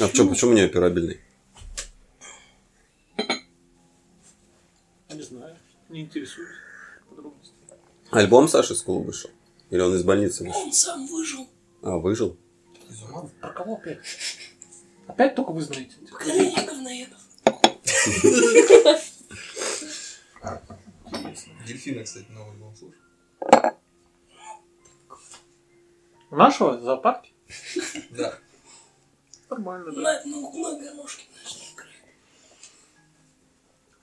А в чем, почему не операбельный?
Не знаю. Не интересуюсь. Подробности.
Альбом Саши Скул вышел? Или он из больницы вышел?
Он сам выжил.
А, выжил?
Из ума?
Про кого опять? Опять только вы знаете.
Поколение говноедов.
Дельфина, кстати, новый был слушал.
У нашего зоопарке?
Да.
Нормально, да.
На, ну, на гармошке, знаешь, на экране.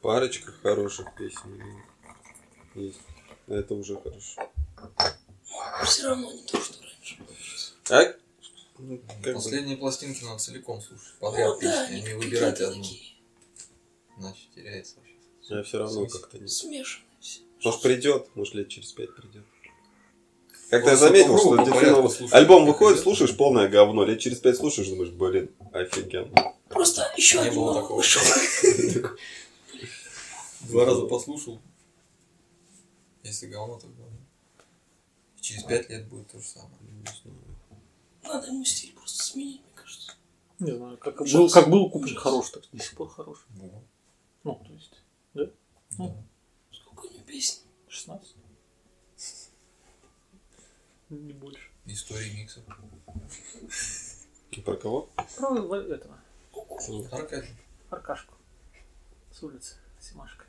Парочка хороших песен. Есть. А Это уже хорошо.
Все равно не то, что раньше.
А? Ну, как бы.
Последние пластинки надо целиком слушать.
Ну
Подряд
да,
песни,
они
а не выбирать
какие-то
одну.
такие
Иначе теряется вообще.
Я все равно как-то не...
смешанные все.
Может придет, может лет через пять придет. Как-то я
Просто
заметил,
по
что
кругу, по
Дельфинова-
порядку слушать.
альбом
Как
выходит,
идет.
слушаешь полное говно, лет через пять слушаешь, думаешь, блин, офигенно.
Просто еще
Не
один
было
новый
такого.
вышел.
Два раза послушал. Если говно, то говно. И Через пять лет будет то же самое.
Надо ему стиль просто сменить, мне кажется.
Не знаю, как
Ужас.
был, как был куплен хорош, так до сих пор хорош.
Ну,
Ну, то есть, Ну.
да.
Сколько у него песен?
16. Не больше.
Истории миксов.
Про кого?
Про Ва- Ну, э, этого,
Аркадий.
Аркашку. С улицы, Симашка.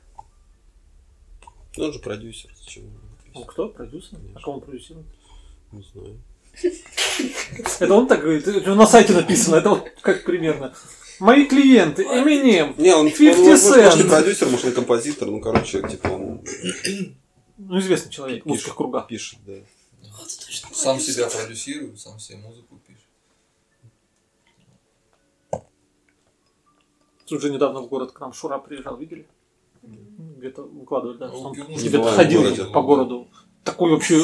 Ну, он же продюсер. Зачем?
Он кто? Продюсер? А кого он продюсирует?
Не знаю.
Это он так говорит, это на сайте написано, это вот как примерно. Мои клиенты, Eminem.
Не, он, он,
50
может, может,
Cent.
не продюсер, может, не композитор. Ну, короче, типа он
Ну, известный человек в узких кругах.
пишет, да.
А, ты точно
Сам
продюсер.
себя продюсирует, сам себе музыку пишет.
Тут же недавно в город к нам Шура приезжал, видели? Ну, Где-то выкладывали, да,
Ну,
что он
пивной
где-то
бывает в
ходил
городе. ну,
по городу. Такой вообще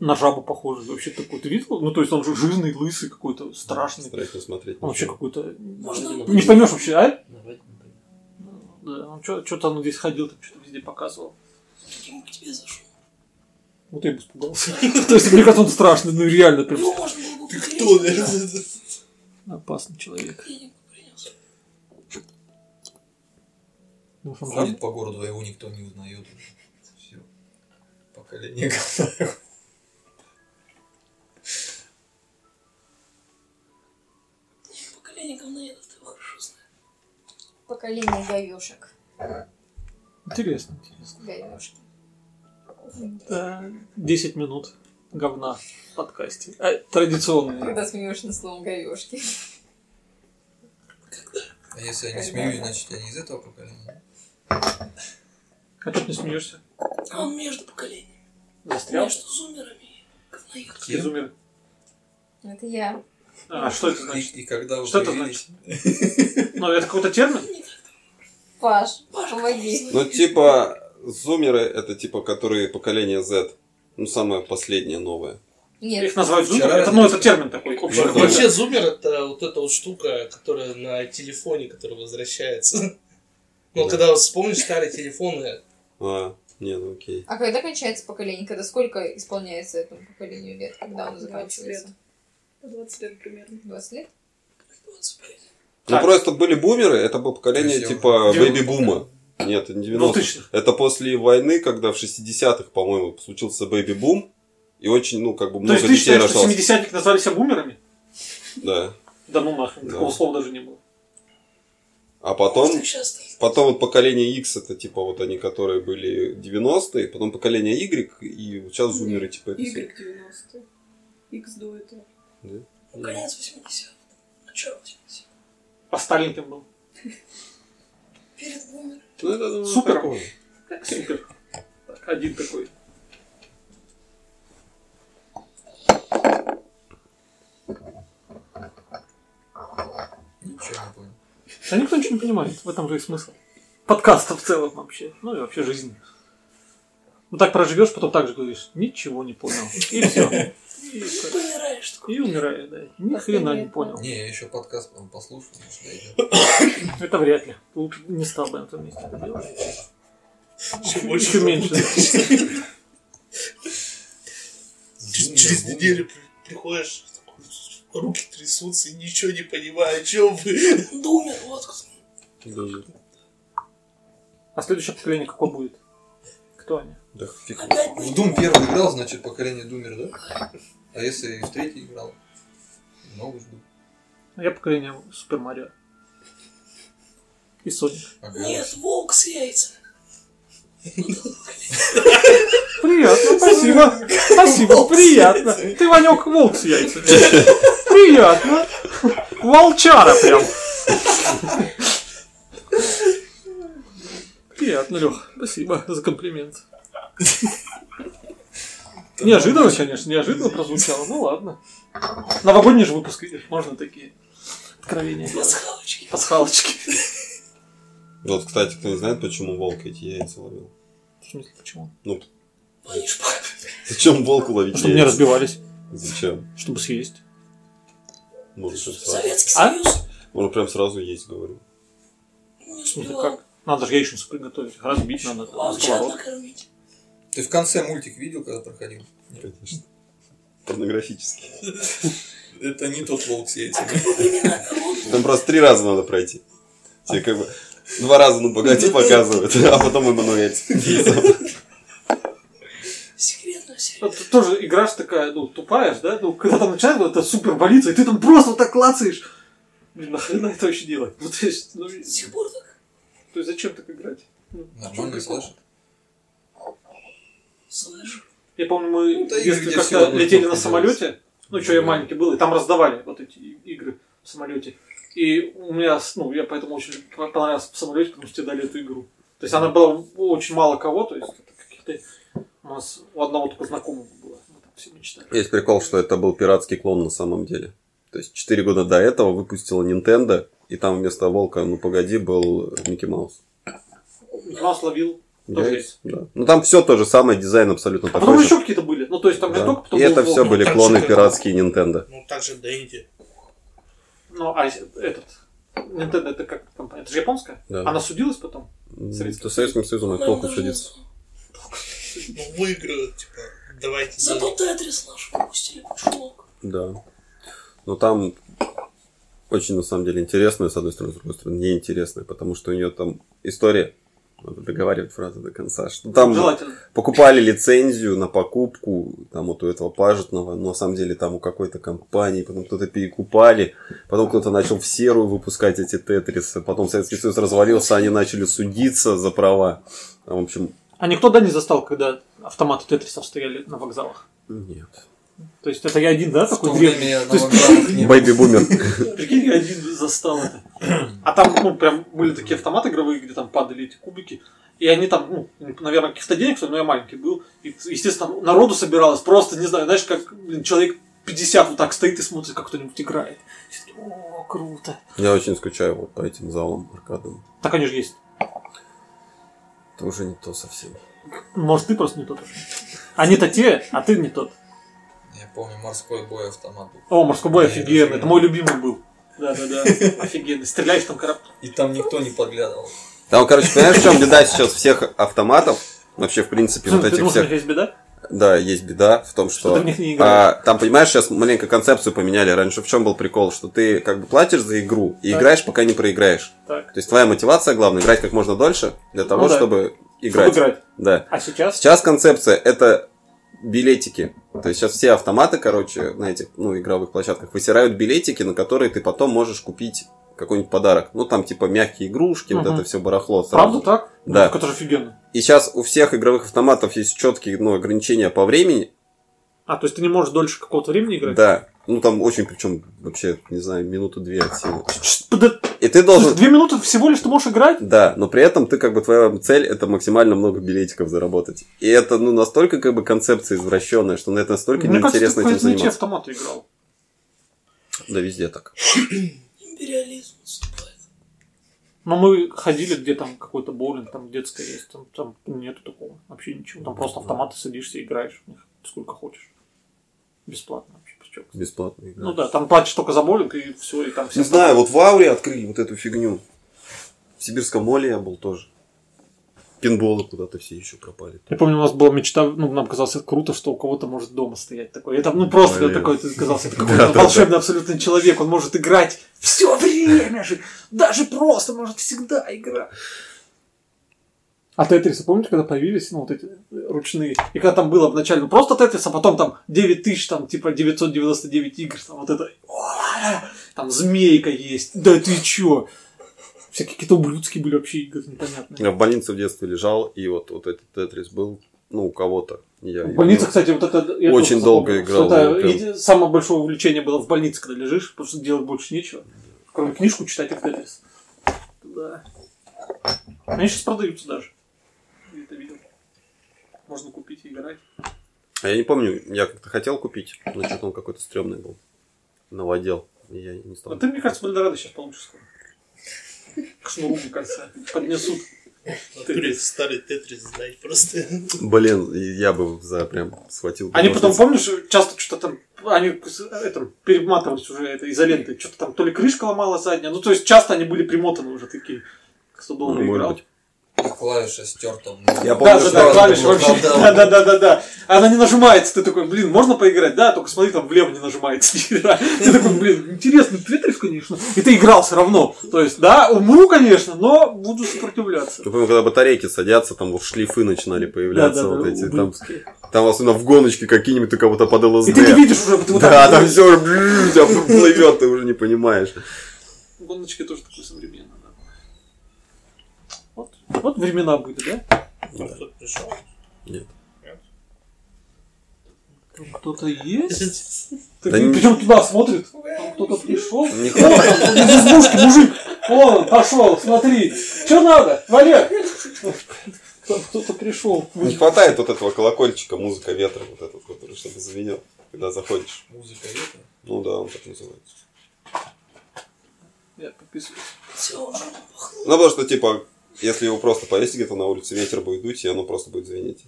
на жабу похожий, вообще такой. Ты видел? Ну, то есть он же жирный, лысый какой-то, страшный.
Стараюсь не смотреть.
Он вообще
ничего.
какой-то...
Можно?
Не поймешь вообще, а?
Давайте не будем.
Да, он что-то он здесь ходил, там что-то везде показывал.
Ему к тебе зашел.
Вот я бы испугался. То есть, мне кажется, он страшный, ну реально прям
Его можно было бы Ты
Кто, наверное,
опасный человек.
Я не принес.
Ну, что он
Ходит по городу, а его никто не узнает уже. Все. Поколение говна.
Поколение говна, я этого хорошо знаю.
Поколение говешек.
Интересно, интересно.
Говешки.
Да, 10 минут говна в подкасте. А, традиционные.
Когда смеешься над словом говешки.
А если я не смеюсь, значит я не из этого поколения.
А тут не смеешься?
А он между поколениями.
Застрял?
Между зумерами и говноедом.
Кем?
Изумер.
Это я.
А, что это
И,
значит?
и когда вы
Что это
появились,
Ну, это какой-то термин?
Паш, помоги.
Ну, типа, зумеры это типа, которые поколение Z. Ну, самое последнее новое.
Их
Нет.
называют
Вчера
зумер? Это, ну, это
родился.
термин такой общий.
Ну,
какой-то.
Вообще, зумер это вот эта вот штука, которая на телефоне, которая возвращается. Ну,
Да.
когда вот вспомнишь старые телефоны,
А, не, ну окей.
А когда кончается поколение? Когда сколько исполняется этому поколению лет? Когда оно
20
заканчивается?
лет. 20 лет примерно.
20 лет?
25.
Ну,
Так.
просто были бумеры, это было поколение
Красиво.
типа
Дев-
бэби-бума. Нет,
Ну,
это не 90
2000-х.
Это после войны, когда в 60-х, по-моему, случился бэби-бум. И очень, ну, как бы
То
много
есть ты
детей
считаешь, что
рожалось.
70 назвали себя бумерами?
Да.
Да ну нахрен,
Да.
такого слова даже не было.
А потом,
Так часто.
потом вот поколение X, это типа вот они, которые были 90-е, потом поколение Y, и вот сейчас зумеры, типа это все.
Y90. X до этого.
Ну, конец 80 Начало 80
А Сталин кем был?
Перед бумером.
Ну, это, думаю,
Супер.
такое.
Супер. Так, Один такой.
ничего не понял.
Да никто ничего не понимает, в этом же и смысл. Подкаста в целом вообще, ну и вообще жизни. Ну так проживешь, потом так же говоришь, ничего не понял. И все.
Ты помираешь такой.
И умираю, да. Ни хрена не понял.
Не, я еще подкаст по-моему, послушаю, может, дойдет.
Это вряд ли. Лучше бы не стал бы на том месте это делать.
еще больше
Еще меньше.
Ч- Через неделю при- приходишь, такой, руки трясутся и ничего не понимаю, о чем вы.
Да умер, вот кто.
Да,
А следующее поколение какое будет? Кто они?
да фиг.
Опять
В
мы.
Doom первый играл, значит, поколение Думер, да? А если и в третий играл? Много жду.
Ну, Я поколение Супер Марио. И Соник.
Ага.
Нет, волк с яйцами.
Приятно, спасибо. Спасибо, приятно. Ты, Ванек, волк с яйцами. Приятно. Волчара прям. Приятно, Лех. Спасибо за комплимент. Неожиданно, конечно, неожиданно прозвучало. Ну ладно. Новогодний же выпуск, видишь, можно такие откровения. делать.
Пасхалочки.
Пасхалочки.
Вот, кстати, кто не знает, почему волк эти яйца ловил.
В смысле, почему?
Ну,
Они ж пах-
зачем волку ловить
Чтобы не
яйца?
разбивались,
Зачем?
чтобы съесть.
Может, это сразу.
Советский
А?
Союз.
Он прям сразу есть, говорю.
Не
Это
успела.
как? Надо же яичницу приготовить. Разбить надо. там,
Волчат
сковородку.
накормить.
Ты в конце мультик видел, когда проходил?
Конечно. Порнографически.
Это не тот волк с яйцами.
Там просто три раза надо пройти. Тебе как бы два раза на богате показывают, а потом Эммануэль. с пиццей.
Секретная серия.
Это тоже игра же такая, ну, тупая же, да? Ну, когда там начинает вот это супер болится, и ты там просто вот так лацаешь. Блин, нахрена это вообще делать? Ну, то есть, ну,
До сих пор так.
то есть зачем так играть?
Нормально слышишь?
Слышу.
Я помню, мы
Ну, да,
в детстве
игры, где всё
как-то
одно и
летели
то
на
же
самолете. Ну, что я маленький был, и там раздавали вот эти и- игры в самолете. И у меня, с- ну, я поэтому очень по- понравился в самолете, потому что тебе дали эту игру. То есть она была у очень мало кого, то есть это каких-то у нас у одного только знакомого было. Мы там все мечтали.
Есть прикол, что это был пиратский клон на самом деле. То есть четыре года до этого выпустила Nintendo, и там вместо волка, ну погоди, был Микки Маус.
Микки Маус ловил тоже
Яйца,
яйца.
да. Ну там все то же самое, дизайн абсолютно
А потом
такой же.
еще какие-то были. Ну, то есть там не
Да.
только потом
И
был
это
Волк.
все были
так же,
клоны
как-
пиратские Nintendo.
Ну, также Дэнди.
Ну, а с- этот. Nintendo это как компания? Это же японская?
Да.
Она судилась потом? А Советским Ну,
Советским, Советским Союзом это
Нам
плохо
даже
судится.
не знаю.
Ну, выиграют, типа, давайте.
Зато Тетрис наш выпустили, пошелок.
Да. Но там очень, на самом деле, интересная, с одной стороны, с другой стороны, неинтересная, потому что у нее там история, надо договаривать фразу до конца, что там
Желательно.
покупали лицензию на покупку там вот у этого пажетного, но на самом деле там у какой-то компании, потом кто-то перекупали, потом кто-то начал в серую выпускать эти тетрисы, потом Советский Союз развалился, они начали судиться за права. Там, в общем,
А никто, да, не застал, когда автоматы тетрисов стояли на вокзалах?
нет.
То есть это я один, да,
В
такой
Ну,
то
древний?
время я на
То есть,
вокзалах не был.
Бэйби-бумер.
прикинь, я один застал это. А там, ну, прям были такие автоматы игровые, где там падали эти кубики. И они там, ну, наверное, каких-то денег, стоили, но я маленький был. И, естественно, народу собиралось просто, не знаю, знаешь, как блин, человек 50 вот так стоит и смотрит, как кто-нибудь играет. И все такие, О, круто.
Я очень скучаю вот по этим залам, аркадам.
Так они же есть.
Это уже не то совсем.
Может, ты просто не тот. Они-то те, а ты не тот.
Я помню, морской бой автомат был.
О, морской бой
Я
офигенный.
не
Это мой любимый был. Да-да-да, офигенный. Стреляешь там корабль.
И там никто не подглядывал.
Там, короче, понимаешь, в чем беда сейчас всех автоматов? Вообще, в принципе, вот
Ты
этих
думал, что у них
всех...
есть беда?
Да, есть беда в том,
Что
что...
ты в них не
а,
играешь.
там, понимаешь, сейчас маленько концепцию поменяли. Раньше в чем был прикол? Что ты как бы платишь за игру и
Так.
играешь, пока не проиграешь.
Так.
То есть твоя мотивация, главное, играть как можно дольше для того,
Ну да.
чтобы
Чтобы
играть.
играть.
Да.
А сейчас?
Сейчас концепция это билетики. То есть сейчас все автоматы, короче, на этих ну, игровых площадках высирают билетики, на которые ты потом можешь купить какой-нибудь подарок. Ну, там типа мягкие игрушки, вот
Мгм.
это все барахло.
Правда
сразу.
так?
Да.
Ну, Это же офигенно.
И сейчас у всех игровых автоматов есть четкие ну, ограничения по времени.
А, то есть ты не можешь дольше какого-то времени играть?
Да. Ну там очень, причем вообще, не знаю, минуту две от силы.
Чш, подо-
И ты
Слушай,
должен...
Две минуты всего лишь ты можешь играть?
Да, но при этом ты как бы твоя цель это максимально много билетиков заработать. И это ну настолько как бы концепция извращенная, что на это настолько
Мне кажется,
неинтересно
ты
этим
в не те
заниматься.
автоматы играл.
Да везде так.
Империализм наступает.
Но мы ходили, где там какой-то боулинг, там детская есть, там, там нету такого, вообще ничего. Там просто автоматы садишься и играешь в них сколько хочешь. Бесплатно вообще причем.
Бесплатно
Ну да, там платишь только за боулинг и все, и там все.
Не знаю, вот в Ауре открыли вот эту фигню. В Сибирском моле я был тоже. Пинболы куда-то все еще пропали.
Я помню, у нас была мечта, ну, нам казалось это круто, что у кого-то может дома стоять такой. Это, ну, просто
Блин.
такой, ты казался, это
Да,
какой-то
да, да.
волшебный абсолютно человек, он может играть все время же, даже просто может всегда играть. А тетрисы, помните, когда появились, ну, вот эти э, ручные, и когда там было вначале ну, просто тетрис, а потом там 9000, там, типа, 999 игр, там, вот это, «Уа!» там, змейка есть, да ты чё? Всякие какие-то ублюдские были вообще игры непонятные.
Я в больнице в детстве лежал, и вот, вот этот тетрис был, ну, у кого-то. Я,
В больнице, кстати, вот это... я
Очень
тоже
долго
запомнил,
играл,
что Это
ну, прям.
еди- самое большое увлечение было в больнице, когда лежишь, потому что делать больше нечего. Кроме книжку читать и в тетрис. Да. Они сейчас продаются даже. Я это видел. Можно купить и играть.
А я не помню, я как-то хотел купить, но что-то он какой-то стрёмный был. Новодел. И я не
А
стал.
ты, мне кажется, Бальдорадо сейчас получишь скоро. К шнуру, мне кажется, поднесут.
Натуре старый тетрис сдать просто.
Блин, я бы за прям схватил. бы
Они
ножницы.
потом, помнишь, часто что-то там, они с- это, перематывались уже это, изолентой, что-то там, то ли крышка ломала задняя, ну то есть часто они были примотаны уже такие, кто долго
Ну, может
играл.
быть.
И клавиша стерта.
Да,
Я помню,
да,
что
да,
она
клавиш
была
вообще. Да, да, да, да, да. Она не нажимается, ты такой, блин, можно поиграть? Да, только смотри, там влево не нажимается ни хера. Ты такой, блин, интересный тетрис, конечно. И ты играл все равно. То есть, да, умру, конечно, но буду сопротивляться.
Я помню, когда батарейки садятся, там вот шлифы начинали появляться,
Да-да-да,
вот эти, там,
ублюдские.
там особенно в гоночке какие-нибудь, ты как будто под ЛСД.
И ты не видишь уже, ты вот
да,
так
там
вот.
все тебя плывет, ты уже не понимаешь.
Гоночки тоже такое современное, да. Вот, вот времена были, да?
Ну, кто-то пришел.
Там Кто-то есть? Так
Да
и
не-
причем туда смотрит. Там кто-то пришел.
Не
О, там, из избушки мужик. Вон он пошел, смотри. Что надо, Валер? Там кто-то пришел.
Не хватает вот этого колокольчика, музыка ветра, вот этот, который чтобы звенел, когда заходишь.
Музыка ветра.
Ну да, он так называется.
Я подписываюсь.
Все уже пахнет.
Ну, потому что, типа, если его просто повесить где-то на улице, ветер будет дуть, и оно просто будет звенеть.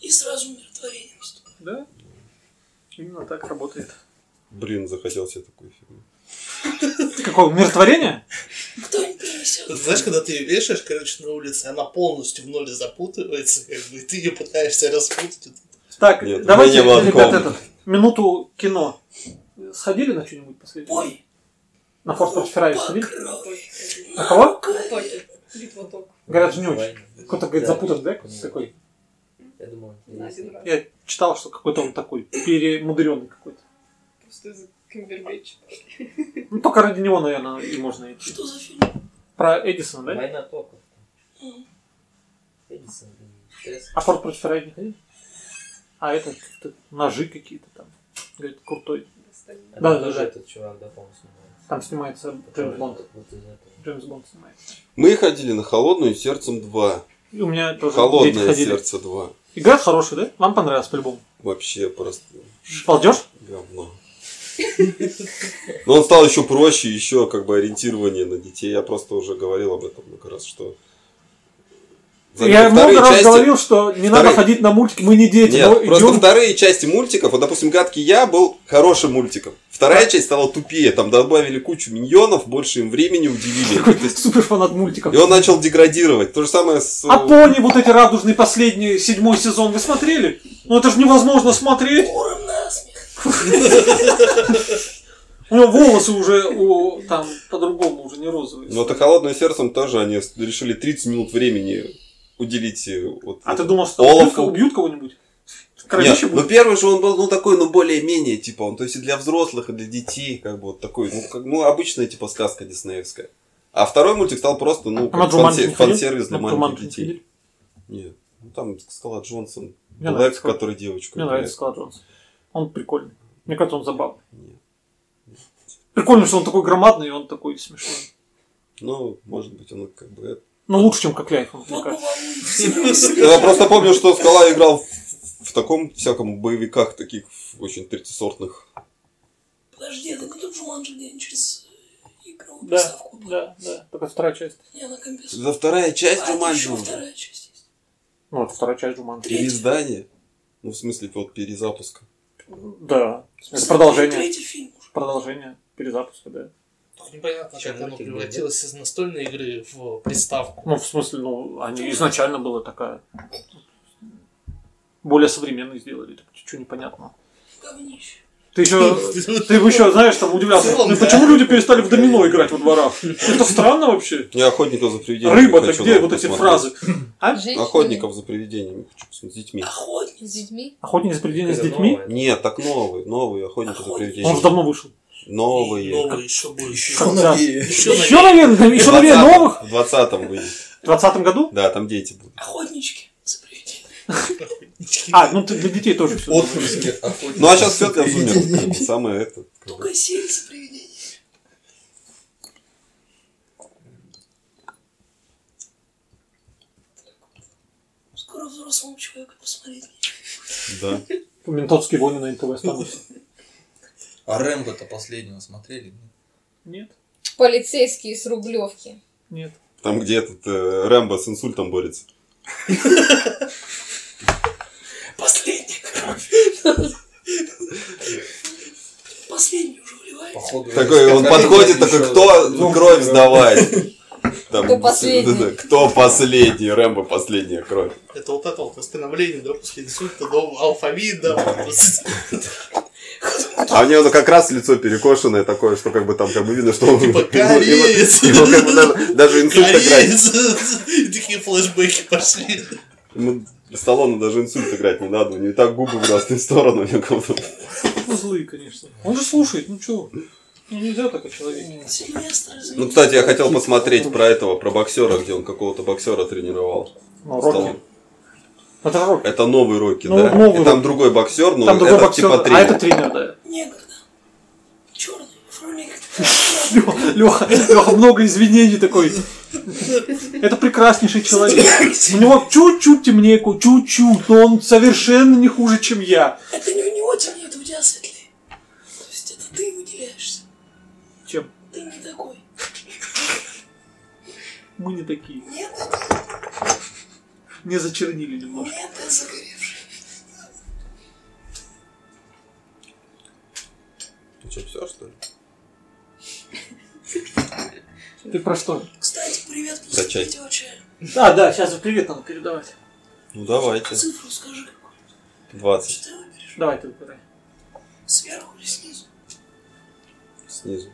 И сразу умиротворение наступает.
Да? Именно так работает.
Блин, захотел себе такую фигню.
Ты какое, умиротворение?
Кто не принесет?
Ты знаешь, когда ты ее вешаешь, короче, на улице, она полностью в ноле запутывается, как бы, и ты ее пытаешься распутать.
Так,
Нет,
давайте,
у меня не
ребят,
волком.
этот, минуту кино. Сходили на что-нибудь последнее?
Ой,
На Форт против Феррари сходили?
Токи.
На кого?
А
Токи. Битва ток.
Говорят, не очень.
Война.
Кто-то, говорит,
Да.
запутан, да? Какой-то такой.
Я думал,
На один раз.
Я читал, что какой-то он такой перемудренный какой-то.
Просто из-за Камбербэтча пошли.
Ну, только ради него, наверное, и можно идти.
что за фильм?
Про Эдисона, да?
Война токов. Эдисон, блин, Тесла.
А Форд против Феррари не ходили? А это как-то ножи какие-то там. Говорит, крутой.
Остальные.
А
Да,
там
да,
тоже
да.
этот чувак, да, по-моему, снимается.
Там снимается Джеймс Бонд.
Вот из этого.
Джеймс Бонд снимается.
Мы ходили на холодную сердцем 2.
И у меня тоже дети
Холодное
ходили.
сердце 2.
Игра хорошая, да? Вам понравилась по-любому.
Вообще просто
Полдеж?
говно. Но он стал еще проще, еще как бы ориентирование на детей. Я просто уже говорил об этом много раз, что...
Я
Вторые
много раз
части-
говорил, что не надо
Вторые-
ходить на мультики, мы не дети.
Нет,
но
просто
Типа, идем-
вторые части мультиков, вот, допустим, «Гадкий я» был хорошим мультиком.
А?
Вторая часть стала тупее, там добавили кучу миньонов, больше им времени уделили.
Такой супер фанат мультиков.
И он начал деградировать. То же самое с...
А пони вот эти радужные последние, седьмой сезон, вы смотрели? Ну это же невозможно смотреть.
Уром на смех.
У него волосы уже у, там по-другому, уже не розовые.
Но это э, «Холодное сердцем» тоже они с- решили 30 минут времени уделить э, вот
А ты
этому
думал, что убьют,
Олафу.
кого- убьют кого-нибудь?
Нет,
Кровище
ну
будет?
первый же он был, ну, такой, ну, более-менее, типа, он, то есть, и для взрослых, и для детей, как бы, вот такой, ну, как, ну, обычная, типа, сказка диснеевская. А второй мультик стал просто, ну,
А на
как
Джуманджи
фан-се-
не ходил?
фан-сервис для
На Джуманджи
маленьких
не
детей.
ходили?
Нет, ну, там сказала Джонсон,
Мне нравится
Блэк,
Скала.
который девочку
Мне
играет.
нравится Скала Джонс. Он прикольный. Мне кажется, он забавный.
Нет.
Прикольно, что он такой громадный, и он такой смешной.
Ну, может быть, он как бы... это.
Ну, лучше, чем Кокляев, мне
Папа
кажется.
волнует
Я просто помню, что Скала играл в, в таком всяком боевиках, таких очень третисортных.
Подожди, это не тот Джуманджи, где они через э, игровую
Да,
приставку попали?
да, да. Только вторая часть.
Не, на компе.
Это вторая часть
А, это еще
Джуманджи уже.
вторая часть есть.
Ну, это вторая часть Джуманджи.
Переиздание. Ну, в смысле, вот перезапуск.
Да. Это
Смотри,
продолжение.
Третий фильм уже.
Продолжение перезапуска, да.
Только непонятно,
Чё,
как оно
мультик был,
превратилось из настольной игры в приставку.
Ну, в смысле, ну, они изначально была такая. Более современный сделали, так чуть-чуть непонятно.
Говнище.
Ты еще, ты еще, знаешь, там удивлялся,
В целом,
ну
да.
почему люди перестали в домино играть во дворах? Это странно вообще.
Я охотников за привидениями
Рыба-то
хочу
где
нахуй
вот эти
посмотреть.
фразы? А?
Женщины.
Охотников за привидениями хочу посмотреть с детьми.
Охотник.
С детьми?
Охотник за привидениями с
Это
детьми?
новое.
Нет, так новые, новые охотники за
Охотники.
Он же
привидениями.
давно вышел.
И
Новые.
Новый еще больше.
Как
Она
так?
и-
Еще
Еще, наверное, еще,
В
наверное,
20-м,
новых?
В 20-м выйдет.
В 20 году?
Да, там дети будут.
Охотнички. За привидениями.
А, ну ты для детей тоже все.
Отпрыски охотники.
Ну а сейчас Светка Зумер. как бы, Самое это. как бы.
Ну-ка, сели за привидениями. Так вот. Скоро взрослому человеку посмотреть. нечего.
Да.
Ментовские войны на НТВ останутся.
А Рэмбо-то последнего смотрели?
Нет.
Полицейские с Рублевки.
Нет.
Там, где этот э, Рэмбо с инсультом борется.
Последний кровь. Последний уже выливает.
Походу,
Такой он подходит, такой,
Ну,
кто кровь сдавать? Там,
Кто последний?
да-да, Кто последний? Рэмбо последняя кровь.
Это вот это вот восстановление, да, после инсульта, до алфавита.
А у него ну, как раз лицо перекошенное такое, что как бы там как бы видно, что он...
Типа
его-
кореец.
его как бы даже- Даже инсульт играть.
Кореец. И Такие флешбеки пошли.
Ему Сталлоне даже инсульт играть не надо, у него и так губы в разные стороны у него как будто.
Ну, злые, конечно. Он же слушает, ну чего? Ну, нельзя так о человеке.
Сильвестр, извини.
Ну, кстати, я хотел посмотреть про этого, про боксера, где он какого-то боксера тренировал.
Ну, Рокки.
Сталлоне.
Это Рокки.
Это новый Рокки,
Ну,
да?
новый
И там
Рокки.
другой боксер, но
Там другой
этот
боксер,
типа
а
тренер.
это тренер, да.
Негр, да. Черный, афроамериканец.
Леха, Леха, много извинений такой. Это прекраснейший человек. У него чуть-чуть темнее, ку- чуть-чуть, но он совершенно не хуже, чем я.
Это не у него темнее, это у тебя светлее. То есть это ты выделяешься.
Чем?
Ты не такой.
Мы не такие.
Нет,
Не зачернили немножко.
нет, ты загоревший.
Ты что, все, что ли?
Ты про что?
Кстати, привет
За
после
чай.
третьего чая.
Да, А, да, сейчас привет надо передавать.
Ну, давайте.
Цифру скажи, какую
20
ты выберешь.
Давай ты выбирай.
Сверху или снизу?
снизу.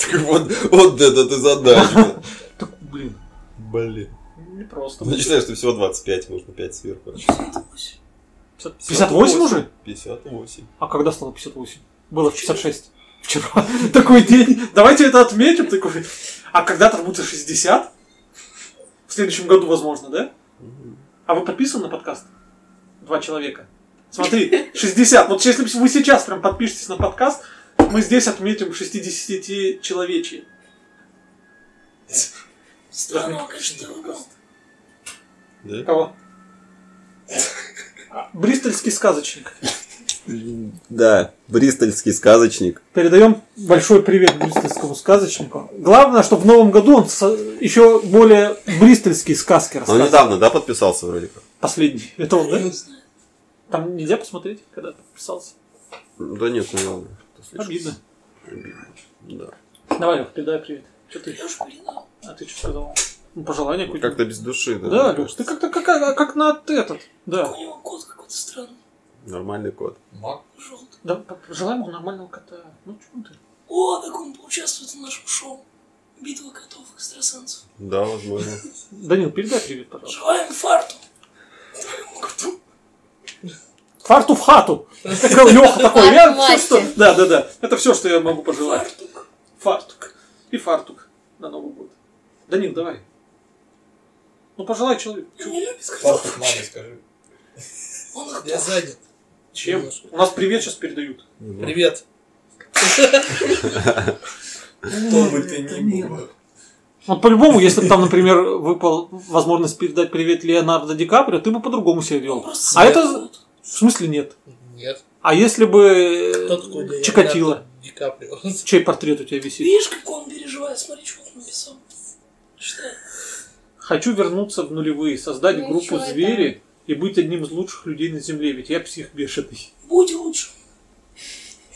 Так вот, вот это ты задача.
Так, блин,
Блин.
не просто.
Ну, считаю, что всего 25, можно 5 сверху.
68.
58 уже?
58.
А когда стало 58? Было в 56. Вчера. Такой день. Давайте это отметим. Такой. А когда-то будет 60? В следующем году, возможно, да? А вы подписаны на подкаст? Два человека. Смотри, 60. Вот если бы вы сейчас прям подпишетесь на подкаст, мы здесь отметим 60 человечье.
Странного, конечно, ты выбрал.
Да?
Кого? А, Бристольский сказочник.
Да, бристольский сказочник.
Передаем большой привет бристольскому сказочнику. Главное, что в новом году он со- еще более бристольские сказки
А Он
рассказывает.
недавно, да, подписался вроде как?
Последний. Это он, да?
Не знаю.
Там нельзя посмотреть, когда подписался.
Да нет, наверное.
Обидно.
Да.
Давай, Лёх, передай привет. Что ты?
Я уж передал.
А ты что сказал? Ну, пожелание какое-то.
Как-то без души,
Да,
да? мне
Лёш,
кажется.
ты как-то как, а, как на этот. Да.
У него кот какой-то странный,
Нормальный кот.
Мак,
желтый.
Да, по- пожелаем ему нормального кота. Ну, чему ты?
О, так он поучаствует в нашем шоу. Битва котов экстрасенсов.
Да, возможно.
Данил, передай привет, пожалуйста.
Желаем фарту. Твоему коту.
Фарту в хату! Леха такой, я
Фарту
все, что...
масти.
Да, да, да. Это все, что я могу пожелать.
Фартук.
Фартук. И фартук на Новый год. Данил, давай. Ну, пожелай человеку.
Он не любит
папа,
котов.
маме скажи.
Он их
Я занят.
Чем? У нас привет сейчас передают.
Привет.
Кто бы ты ни был.
Вот Ну, по-любому, если бы там, например, выпал возможность передать привет Леонардо Ди Каприо, ты бы по-другому себя вел.
просто
А
себя
это...
зовут.
В смысле нет.
Нет.
А если
Кто такой
бы
Леонардо
э, Чикатило?
Ди Каприо?
Чей портрет у тебя висит?
Видишь, как он переживает, смотри, что он написал. Читай.
Хочу вернуться в нулевые, создать
Ну,
группу
чё это?
«Звери» и быть одним из лучших людей на Земле, ведь я псих бешеный.
Будь лучше.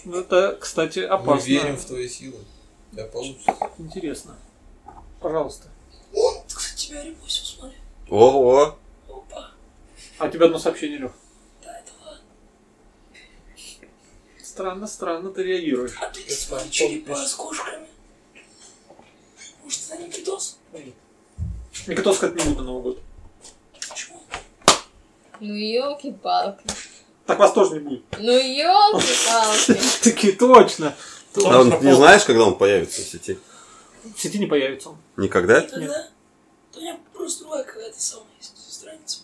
Ну, Это, кстати,
Мы
опасно.
верим в твои силы. Я получится.
Интересно. Пожалуйста.
Он, кстати, тебя репостил, смотри.
Ого!
Опа.
А у тебя одно сообщение, Лех.
Да, это ладно.
Странно, странно ты реагируешь.
А тут, смотри, черепа с кошками. Может, это не китос?
Никто сказать не буду на Новый год.
Почему?
Ну елки-палки.
Так вас тоже не будет.
Ну елки-палки.
Таки точно.
А он- не знаешь, когда он появится в сети?
В сети не появится он.
Никогда?
Тогда? Да у меня просто другая какая-то самая есть страница.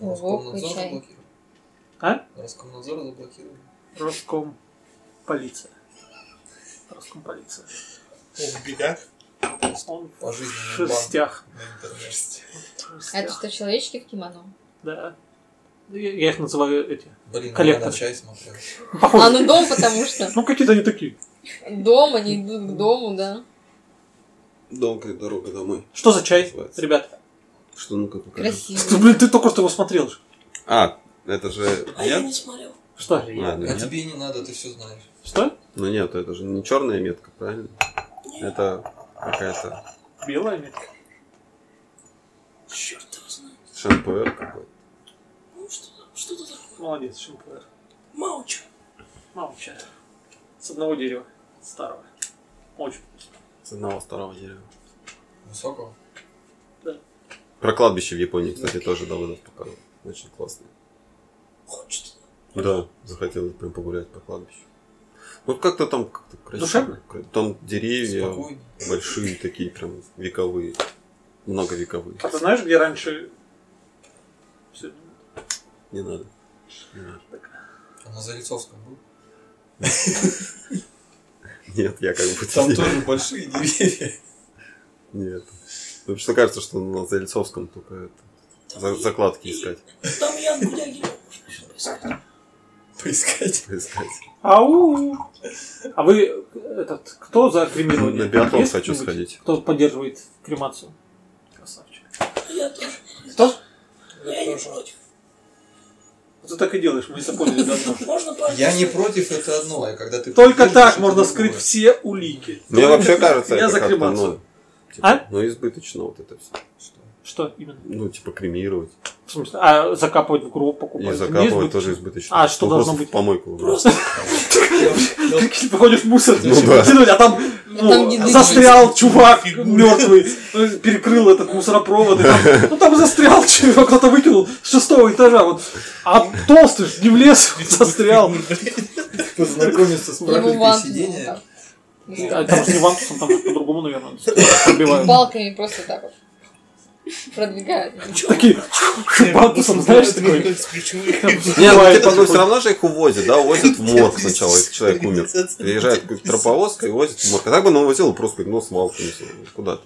Роскомнадзор
включай.
заблокировал.
А?
Роскомнадзор заблокировал.
Роском полиция. Роском полиция.
Он в бегах.
Он в
Пожизненный бан
шерстях.
на интернете.
В
Это
шерстях.
что, человечки в кимоно?
Да. Ну, Я я их называю эти.
Блин,
Коллектор.
я чай смотрел.
Похоже.
А, ну дом, потому что.
Ну, какие-то они такие.
Дом, они идут к дому, да.
Дом, как дорога домой.
Что за чай,
Называется.
ребят?
Что, ну-ка, покажи.
Ты,
Красиво.
блин, ты только что его смотрел. же.
А, это же
А я
я?
не смотрел.
Что?
А, ну
А
нет.
тебе и не надо, ты все знаешь.
Что?
Ну нет, это же не черная метка, правильно? Это какая-то
Белая метка.
Черт его знает.
шампуэр какой-то.
Ну что, что-то такое.
Молодец, шампуэр.
Мауча.
Мама чай. С одного дерева. Старого. Очень вкусно.
С одного старого дерева.
Высокого?
Про кладбище в Японии, кстати, тоже Давыдов показывал. Очень классно.
Хочет.
Да, захотелось прям погулять по кладбищу. Вот как-то там как-то красиво.
Душевно?
Там деревья
Спокойно.
большие такие, прям вековые. Многовековые.
А ты знаешь, где раньше... Всё.
Не надо. Не надо.
А на Залицовском был?
Нет, я как будто
Там
не-
тоже большие деревья.
Нет. Потому что кажется, что на Залицовском только это, за- закладки искать.
Там Ян Гудягин можно еще поискать.
Поискать.
Поискать.
Ау! А вы, э, этот, кто за кремирование?
На биатлон
Есть
хочу
кто-нибудь,
сходить.
Кто поддерживает кремацию? Красавчик.
А Я тоже.
Кто?
Я, не против.
Ты так и делаешь, мы это поняли давно.
Можно пару.
Я не против, это одно, а когда ты...
Только
приходишь,
так
это
можно
другое.
скрыть все улики.
Ну, Мне вообще кажется,
Я
это
за
как-то,
кремацию.
ну, типа,
А?
ну, избыточно вот это все.
Что именно?
Ну, типа, кремировать.
В смысле, а закапывать в гроб покупать?
И
Не
закапывать
избыточно?
тоже избыточно.
А что
Ну,
должно
просто
быть?
в помойку. выбросить.
Прикинь, Походишь в мусор,
Ну
всё
да.
выкидывать, а там ну,
там не
застрял чувак мертвый, перекрыл этот мусоропровод. и там- ну там застрял чувак, кто-то выкинул с шестого этажа. Вот. А толстый ж не влез, застрял.
Познакомиться с
Ему
прокляткой
вант
сидения.
А там же не вантусом, там же по-другому, наверное, пробивают.
Палками просто так вот. Продвигают.
Такие вантусом, знаешь, такой.
С ключевых.
Не, ну
Бывает
типа, ну
такой.
все равно же их увозят, да, увозят в морг сначала, если человек умер. Приезжает какая-то троповозка и возит в морг. А так бы он возил просто ну, свалку несу. Куда-то.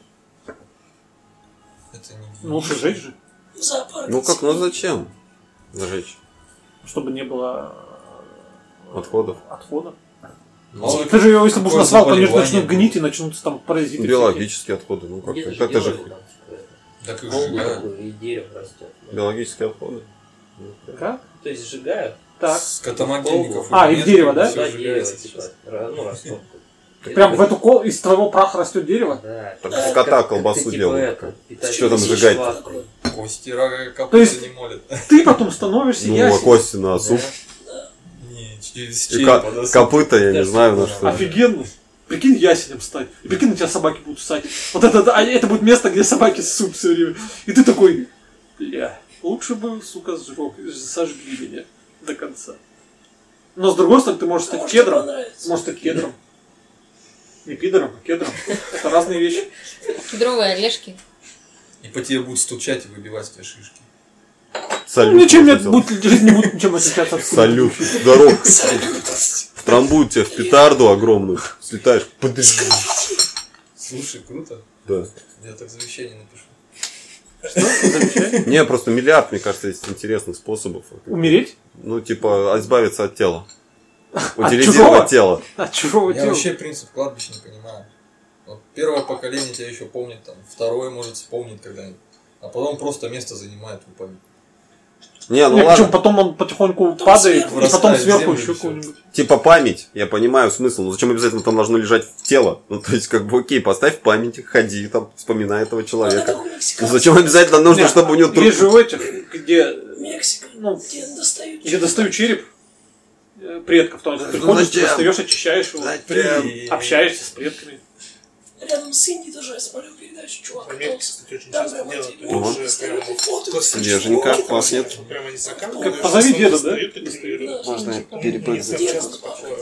Это не...
Ну лучше жить же,
В зоопарк.
Ну как, ну зачем? Зажечь
чтобы не было
отходов.
отходов.
Мало ли
Ты же его, если будешь
какое
на свалку, они же
заболевание.
начнут гнить и начнутся там паразиты.
Биологические отходы. Ну как,
Где-то
как это
делали
же
там какое-то.
Так их
Волну
сжигают.
такую, и дерево растет.
биологические отходы. Ну,
всякие. Как?
То есть сжигают,
Так.
С котомогильников.
А, и в дерево, да?
да,
Все
дерево,
сжигается
типа,
сейчас.
ра- ну, растет.
Прям в эту кол из твоего праха растет дерево?
Да.
Так
Как-
из кота
как-
колбасу
как ты, типа,
делают.
это, питаешь
Чё там
себя
сжигать?
шваброй.
Кости рога
То есть-
капуста э, не молят.
Ты потом становишься
Ну, а
ясен.
кости на суп.
Не, через
И
череп.
ка- копыта, я не
Даже
знаю, на
не
что.
Офигенно. Прикинь, ясенем стать. И прикинь, на тебя собаки будут ссать. Вот это, да, а это будет место, где собаки суп все время. И ты такой, бля, лучше бы, сука, сжег, сожгли меня до конца. Но с другой стороны, ты можешь стать
Может,
кедром.
понравится.
Может, стать кедром. Не пидором, а кедром. Это разные вещи.
Кедровые орешки.
И по тебе будут стучать и выбивать тебе шишки.
Салют.
Ну,
Ничем
я
нет,
хотел.
будет, жизнь не будет ничем отличаться от
Салют. Здоров. Втрамбуют тебя в петарду огромную. Слетаешь. Пдыщ.
Слушай, круто.
Да.
Я так завещание напишу.
Не, просто миллиард, мне кажется, есть интересных способов.
Умереть
Ну, типа, избавиться от тела. Утилизировать
чужого?
тело.
от чужого
Я
тела.
вообще принцип кладбища не понимаю. Вот первое поколение тебя еще помнит, там, второе может вспомнить когда-нибудь. А потом просто место занимает в памяти.
Не, ну
Не, причем
ладно.
потом он потихоньку падает,
сверху
и потом
вырастает
сверху
землю и
еще
всё.
кого-нибудь.
Типа память, я понимаю смысл, но зачем обязательно там должно лежать в тело? Ну, то есть, как бы, окей, поставь память, ходи, там, вспоминай этого
Это
человека.
как А у
Ну,
мексиканцев.
зачем обязательно нужно,
Нет,
чтобы у него труп-
Есть же у этих, где,
Мексика.
ну,
Где достают.
где достаю череп э, предков, то есть ты
Ну,
ходишь,
зачем?
достаешь, очищаешь его,
Блин.
общаешься с предками.
Рядом с Индией даже я смотрел передачу, чувак
Америке,
катался.
А кстати, очень
Там
часто
прям
делают.
эти
Там
люди
же
достают и
прям
фото.
кости
Свеженько
чуваки там
пахнет.
лежат, Прям они
Как
закапывают.
позови
что-то
деда, да?
достают и кремируют.
Можно
Часто такое.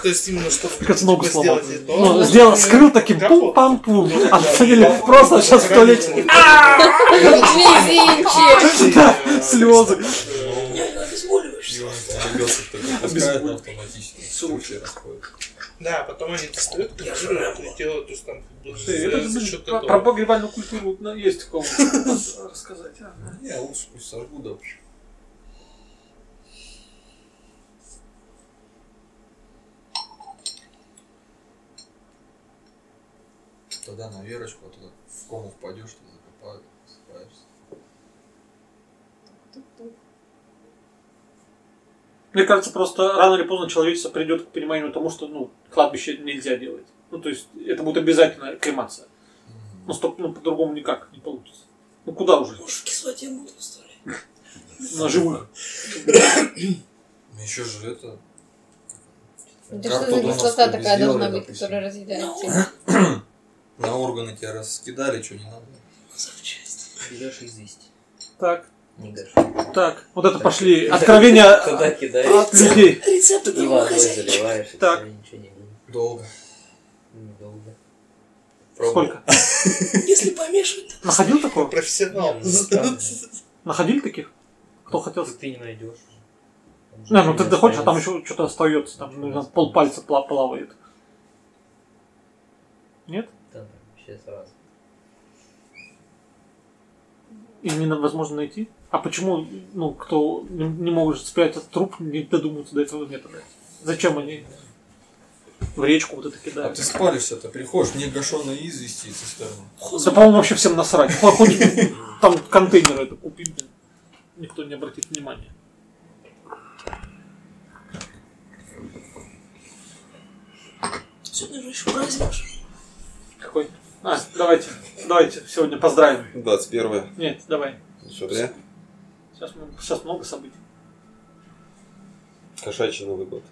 То есть именно что
Как ногу
типа,
сломал.
сделать это,
Ну,
ну,
сделал, скрыл таким
Да.
пум-пам-пум. А на самом деле просто сейчас в туалете
Мизинчик.
да,
Э,
слезы.
Не, ну обезболиваешься.
И он их влюбился, так и пускает, но автоматически.
Слушай.
Слушай, расходит.
Да, потом они встают,
Я же
делают,
Рэмбо.
делают, то есть там как бы
Ты, Э, это,
за- за
блин,
счет
про, про
этого.
погребальную культуру ну, есть такого рассказать. а.
Не, лучше пусть сожгу, да. Тогда на Верочку, а туда в кому впадешь, ты закопают, засыпаешься.
Тук-тук.
Мне кажется, просто рано или поздно человечество придет к пониманию тому, что ну, кладбище нельзя делать. Ну, то есть это будет обязательно кремация. Ну, стоп, ну, по-другому никак не получится. Ну, куда уже?
Может, в кислоте будут оставлять.
На живую.
Еще Ну, же это...
Это
Как
что
тут
за
у нас
кислота
как бы
такая должна
сделали,
быть,
допустим?
которая разъедает
Ну,
тебя?
На органы тебя раскидали, что не надо.
Запчасти.
Берешь из исти.
Так,
Не горшок.
А, так. Вот это пошли откровения
Туда кидаешь.
от людей.
Рецепты
И
домой
водой
хозяйки.
заливаешь, и
Так.
всё, и ничего не будет.
Долго.
Недолго.
Пробовал.
Сколько?
Если помешивать, то
Находил такого?
Профессионал.
Не, ну, там
Находили таких? Кто ну, хотел?
Ты не найдешь. Там же
Да, ну
не
ты доходишь, а там
останется.
еще что-то остается. Там наверное, полпальца пла- плавает. Нет?
Да, вообще сразу.
И невозможно найти? А почему, ну, кто не не может спрятать этот труп, не додумаются до этого метода? Зачем они в речку вот это
А
кидают?
ты спалишься-то, приходишь, мне гашеная извести и цистерна.
Да, по-моему, вообще всем насрать. Хоть- хоть там контейнеры это купить, блин. никто не обратит внимания.
сегодня же еще праздник. же.
Какой? А, давайте, давайте сегодня поздравим.
21
Нет, давай.
декабря.
Сейчас, мы- сейчас много событий.
Кошачий Новый год.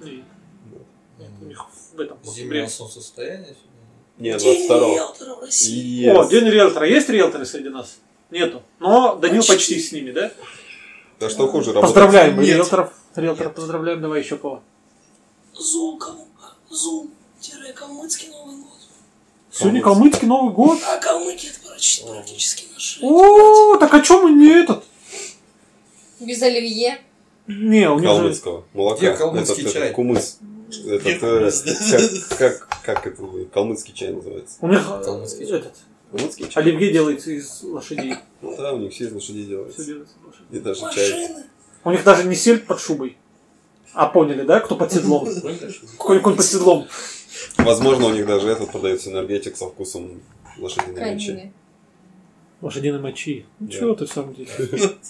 И- Нет, у них в этом в
Зимнее
октябре.
солнцестояние сегодня.
Не,
День
22
риэлтора в России.
О,
Yes.
день риэлтора. Есть риэлторы среди нас? Нету. Но Данил почти,
Почти.
с ними, да?
Да что хуже, работать?
Поздравляем
Нет.
риэлторов. Риэлторов поздравляем. Давай еще кого.
Зулков. Зум-калмыцкий Новый год.
Сегодня калмыцкий Новый год.
А калмыки это практически, практически наши.
О, так а чем мы не этот?
Без оливье.
Не, у них же...
Калмыцкого. Молока.
Где калмыцкий
Этот,
чай?
этот, Кумыс. Этот, э, как, как, как это, будет? калмыцкий чай называется?
У них э,
Калмыцкий.
этот.
Калмыцкий чай?
Оливье делается из лошадей.
Ну да, у них все из лошадей
Всё
делается.
делается из лошадей.
И даже чай.
Машины.
У них даже не сель под шубой. А поняли, да, кто под седлом? Конь-конь под седлом.
Возможно, у них даже этот продается энергетик со вкусом лошадиного меча.
Канины.
Лошадиной мочи. Ну
Да.
чего ты в самом деле?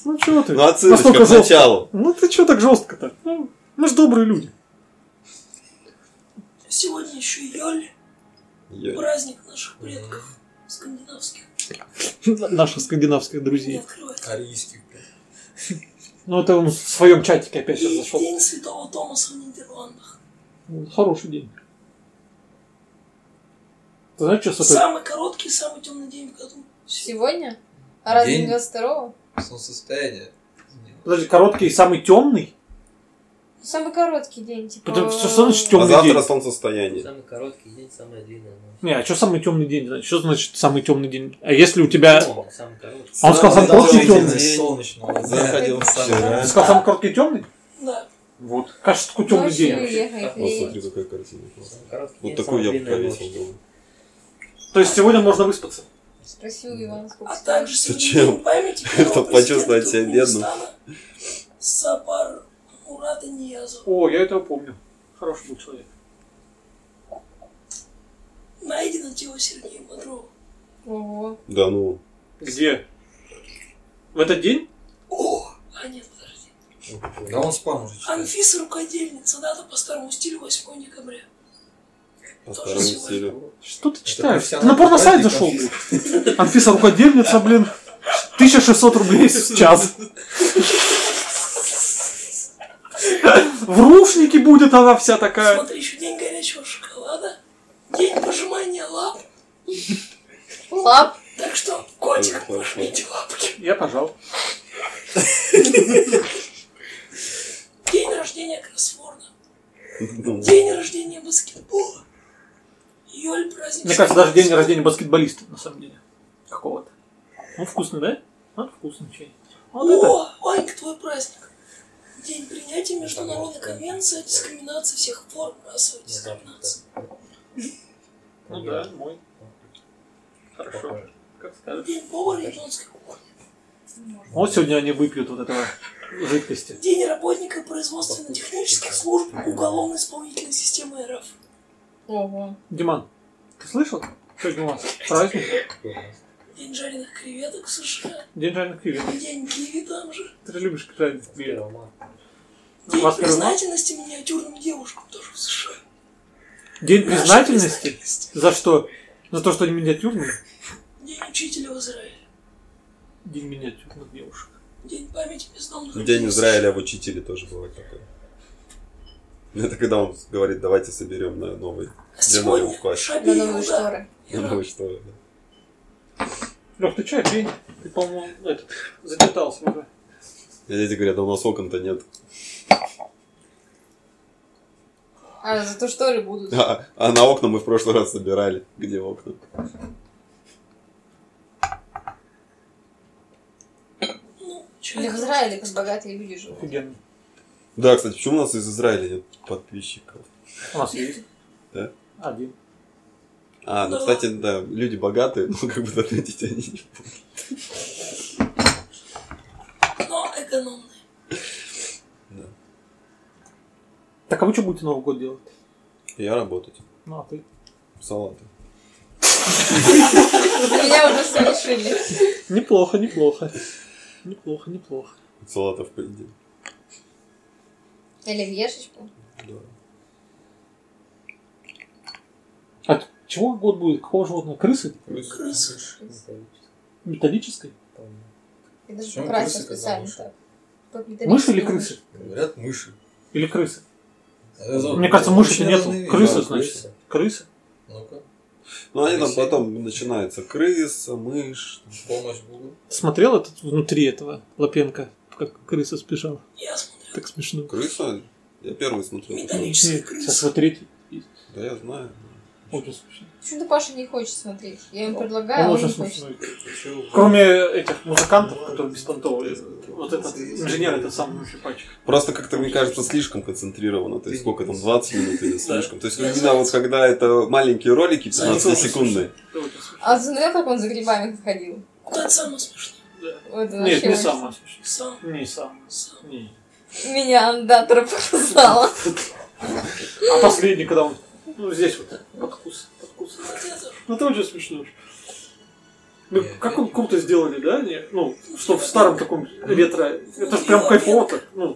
Ну чего ты?
Ну, отсылочка к
жестко.
началу.
Ну ты чего так жестко-то? Ну, Мы же добрые люди.
Сегодня еще Йоль.
Я-
Праздник наших предков. Скандинавских.
Наших скандинавских
Не
друзей.
открывает.
Корейских, блин.
Ну это он в своем чатике опять сейчас
И
зашел.
День Святого Томаса в Нидерландах.
Ну, Хороший день. Ты знаешь, что святой?
Самый короткий, самый темный день в году.
Сегодня? А разве
День.
не 22-го?
Солнцестояние.
Подожди, короткий и самый темный?
Самый короткий день, типа...
Потому что что значит
А
темный
завтра
день?
солнцестояние.
Самый короткий день, самая длинная ночь.
Не, а что самый темный день? значит? Что значит самый темный день? А если у тебя...
Ну, Самый короткий.
А он сказал, самый
Самый
короткий темный.
длительный солнечного дня.
Заходил вчера.
Ты сказал, самый короткий темный?
Да.
Вот. Кажется, такой темный
Ночью
день. вообще.
ехать,
Так,
Вот
лень.
смотри, какая картина. классная.
Самый короткий
Вот
день,
такую
самая
я бы
длинная
повесил,
ночь.
думаю.
То есть сегодня можно выспаться.
Спросил Иван, сколько
А
стоит.
также сегодня
Зачем?
день памяти первого
Чтоб почувствовать себя
президента
бедным.
Туркменистана Сапар Мурата Ниязова.
О, я этого помню. Хороший был человек.
Найдено тело Сергея Бодрова.
Ого.
Да ну.
Где? В этот день?
О! А нет, подожди.
Да он спам уже читает.
Анфиса Рукодельница. Дата по старому стилю 8 декабря.
По
Тоже
старому
сегодня.
стилю.
Что ты читаешь? Ты
профессионал
на порносайт
праздник,
зашел, блин. Анфиса рукодельница, блин. 1600 рублей в час. В рушнике будет она вся такая.
Смотри, еще день горячего шоколада. День пожимания лап.
Лап.
Так что, котик,
Ну,
Хорошо, хорошо.
пожмите лапки.
Я пожал.
День рождения кроссворда.
Ну,
День рождения баскетбола. Йоль праздник.
Мне кажется, даже день рождения баскетболиста, на самом деле. Какого-то. Ну, вкусный, да? Вот вкусный чай. Вот это.
О, Ванька, твой праздник. День принятия Международной конвенции о дискриминации всех форм расовой дискриминации.
Ну да, мой. Хорошо. Как скажешь.
День повара японской кухни.
Вот сегодня они выпьют вот этого жидкости.
День работника производственно-технических служб уголовно-исполнительной системы РФ.
Ого.
Диман, ты слышал? Сегодня у вас праздник.
День жареных креветок в США.
День жареных креветок.
День киви там же.
Ты же любишь жареных креветок.
День
Вас признать?
признательности миниатюрным девушкам тоже в США.
День
Наша
признательности?
признательность.
За что? За то, что они миниатюрные?
День учителя в Израиле.
День миниатюрных девушек.
День памяти бездомных
День
в
Израиля в учителе тоже бывает такой. Это когда он говорит, давайте соберем на новый,
А
для нового
сегодня
класса.
На
Шаби
новые
Иуда.
шторы.
Я думаю, что да.
Лёх, ты чай пей. Ты, по-моему, этот, запитался уже.
Я дети говорят, а у нас окон-то нет.
А, зато шторы будут.
А, а на окна мы в прошлый раз собирали. Где окна?
Ну, чё
Или в
это?
Израиле как богатые люди живут.
Офигенно.
Да, кстати, почему у нас из Израиля нет подписчиков?
У нас есть.
Да?
Один.
А, ну,
Да.
кстати, да, люди богатые, но как бы заметить они не
Но экономные.
Так а вы что будете Новый год делать?
Я работать.
Ну, а ты?
Салаты.
Меня уже совершили.
Неплохо, неплохо. Неплохо, неплохо.
Салатов понедельник.
Оливьешечку.
Да.
А т- чего год будет? Какого животного? Крысы?
Крысы.
Металлической?
Я даже
Почему
покрасила
крысы, когда
специально
мыши?
так. Под
Мыши
металлическую
или
мышь.
крысы?
Говорят, мыши.
Или крысы?
Это
Ну, Мне кажется, мыши-то
Ну, очень
нету.
разные виды.
Крысы,
Да,
значит. Крысы?
Ну-ка,
Ну, они там
Крысей.
потом начинаются. Крыса, мышь.
помощь Google.
Смотрел этот внутри этого Лапенко, как крыса спешала?
Я смотрю.
Так смешно.
Крыса? Я первый смотрел.
Металлические
Нет, Сейчас
крысы.
вот третий.
Да, я знаю.
Очень смешно.
Почему-то Паша не хочет смотреть. Я ему
Он
предлагаю, он
очень
не хочет.
смешной.
Чё?
Кроме этих музыкантов, которые беспонтовые, вот этот инженер, это самый лучший пачка.
Просто как-то, мне кажется, слишком концентрировано. То есть,
Ты-
сколько там, 20 минут или слишком. То есть,
Да.
именно вот когда это маленькие ролики,
Да, они
15
тоже
секунды.
Это очень смешно.
А ты смотрел, как он за грибами ходил?
Вот это самое смешное.
Да.
Вот
Нет,
это Ну, вообще
не
очень-
самое смешное.
Сам.
Не самое.
Сам.
Не.
Меня андатора показала.
А последний, когда он, ну, здесь вот, подкус, подкус.
Вот это.
Ну, это очень смешно. Ну,
Нет,
как
я
он круто сделали, да? Не- Ну, что в старом таком ретро. Это же прям кайфово так. Ну,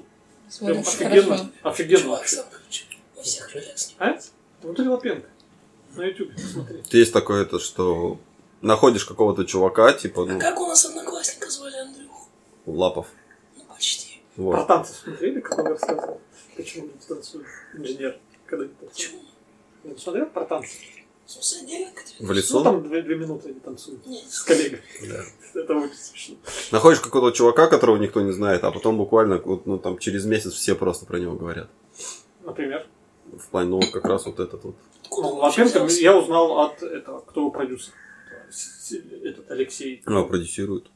прям
Смотришь,
офигенно.
хорошо.
Офигенно
Чувак
вообще.
сам ключ. Во всех реляксах.
А? Внутри Лапенко. На ютубе посмотри.
Есть такое то, что находишь какого-то чувака, типа,
А
ну,
как у нас одноклассника звали Андрюху?
лапов.
Ну, почти.
Про
Вот.
танцы смотрели, как он рассказывал? Почему не танцует инженер? Когда не танцует?
Почему?
Ну, смотрел про танцы?
В смысле, отдельно к тебе?
В
Ну,
лесу
там две, две минуты они танцуют
Нет.
с коллегой. Это очень смешно.
находишь какого-то чувака, которого никто не знает, а потом буквально, вот, ну, там, через месяц все просто про него говорят.
Например,
В плане, ну, вот как раз вот этот вот.
Откуда он вообще
Лапенко
взялся?
я узнал от этого, кто его продюсер. С- с- Этот Алексей.
Его продюсируют.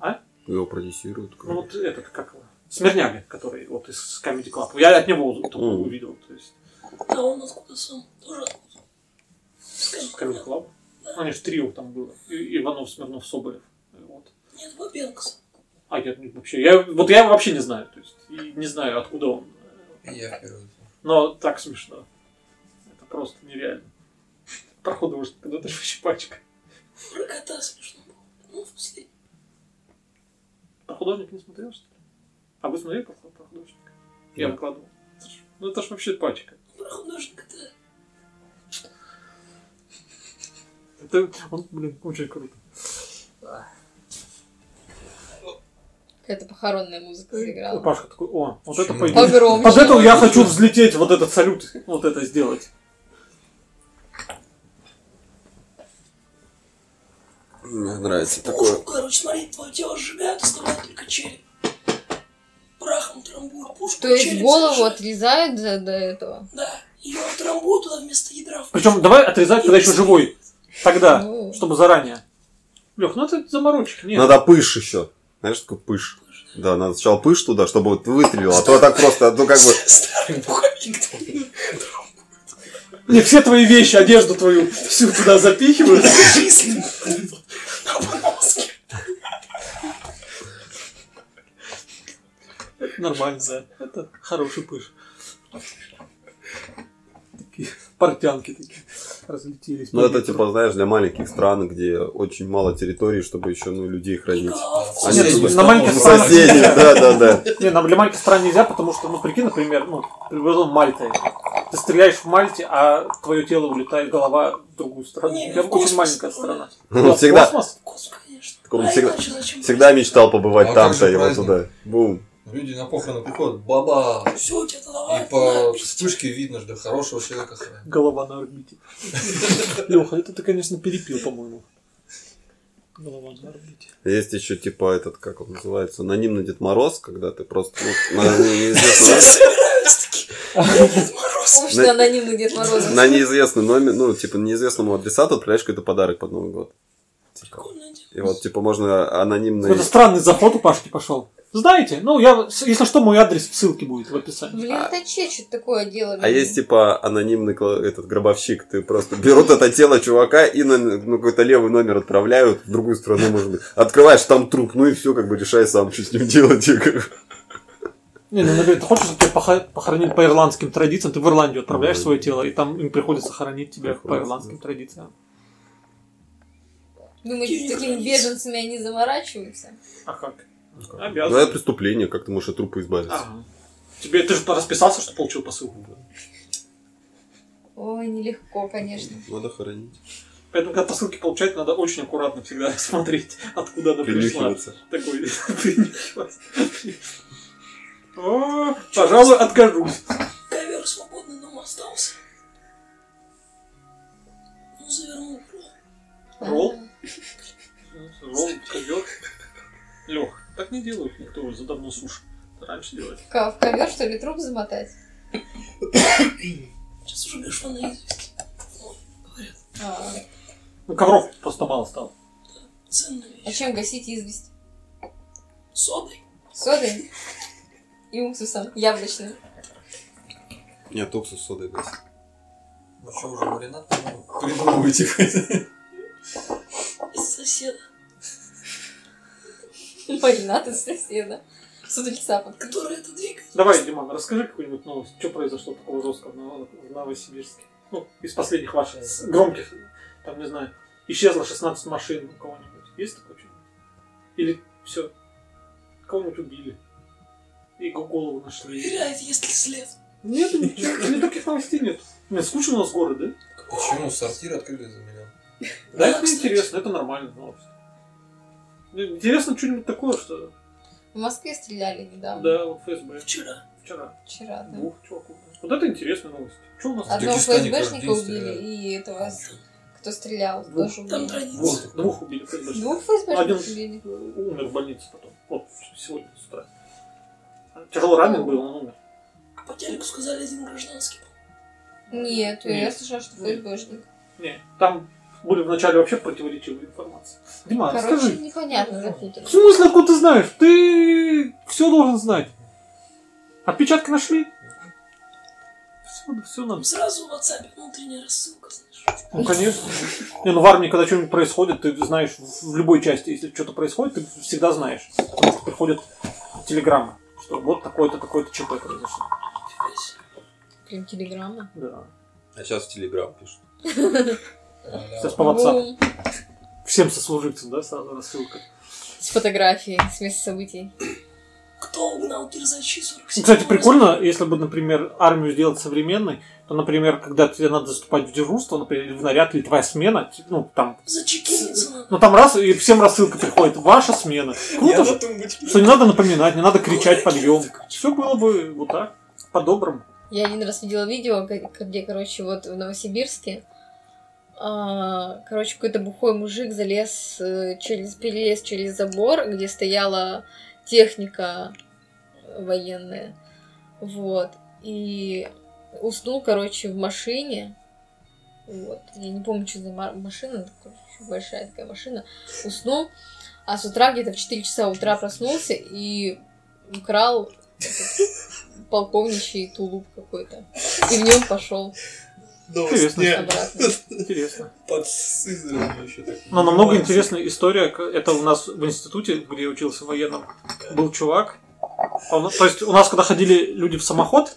А?
Его продюсируют.
Ну вот этот, как его? Смирняга, который вот из Comedy Club. Я от него уз-
Мгм.
увидел, то есть
А он откуда сам? Тоже откуда?
из Comedy Club. Ну, они же трио там было. И- Иванов, Смирнов, Соболев. Вот.
Нет, Бабенко. сам.
А я ну, вообще, я, вот я его вообще не знаю, то есть и не знаю, откуда он.
Я впервые.
Но так смешно. Это просто нереально. Проходу уже когда ты вообще пачка.
Про кота смешно было. Ну, в последнем.
Про художника не смотрел, что ли? А вы смотрели про, про художника? Я
Да.
выкладывал. Это ж- Ну это ж вообще пачка.
Про художника-то.
Это, он, блин, очень круто.
Какая-то похоронная музыка заиграла.
А Пашка такой, о, вот это
Почему?
пойдет.
Погромче.
Под это я хочу взлететь, вот этот салют, вот это сделать.
Мне нравится
Мужу, короче, смотри, твое тело сжигают, оставляют только череп. Прахом трамбуют а пушку.
То есть
череп
голову
сжигают.
отрезают за- до этого?
Да, ее трамбуют туда вместо ядра. в
Причем давай отрезать, когда еще живой. Тогда,
Ну.
чтобы заранее. Лех, ну это заморочки, нет.
Надо пыш еще. Знаешь, такой пыш.
пыш.
Да, надо сначала пыш туда, чтобы вот выстрелил, а то так просто, ну как бы...
Старый пуховик.
Мне все твои вещи, одежду твою всю туда запихивают.
Жизнь. На поноске.
Нормально, да. Это хороший пыш. Такие портянки такие разлетелись.
Ну это типа, знаешь, для маленьких стран, где очень мало территории, чтобы еще ну, людей хранить.
Головку.
Они
Нет,
туда-
на маленьких
Ну,
странах
соседи,
нельзя.
да, да, да.
Не, нам для маленьких стран нельзя, потому что, ну, прикинь, например, ну, предположим, Мальта. Ты стреляешь в Мальте, а твое тело улетает, голова в другую страну.
Не,
У тебя
в
очень
космос.
маленькая страна.
Ну,
Да, в
всегда.
космос?
Косу, конечно.
Так он
А
всегда-
иначе зачем?
Всегда мечтал побывать
А как
там-то
же
и вот
праздник?
туда. Бум.
Люди на похороны приходят, баба!
Все, у тебя голова.
И по вспышке видно, что хорошего человека хоронят.
Голова на орбите. Леха, это ты, конечно, перепил, по-моему. Голова на орбите.
Есть еще типа этот, как он называется, анонимный Дед Мороз, когда ты просто ну, на неизвестный-
собираются такие. Я Дед Мороз.
Потому что
На-
анонимный Дед Мороз.
на неизвестный номер, ну, типа неизвестному адресату отправляешь какой-то подарок под Новый год. Типа.
Прикольно, Дед.
И вот, типа, можно анонимный...
Какой-то странный заход у Пашки пошел. Знаете, ну я, если что, мой адрес в ссылке будет в описании.
Блин, это че, что такое делали?
А есть типа анонимный кла- этот гробовщик, ты просто берут это тело чувака и на ну, какой-то левый номер отправляют в другую страну, может быть. Открываешь там труп, ну и все, как бы решай сам, что с ним делать. Я говорю,
Не, ну, например, ты хочешь, чтобы тебя пох- похоронили по ирландским традициям, ты в Ирландию отправляешь свое тело, и там им приходится хоронить тебя по
Ну, Приходится,
ирландским традициям.
Думаете, с такими беженцами они заморачиваются?
А как?
Ну
Обязан.
это преступление, как ты можешь от трупа избавиться.
А. Тебе ты же расписался, что получил посылку.
Ой, нелегко, конечно.
А.
Надо хоронить.
Поэтому, когда посылки получать, надо очень аккуратно всегда смотреть, откуда она пришла.
Принюхиваться.
Такой принюхиваться. О, Пожалуй, откажусь.
Ковер свободный дома остался. Ну, завернул плохо.
Ролл? Ролл, ковер. Лех, так не делают никто уже давно суши. Раньше делали.
В ко- в ковер, что ли, труп замотать?
Сейчас уже гашеный известь. Ой, говорят,
А,
Ну, ковров просто мало стало.
ценная
а
вещь.
чем гасить известь?
Содой?
Содой? И уксусом яблочным.
Нет, уксус с содой гасит.
Ну что, уже маринад по-моему, придумываете какой-то?
Из соседа,
Маринад из соседа. С удальца под
который это двигает.
Давай, Диман, расскажи какую-нибудь новость. Что произошло такого жесткого в Ново- в Новосибирске? Ну, из последних ваших с- громких, там, не знаю, исчезло 16 машин у кого-нибудь. Есть такое что Или все, кого-нибудь убили. И го- голову нашли.
Проверяет, есть ли след.
Нет, ничего, у меня таких новостей нет. Мне скучно у нас город, да?
Почему сортир открыли за миллион?
Да,
Да,
это
кстати.
интересно, это нормальная новость. Ну, Интересно что-нибудь такое, что...
В Москве стреляли недавно.
Да, вот ФСБ
Вчера.
вчера.
Вчера, да.
Двух чуваков. Вот это интересная новость. Что у нас?
А-
Одного
Узбекистане
ФСБшника
каждый
убили,
стреляет.
и этого, с-
А,
кто стрелял,
Двух.
тоже
Там
убили.
граница.
Двух, двух убили ФСБшников.
Двух ФСБшников
Один.
убили.
умер в больнице потом. Вот, сегодня с утра. Тяжело ранен был, он умер.
По телеку сказали один гражданский. был.
Нет, я
Нет.
слышала, что
Нет.
ФСБшник.
Не, там были вначале вообще противоречивые информации. Дима,
Короче,
расскажи.
непонятно запутано.
В смысле, откуда ты знаешь? Ты все должен знать. Отпечатки нашли? Все, все нам.
Там сразу в WhatsApp внутренняя рассылка, знаешь.
Ну, конечно. Не, ну в армии, когда что-нибудь происходит, ты знаешь, в в любой части, если что-то происходит, ты всегда знаешь. Потому что приходят телеграммы, что вот такое-то, такое-то ЧП произошло.
Офигеть.
Прям телеграмма.
Да.
А сейчас в Телеграм пишут.
Сейчас по WhatsApp.
Ну.
Всем сослуживцам, да, сразу рассылка.
С фотографией, с места событий.
Кто угнал кирзачи 47
Кстати, прикольно, если бы, например, армию сделать современной, то, например, когда тебе надо заступать в дежурство, например, или в наряд, или твоя смена, ти- ну, там,
Зачекиниться надо.
ну, там раз, и всем рассылка приходит, ваша смена. Круто же, что не надо напоминать, не надо кричать подъем. Все было бы вот так, по-доброму.
Я один раз видела видео, г- где, короче, вот в Новосибирске, а, короче, какой-то бухой мужик залез э, через, перелез через забор, где стояла техника военная, вот, и уснул, короче, в машине, вот, я не помню, что за ма- машина, ну, короче, большая такая машина, уснул, А с утра где-то в 4 часа утра проснулся и украл этот полковничий тулуп какой-то. И в нем пошел
Интересно.
Нет,
обратно.
Интересно.
Под Сызранью еще так.
Но намного интереснее история, к- это у нас в институте, где я учился военным, был чувак. Он- то есть у нас, когда ходили люди в самоход,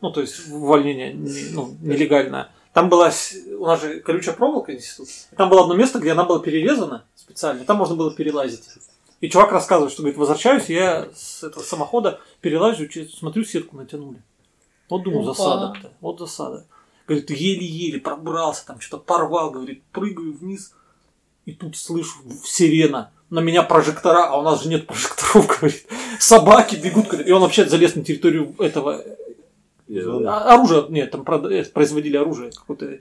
ну, то есть в увольнение не- ну, нелегальное, там была, с- у нас же колючая проволока институт, там было одно место, где она была перерезана специально, там можно было перелазить. И чувак рассказывает, что, говорит, возвращаюсь, я с этого самохода перелазю, через- смотрю, сетку натянули. Вот думаю,
Опа.
засада-то, вот засада. Говорит, еле-еле пробрался, там что-то порвал, говорит, прыгаю вниз, и тут слышу сирена. На меня прожектора, а у нас же нет прожекторов, говорит. Собаки бегут, говорит. И он вообще залез на территорию этого... э, а- Оружия, нет, там прод- э, производили оружие, какое-то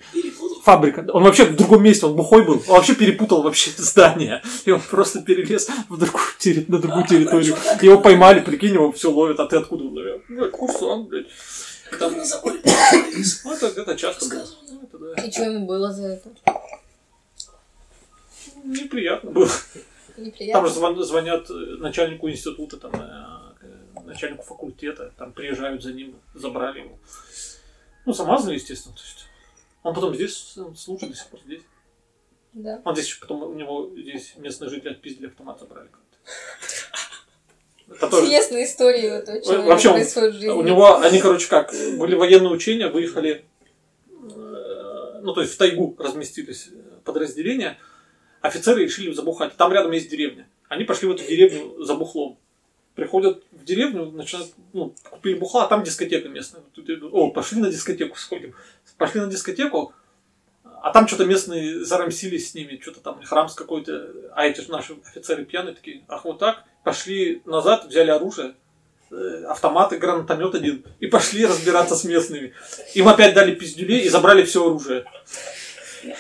фабрика. Он вообще в другом месте, он бухой был, он вообще перепутал вообще здание. И он просто перелез в другую, терри- на другую территорию. Его поймали, прикинь, его все ловят, а ты откуда? Он, «Я, блядь, Курсант, блядь.
Там на заборе
Ну, это, это часто было. Ну,
рассказывал.
Это да.
И что ему было за это?
Неприятно было. Там же
Неприятно.
звон- звонят э, начальнику института, там, э, э, начальнику факультета, там приезжают за ним, забрали его. Ну, замазали, естественно. То есть. Он потом здесь э, служит до сих пор здесь.
Да.
Он здесь еще потом у него здесь местные жители отпиздили автомат забрали как-то. Это тоже-
Интересные истории вот этого человека
Вообще, он-
происходят в жизни.
у него, они, короче, как, были военные учения, выехали, э, ну, то есть в тайгу разместились э, подразделения, офицеры решили забухать. Там рядом есть деревня. Они пошли в эту деревню за бухлом. Приходят в деревню, начинают, ну, купили бухла, а там дискотека местная. Тут идут, О, пошли на дискотеку, сходим. Пошли на дискотеку, а там что-то местные зарамсились с ними, что-то там храм с какой-то, а эти же наши офицеры пьяные такие, ах вот так, пошли назад, взяли оружие, э, автоматы, гранатомет один, и пошли разбираться с местными. Им опять дали пиздюлей и забрали все оружие.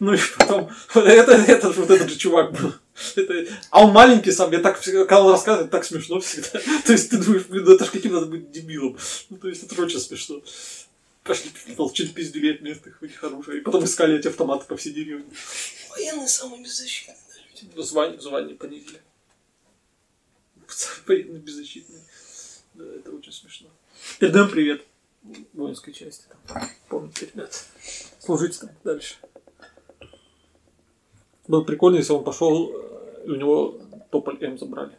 Ну и потом, это, это же вот этот же чувак был. Это- а он маленький сам, я так, всегда- когда он рассказывает, так смешно всегда. То есть ты думаешь, блин, ну это же каким надо быть дебилом. Ну, то есть это очень смешно. Пошли толчили пиздюлей от местных, у них оружие. И потом искали эти автоматы по всей деревне.
Военные самые беззащитные.
Звание, Типа, звание понизили. Пацаны военные беззащитные. Да, это очень смешно. Передаем привет воинской части. Там. Помните, ребят. Служите там дальше. Было прикольно, если он пошел, э, и у него тополь М забрали.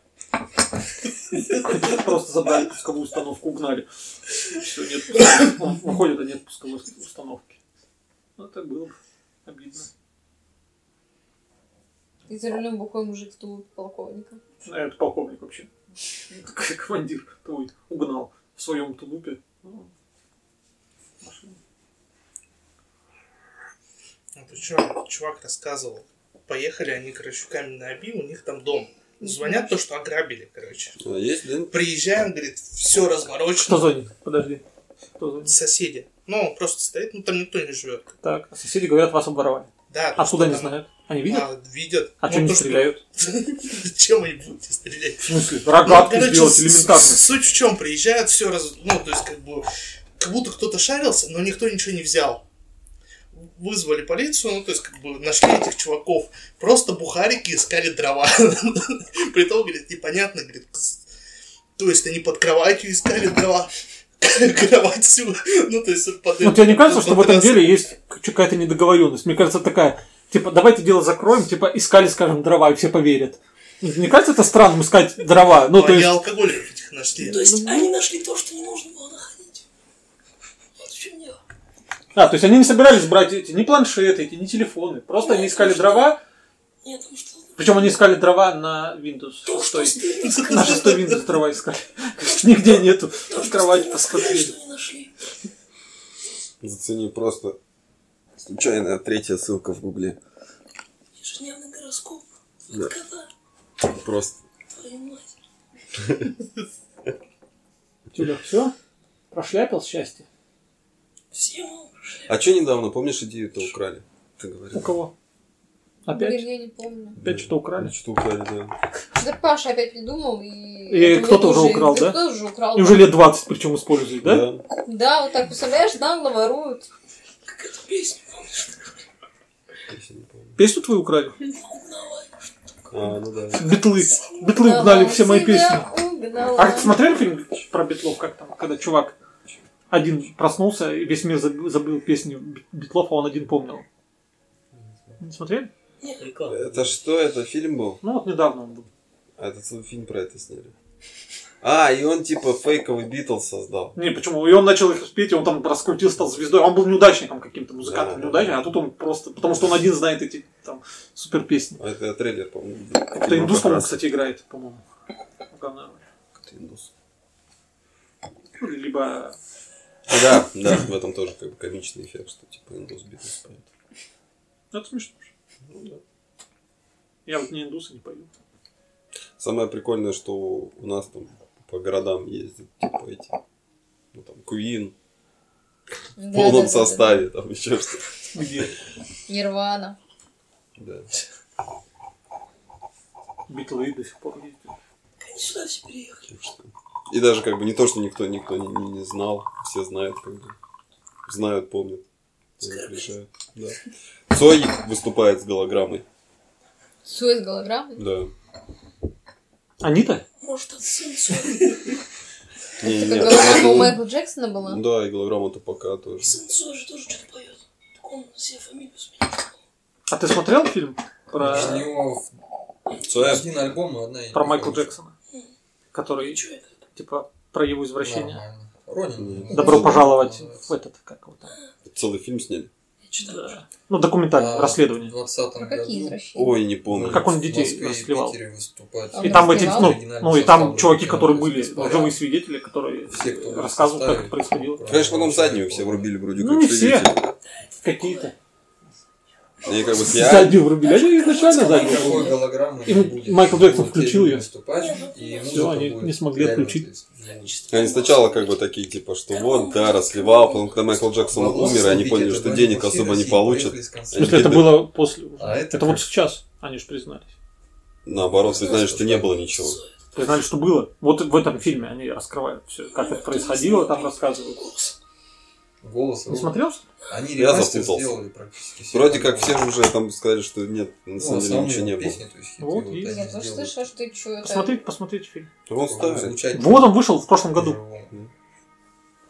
Просто забрали пусковую установку, угнали. Все, нет пусковой- Он выходит, а нет пусковой установки. Ну, это было бы обидно.
И за рулем бухой мужик в тулуп полковника.
А Это полковник вообще. К- Командир твой угнал в своем тулупе. Ну, машину.
Причем Ну, чувак рассказывал, поехали они, короче, в каменный оби, у них там дом. Звонят то, что ограбили, короче.
А есть, да?
Приезжаем, говорит, все
Кто
разморочено.
звонит? Подожди. Кто звонит?
Соседи. Ну, он просто стоит, ну там никто не живет.
Так, а соседи говорят, вас обворовали. А
Да, то,
Откуда они
что там-
знают? Они видят?
А, видят.
А
Ну,
чем не
то, что-
стреляют?
Чем они будут тебе стрелять?
В смысле? Рогатки
Ну, короче,
сделать
с-
элементарно.
с- Суть в чем, приезжают все раз, ну, то есть, как бы, как будто кто-то шарился, но никто ничего не взял. Вызвали полицию, ну, то есть, как бы, нашли этих чуваков. Просто бухарики искали дрова. Притом, говорит, непонятно, говорит, с- то есть, они под кроватью искали дрова. Кровать всю, ну, то есть, под...
Ну, тебе не кажется,
под
что в этом
матрас.
деле есть какая-то недоговоренность? Мне кажется, такая, типа, давайте дело закроем, типа, искали, скажем, дрова, и все поверят. Мне кажется, это странным искать дрова. Ну,
Ну,
то
они
есть,
алкоголиков этих нашли.
То есть они нашли то, что не нужно было находить. Вот в чем дело.
а, то есть они не собирались брать эти, ни планшеты, эти, ни телефоны. Просто они искали дрова,
Нет, потому что
Причем они искали дрова на Windows.
то, что
шестой.
стыдно
На
сказать,
шестой Windows дрова искали. Нигде нету.
то,
В
Ну, что
кровати
стыдно сказать,
посмотрели.
что не нашли.
Зацени просто. Случайная третья ссылка в гугле.
Ежедневный гороскоп.
Да.
Кота,
Просто.
твою мать.
Тюля, все? Прошляпил счастье?
Все мы прошли.
А что недавно, помнишь, идею-то украли? Ты
У
говорил.
Ну, кого? Опять?
Блин, я не помню.
Опять что-то украли?
Что украли, да.
Да Паша опять придумал и...
И
это
кто-то
мне
уже
тоже-
украл, да?
Кто-то уже украл.
И уже лет 20 причем используют, да?
Да, вот так, представляешь, нагло воруют.
Как эту песню помнишь?
Я себе не помню.
Песню твою украли?
Угнала. Штука.
А, ну да.
Битлы. Битлы угнали все мои песни. А
Угнала.
ты смотрели фильм про Битлов, как там, когда чувак один проснулся, и весь мир забыл, забыл песни Бит- Битлов, а он один помнил? Не смотрели?
Реклама.
Это что, это фильм был?
Ну вот недавно он был.
А это целый фильм про это сняли. А, и он типа фейковый Битлз создал.
Не, почему? И он начал их петь, и он там раскрутил, стал звездой. Он был неудачником каким-то, музыкантом
Да, да,
неудачником,
да.
а тут он просто... Потому что он один знает эти там супер песни.
А Это трейлер, по-моему.
Кто-то индус, по-моему, кстати, играет, по-моему. Главное.
Как-то индус.
Ну, Либо...
Да, да, в этом тоже как бы комичный эффект, что типа индус Битлз поет.
Ну, Это смешно. же. Я вот не индусы не пою.
Самое прикольное, что у нас там по городам ездят, типа эти, ну там, Куин в полном составе, там еще что-то.
Где?
Нирвана.
Да.
Битлы до сих пор ездят.
Они сюда все переехали.
так что. И даже как бы не то, что никто, никто не, не- не знал, все знают, как бы. Знают, помнят. Приезжают. Да. Цой выступает с голограммой.
Все из голограммы.
Да.
Они-то?
Может, от сын свой.
Не,
Как голограмма у Майкла Джексона была.
Да, и голограмма-то пока тоже.
Сын свой же тоже что-то поет. Так он себе фамилию сменил.
А ты смотрел фильм про,
У него в-
Цоя?
один альбом, и одна... я не
про
помню.
Майкла Джексона? Который,
И что это?
типа, про его извращение.
Нормально. Ронин. ну,
Добро
Да.
пожаловать в этот, как его там.
Целый фильм сняли.
Читаю.
Ну, документальное расследование.
В 20
Про
году.
А какие извращения?
Ой, не помню.
Как он детей
в Москве и
расклевал?
Питере выступать.
А
И
он
там эти,
снимал
ну,
Оригинальный
ну и
состав
там
был
чуваки, которые
оригинальный,
были,
беспорядок.
живые свидетели, которые
Все, кто был
рассказывают,
в
как
составе.
это происходило.
Конечно, потом заднюю все врубили вроде
Ну,
как
не все.
свидетели.
Какие-то.
И как бы сняли.
Заднюю врубили. Они изначально
Никакой
заднюю.
голограммы
И
не будет.
Майкл Джексон
Будет
включил
фильм
её.
выступать, и
Всё,
музыка
они
будет
не смогли
реально,
отключить.
то есть, ну,
Они сначала как бы такие, типа, что вот, да, расливал, потом когда Майкл Джексон
Волосы
умер, и они
срубить,
поняли,
это
что
они
денег
по всей
особо не
России
получат.
поехали с
В
концертом.
смысле, это было после уже.
А это
Это вот
как?
сейчас они же признались.
Наоборот, все знали, что не было ничего.
Признали, что было. Вот в этом фильме они раскрывают все, как это происходило, там рассказывают.
Голос.
Не смотрел, что ли?
Они
Я
ремастер
запутался.
сделали практически. все.
Вроде как все же уже там сказали, что нет, на
Ну,
самом деле
основные
ничего не было.
песни, то есть хиты,
Вот
вот
есть.
они
Я тоже
сделали.
слышала, что ты что это...
Посмотрите, посмотрите фильм.
Он ставит.
Звучать
Вот он вышел в прошлом году.
по-живому.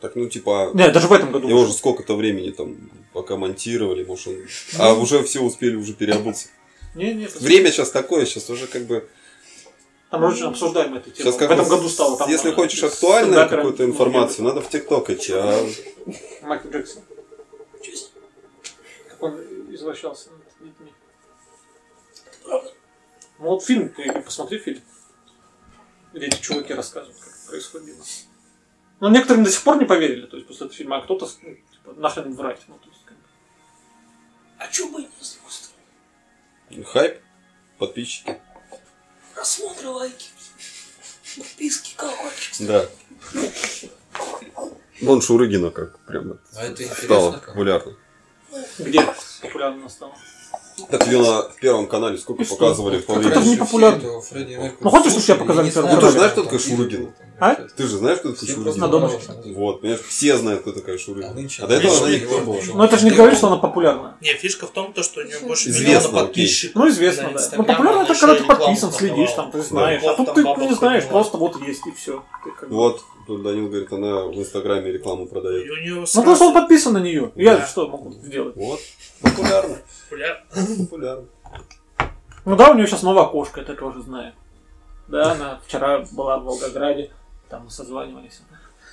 Так, ну, типа,
Не, даже в этом году.
его уже сколько-то времени там, пока монтировали, может, он...
Ну.
А уже все успели, уже переобуться.
Не, не,
Время сейчас такое, сейчас уже как бы...
Там очень обсуждаем эту тему.
Сейчас как
в этом
бы
году стало. Там,
Если
э,
хочешь
с
актуальную
стендапером,
какую-то
ну,
информацию, надо в ТикТок идти, а
где-то. Майкл Джексон.
Чё с ним?
Как он извращался над детьми.
Это правда.
Ну вот фильм, ты посмотри фильм. Где эти чуваки рассказывают, как это происходило. Но некоторым до сих пор не поверили, то есть после этого фильма, а кто-то, ну, типа, нахрен врать. Ну, то есть, как бы.
А чё бы и не с другой стороны?
хайп, подписчики.
Просмотры, лайки. Подписки, колокольчик.
Да. Ну, Вон Шурыгина как прям это
А это
стало
интересно как.
популярно.
Где популярно стало?
Так ее на Первом канале сколько показывали по
это же
времени.
не популярно. Ну, хочешь, чтобы тебя показали первый
раз? Ну, ты знаешь, кто такой Шурыгин?
А?
Ты же знаешь, кто такой
Все
Шурыгин?
просто
На донышке.
думают.
Вот, понимаешь, все знают, кто такая
А
Шурыгина.
нынче-
А до этого
Нынче
она Ну,
его
никто не
больше.
была.
Но это же не говорит, что она популярна.
Не, фишка в том, то, что у него больше
Известно,
миллиона
окей.
подписчиков.
Ну, известно,
На
да.
Инстаграм
Ну, популярно это
она
когда
еще
ты
рекламу
подписан,
продавала.
следишь, там, ты знаешь. А
Вот
тут
там
ты
бабушка
не знаешь,
была.
просто вот есть и все.
Вот, тут Данил говорит, она в Инстаграме рекламу
И
продает.
у него
Ну, потому что он
сразу
подписан на нее.
Да.
Я что могу сделать?
Вот, популярно,
популяр-
популярно.
Ну да, у нее сейчас новая кошка, это тоже знаю. Да, она вчера была в Волгограде, там мы созванивались.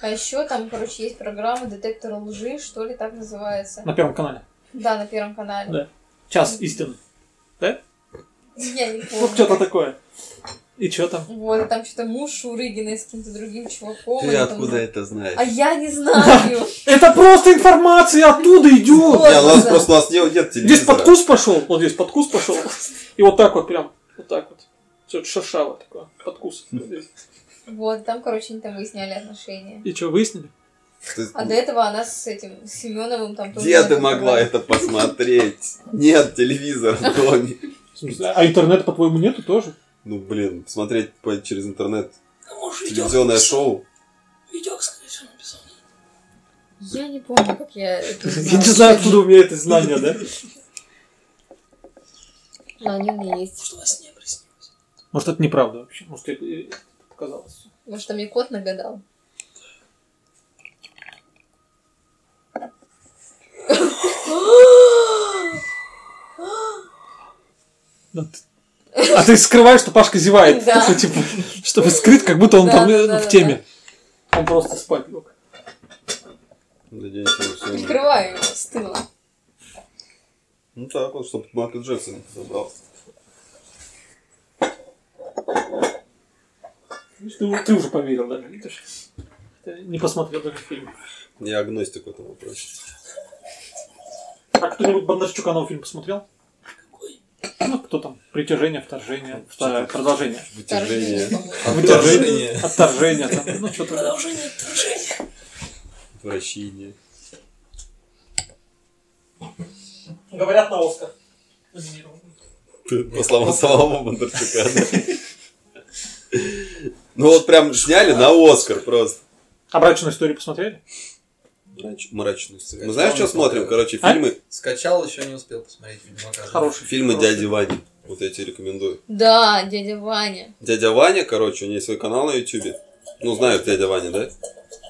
А еще там, короче, есть программа «Детектор лжи», что ли, так называется.
На Первом канале.
Да, на Первом канале.
Да. Час истины.
Я не
Ну, что-то
помню.
такое. И что там?
Вот, и там что-то муж Шурыгина с каким-то другим чуваком.
Ты
они там-
откуда это знаешь?
А я не знаю.
Это просто информация оттуда идет.
Не, у нас
Да.
просто у нас не- нет
Здесь
телевизора.
подкус пошел, вот здесь подкус пошел. И вот так вот прям, вот так вот. Все, шершаво такое, подкус. Вот здесь.
Вот, там, короче, они там выясняли отношения.
И что, выяснили?
Ты-
А до этого она с этим с Семеновым там тоже...
Где ты
это
могла
была.
это посмотреть? Нет телевизора в доме.
В смысле, А интернета, по-твоему, нету тоже?
Ну, блин, смотреть по- через интернет
А
Ну,
может, видео.
телевизионное шоу.
Видео, скорее всего, написал.
Я не помню, как я это
Я
узнала.
не знаю, откуда у меня это знание, да?
Но они у меня есть.
Может, во сне приснилось.
Может, это неправда вообще. Может, это э, показалось.
Может, там мне кот нагадал?
Да Ну, ты- А ты скрываешь, что Пашка зевает.
Да.
Ну, типа, чтобы скрыть, как будто он
Да,
там
да,
э,
да,
в
да.
теме. Он просто спать лег.
Да деньги всё.
Прикрываю его с тыла.
Ну так вот, чтобы Марка Джексона забрал.
Видишь, Ты, ты уже поверил даже, видишь? Ты не посмотрел даже фильм.
Я агностик в этом вопросе.
А кто-нибудь Бондарчука новый фильм посмотрел? Ну, кто там? Притяжение, вторжение, второе- продолжение.
Вытяжение.
Отторжение.
Отторжение там. Ну, что-то.
Продолжение отторжения.
Отвращение.
Говорят на Оскар.
По словам самого Бондарчука. да. Ну вот прям сняли на Оскар просто.
А брачную историю посмотрели?
Мрач- Мрачность. Мы знаешь, что смотрим? Короче,
А?
фильмы.
Скачал, еще не успел посмотреть Ведьмака.
А?
Хороший.
Фильмы
Хороший.
дяди Вани. Вот я тебе рекомендую.
Да, дядя Ваня.
Дядя Ваня, короче, у него есть свой канал на Ютубе. Ну, знают дядя Ваня, да?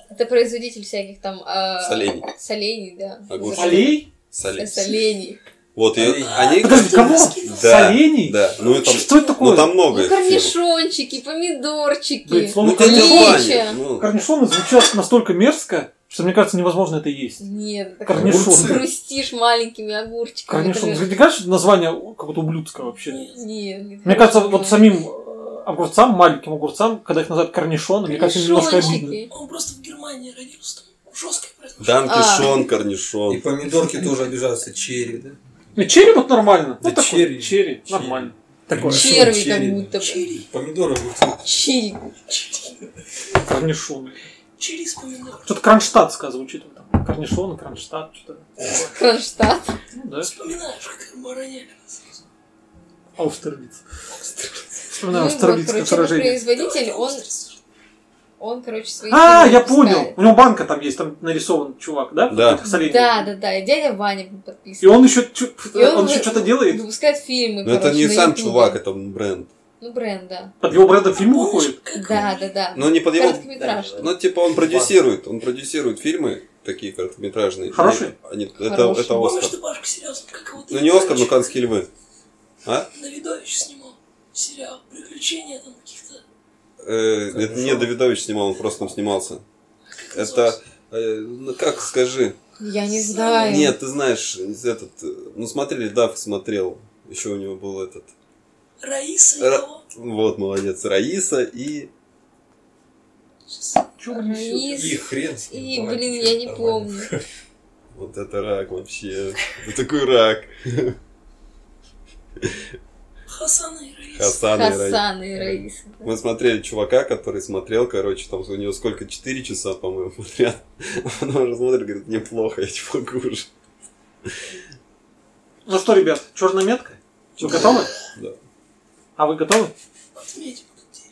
Это производитель всяких там... а,
Солений. А
Солений, да.
Огурчик.
Солей?
Соли.
Э, Солений.
Вот, и
Олень.
они...
Подожди, кого?
Да,
Солений?
Да. Ну, и там...
Что это такое?
Ну, там много.
Ну,
фильмов.
корнишончики, помидорчики.
Блин, слово
Ну,
корни-
дядя
Лича.
Ваня. ну.
корнишоны звучат настолько мерзко, что мне кажется, невозможно это есть.
Нет, это как
Корнишон.
ты грустишь маленькими огурчиками.
Корнишон.
Это же-
Ты не кажешь название какого-то ублюдского вообще?
Нет. нет,
Мне кажется,
нет.
вот самим э, огурцам, маленьким огурцам, когда их называют корнишоны, мне кажется, им немножко обидно.
Корнишончики.
Он просто в Германии родился. Там жесткое произошло.
Дан
А.
Кишон,
И
Корнишон.
помидорки тоже обижаются, черри, да?
Ну, черри вот нормально.
Да
вот такой.
черри.
Черри.
Черри.
Нормально. Такое.
Черри.
Черви
Черри,
как
да.
будто бы.
Помидоры огурцы.
Чили.
Корнишоны.
Чили вспоминал.
Что-то Кронштадтское звучит. вот там. Корнишоны, Кронштадт, что-то.
Кронштадт.
Ну да.
Вспоминаешь, как мы роняли.
Аустерлиц.
Ну,
Вспоминаю
вот, Ну, короче,
австралийское
этот
сражение.
производитель, он, он, короче, свои
А,
фильмы
я
выпускает.
понял. У него банка там есть, там нарисован чувак, да?
Да.
С оленями.
Да, да, да, и дядя Ваня
И
подписан.
он еще, чё- он
вы-
еще что-то делает.
Выпускает фильмы,
Ну, это
короче,
не
на
сам
Ютубе.
чувак, это бренд.
Ну, бренд, да.
Под его брендом фильм выходит.
Да, да, да.
Ну, не под его...
Короткометражки.
Ну, типа, он продюсирует. Он продюсирует фильмы такие короткометражные.
Хорошие?
Они- Это,
Хорошие.
это
Помнишь,
Оскар.
ты Пашка серьезно, как его...
Ну, не Оскар, но Канские львы.
Давидович снимал сериал «Приключения» там каких-то...
Э, это не Давидович снимал, он просто там снимался.
Как
Это...
назывался?
э, ну, как, скажи?
Я не знаю.
Нет, ты знаешь, из этот... э, Ну, смотрели, да, смотрел. Еще у него был этот...
Раиса и
Ра-
кого?
Вот, молодец. Раиса и...
Чё вы несёте?
Рис.
И хрен с ним.
Ну, И,
давай,
блин,
чё,
я не
нормально.
помню.
Вот это рак вообще. Это такой рак.
Хасан и Раиса.
Хасан и Раиса.
Хасан и Раиса.
Мы смотрели чувака, который смотрел, короче, там у него сколько, 4 часа, по-моему, подряд. Он уже смотрит, говорит, мне плохо, я не могу уже.
Ну что, ребят, черная метка? Вы готовы?
Да.
А вы готовы?
Отметим.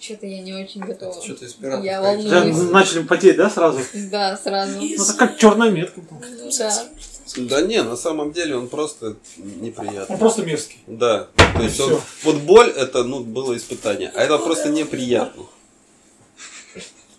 Что-то я не очень готова.
Это что-то из пиратов.
Я
конечно.
волнуюсь.
Уже начали потеть, да, сразу?
Да, сразу.
И
Ну это как черная метка.
Да.
Да не, на самом деле он просто неприятный.
Он просто мерзкий.
Да, то есть он-
Всё.
вот боль это, ну, было испытание, а это просто неприятно.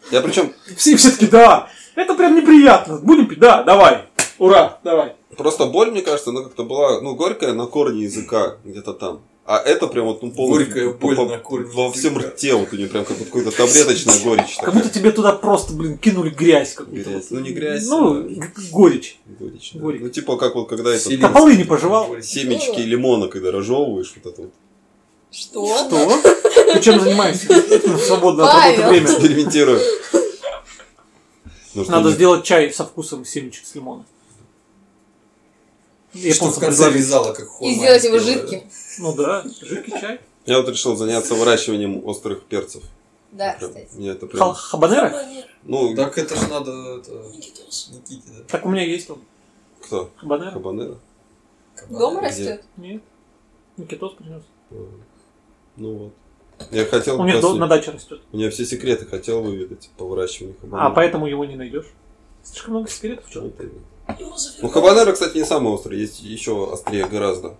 Я причем
Все все-таки, да, это прям неприятно. Будем пить, да, давай. Ура, давай.
просто боль, мне кажется, она как-то была, ну, горькая на корне языка где-то там. А это прям вот, ну, полный-
Горькая боль на корне
Во всем
языка.
рте вот у нее прям как будто какой-то таблеточная горечь.
Как
такая.
будто тебе туда просто, блин, кинули грязь какую-то.
Грязь.
вот.
Ну, не грязь,
Ну,
а-
г- горечь.
Горечь. да.
Горько.
Ну, типа, как вот когда это
Селин.
Да полы не пожевал.
семечки лимона, когда разжевываешь, вот это вот.
Что?
Что? Ты чем занимаешься? В свободное от
Павел.
работы время.
Экспериментирую. Ну, что
Надо
нет?
сделать чай со вкусом семечек с лимона.
Что в
Японцам
конце
предложили.
вязала, как
И
хурма.
сделать его
сделала, да.
жидким.
Ну да, жидкий чай.
Я вот решил заняться выращиванием острых перцев.
Да,
Прям,
кстати.
Мне это прям...
Ха- Хабанера?
Банер.
Ну,
Так это ж надо... это,
Никитос.
Никите, да?
Так у меня есть он.
кто?
Хабанера?
Кабанера?
Кабан.
Дома
А Где?
растет?
Нет. Никитос принес.
Ну вот. Я хотел...
У них до-
просто-
на даче растет.
У меня все секреты хотел выведать по выращиванию
А
хабанера.
поэтому его не найдешь. Слишком много секретов что
Ну,
Его завернули.
хабанера, кстати, не самый острый. Есть еще острее гораздо.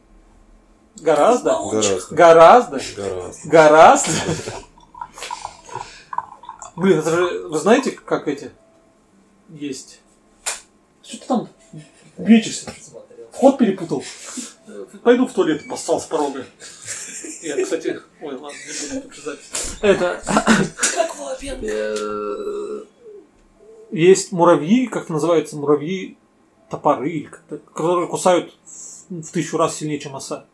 Гораздо?
Гораздо.
Гораздо?
Гораздо.
Гораздо? Блин, это же, вы знаете, как эти есть? Что ты там бечишься? Вход перепутал. Э, Пойду в туалет, поссал с порога. Я, кстати... Ой, ладно, не буду, тут же запись. Это...
Как Волопенко.
Э, Есть муравьи, как это называется, муравьи топоры, или как-то, которые кусают в в тысячу раз сильнее, чем оса.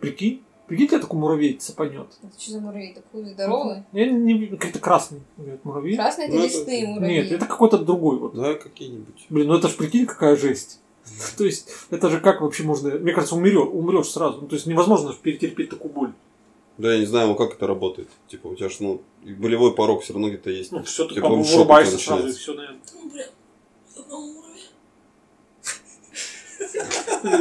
Прикинь, прикинь, тебя такой муравей цапанет.
Это что за муравей? Такой здоровый?
Я не, не- какой-то красный говорят, муравей.
Красные это
Ну, это-
лесные муравьи.
Нет, это какой-то другой вот.
Да, какие-нибудь.
Блин, ну это ж прикинь, какая жесть. То есть, это же как вообще можно... Мне кажется, умрешь, умрешь сразу. Ну, то есть, невозможно ж перетерпеть такую боль.
Да, я не знаю, как это работает. Типа, у тебя же, ну, и болевой порог все равно где-то есть.
Ну, все, ты,
Тебе,
по-моему,
по-моему, шок
вырубаешься
у тебя
сразу, и
начинается.
все, наверное.
Ну, прям. От одного муравья.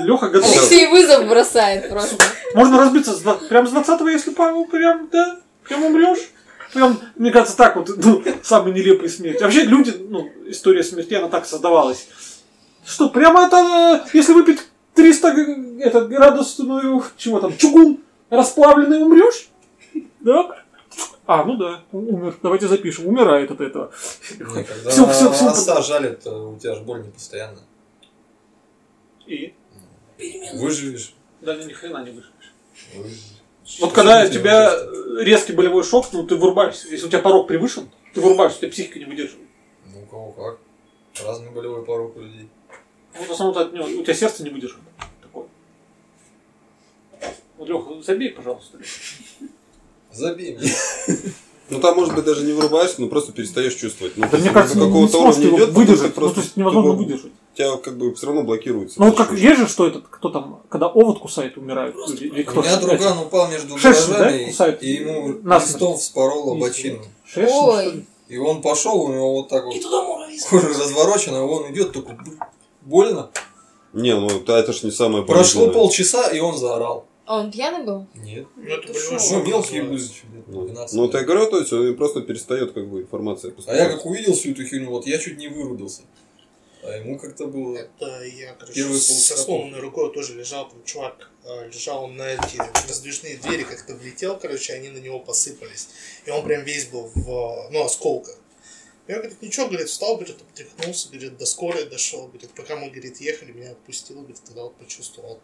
Леха готов.
Алексей вызов бросает просто.
Можно разбиться с два- прям с 20 если по, прям, да, прям умрешь. Прям, мне кажется, так вот, ну, самая нелепая смерть. А Вообще, люди, ну, история смерти, она так создавалась. Что, прямо это, э, если выпить 300 г- этот, градусную, чего там, чугун расплавленный, умрешь? Да? А, ну да, у- умер. Давайте запишем. Умирает от этого.
Не, когда
Всё, всё, всё.
оса жалит, э, у тебя же боль не постоянная.
И?
Перемены.
Выживешь.
Да, ни хрена не выживешь.
выживешь.
Вот когда у
Что ты
тебя
делаешь?
резкий болевой шок, ну, ты вырубаешься. Если у тебя порог превышен, ты вырубаешься, у тебя психика не выдерживает.
Ну, у кого как. Разный болевой порог у людей.
Вот в основном от него, у тебя сердце не выдержит. Такое. Вот, Леха, забей, пожалуйста.
Забей мне.
Ну, там, может быть, даже не вырубаешься, но просто перестаешь чувствовать. Ну,
Да мне кажется,
до
не, не
какого-то
сможешь ты его
уровня идет,
выдержать. Ну, то есть невозможно выдержать.
Тебя как бы все равно блокируется.
Ну, вот как
Чувствуешь.
есть же, что этот, кто там, когда овод кусает, умирают
Просто
люди. Или
У
кто
меня
шершень,
друган упал между
Шершень, да,
гаражами, и-
кусают?
и ему
Насмерть.
листом вспорол лобочину.
Шершень,
Ой.
ну, что ли?
И он пошел, у него вот так
И
вот
туда муравьи.
кожа разворочена, и он идет такой, «Блин, больно.
Не, ну, это, это ж не самое
Прошло
болезненное.
полчаса, и он заорал.
А он пьяный был?
Нет.
Ну, это
Ты шо?
болевой
Ну,
шок
мелкий
называется.
вызов.
Ну, ну, вот я говорю, то есть он просто перестает как бы информация
А
поступать.
я как увидел всю эту херню, вот я чуть не вырубился. А ему как-то было...
Да, я, короче,
Первый
с- со
полушкапов.
сломанной рукой тоже лежал, там чувак э, лежал на эти раздвижные двери, как-то влетел, короче, они на него посыпались. И он прям весь был в, э, ну, осколках. Я, говорит, ничего, говорит, встал, говорит, отряхнулся, говорит, до скорой дошел, говорит, пока мы, говорит, ехали, меня отпустило, говорит, тогда вот почувствовал.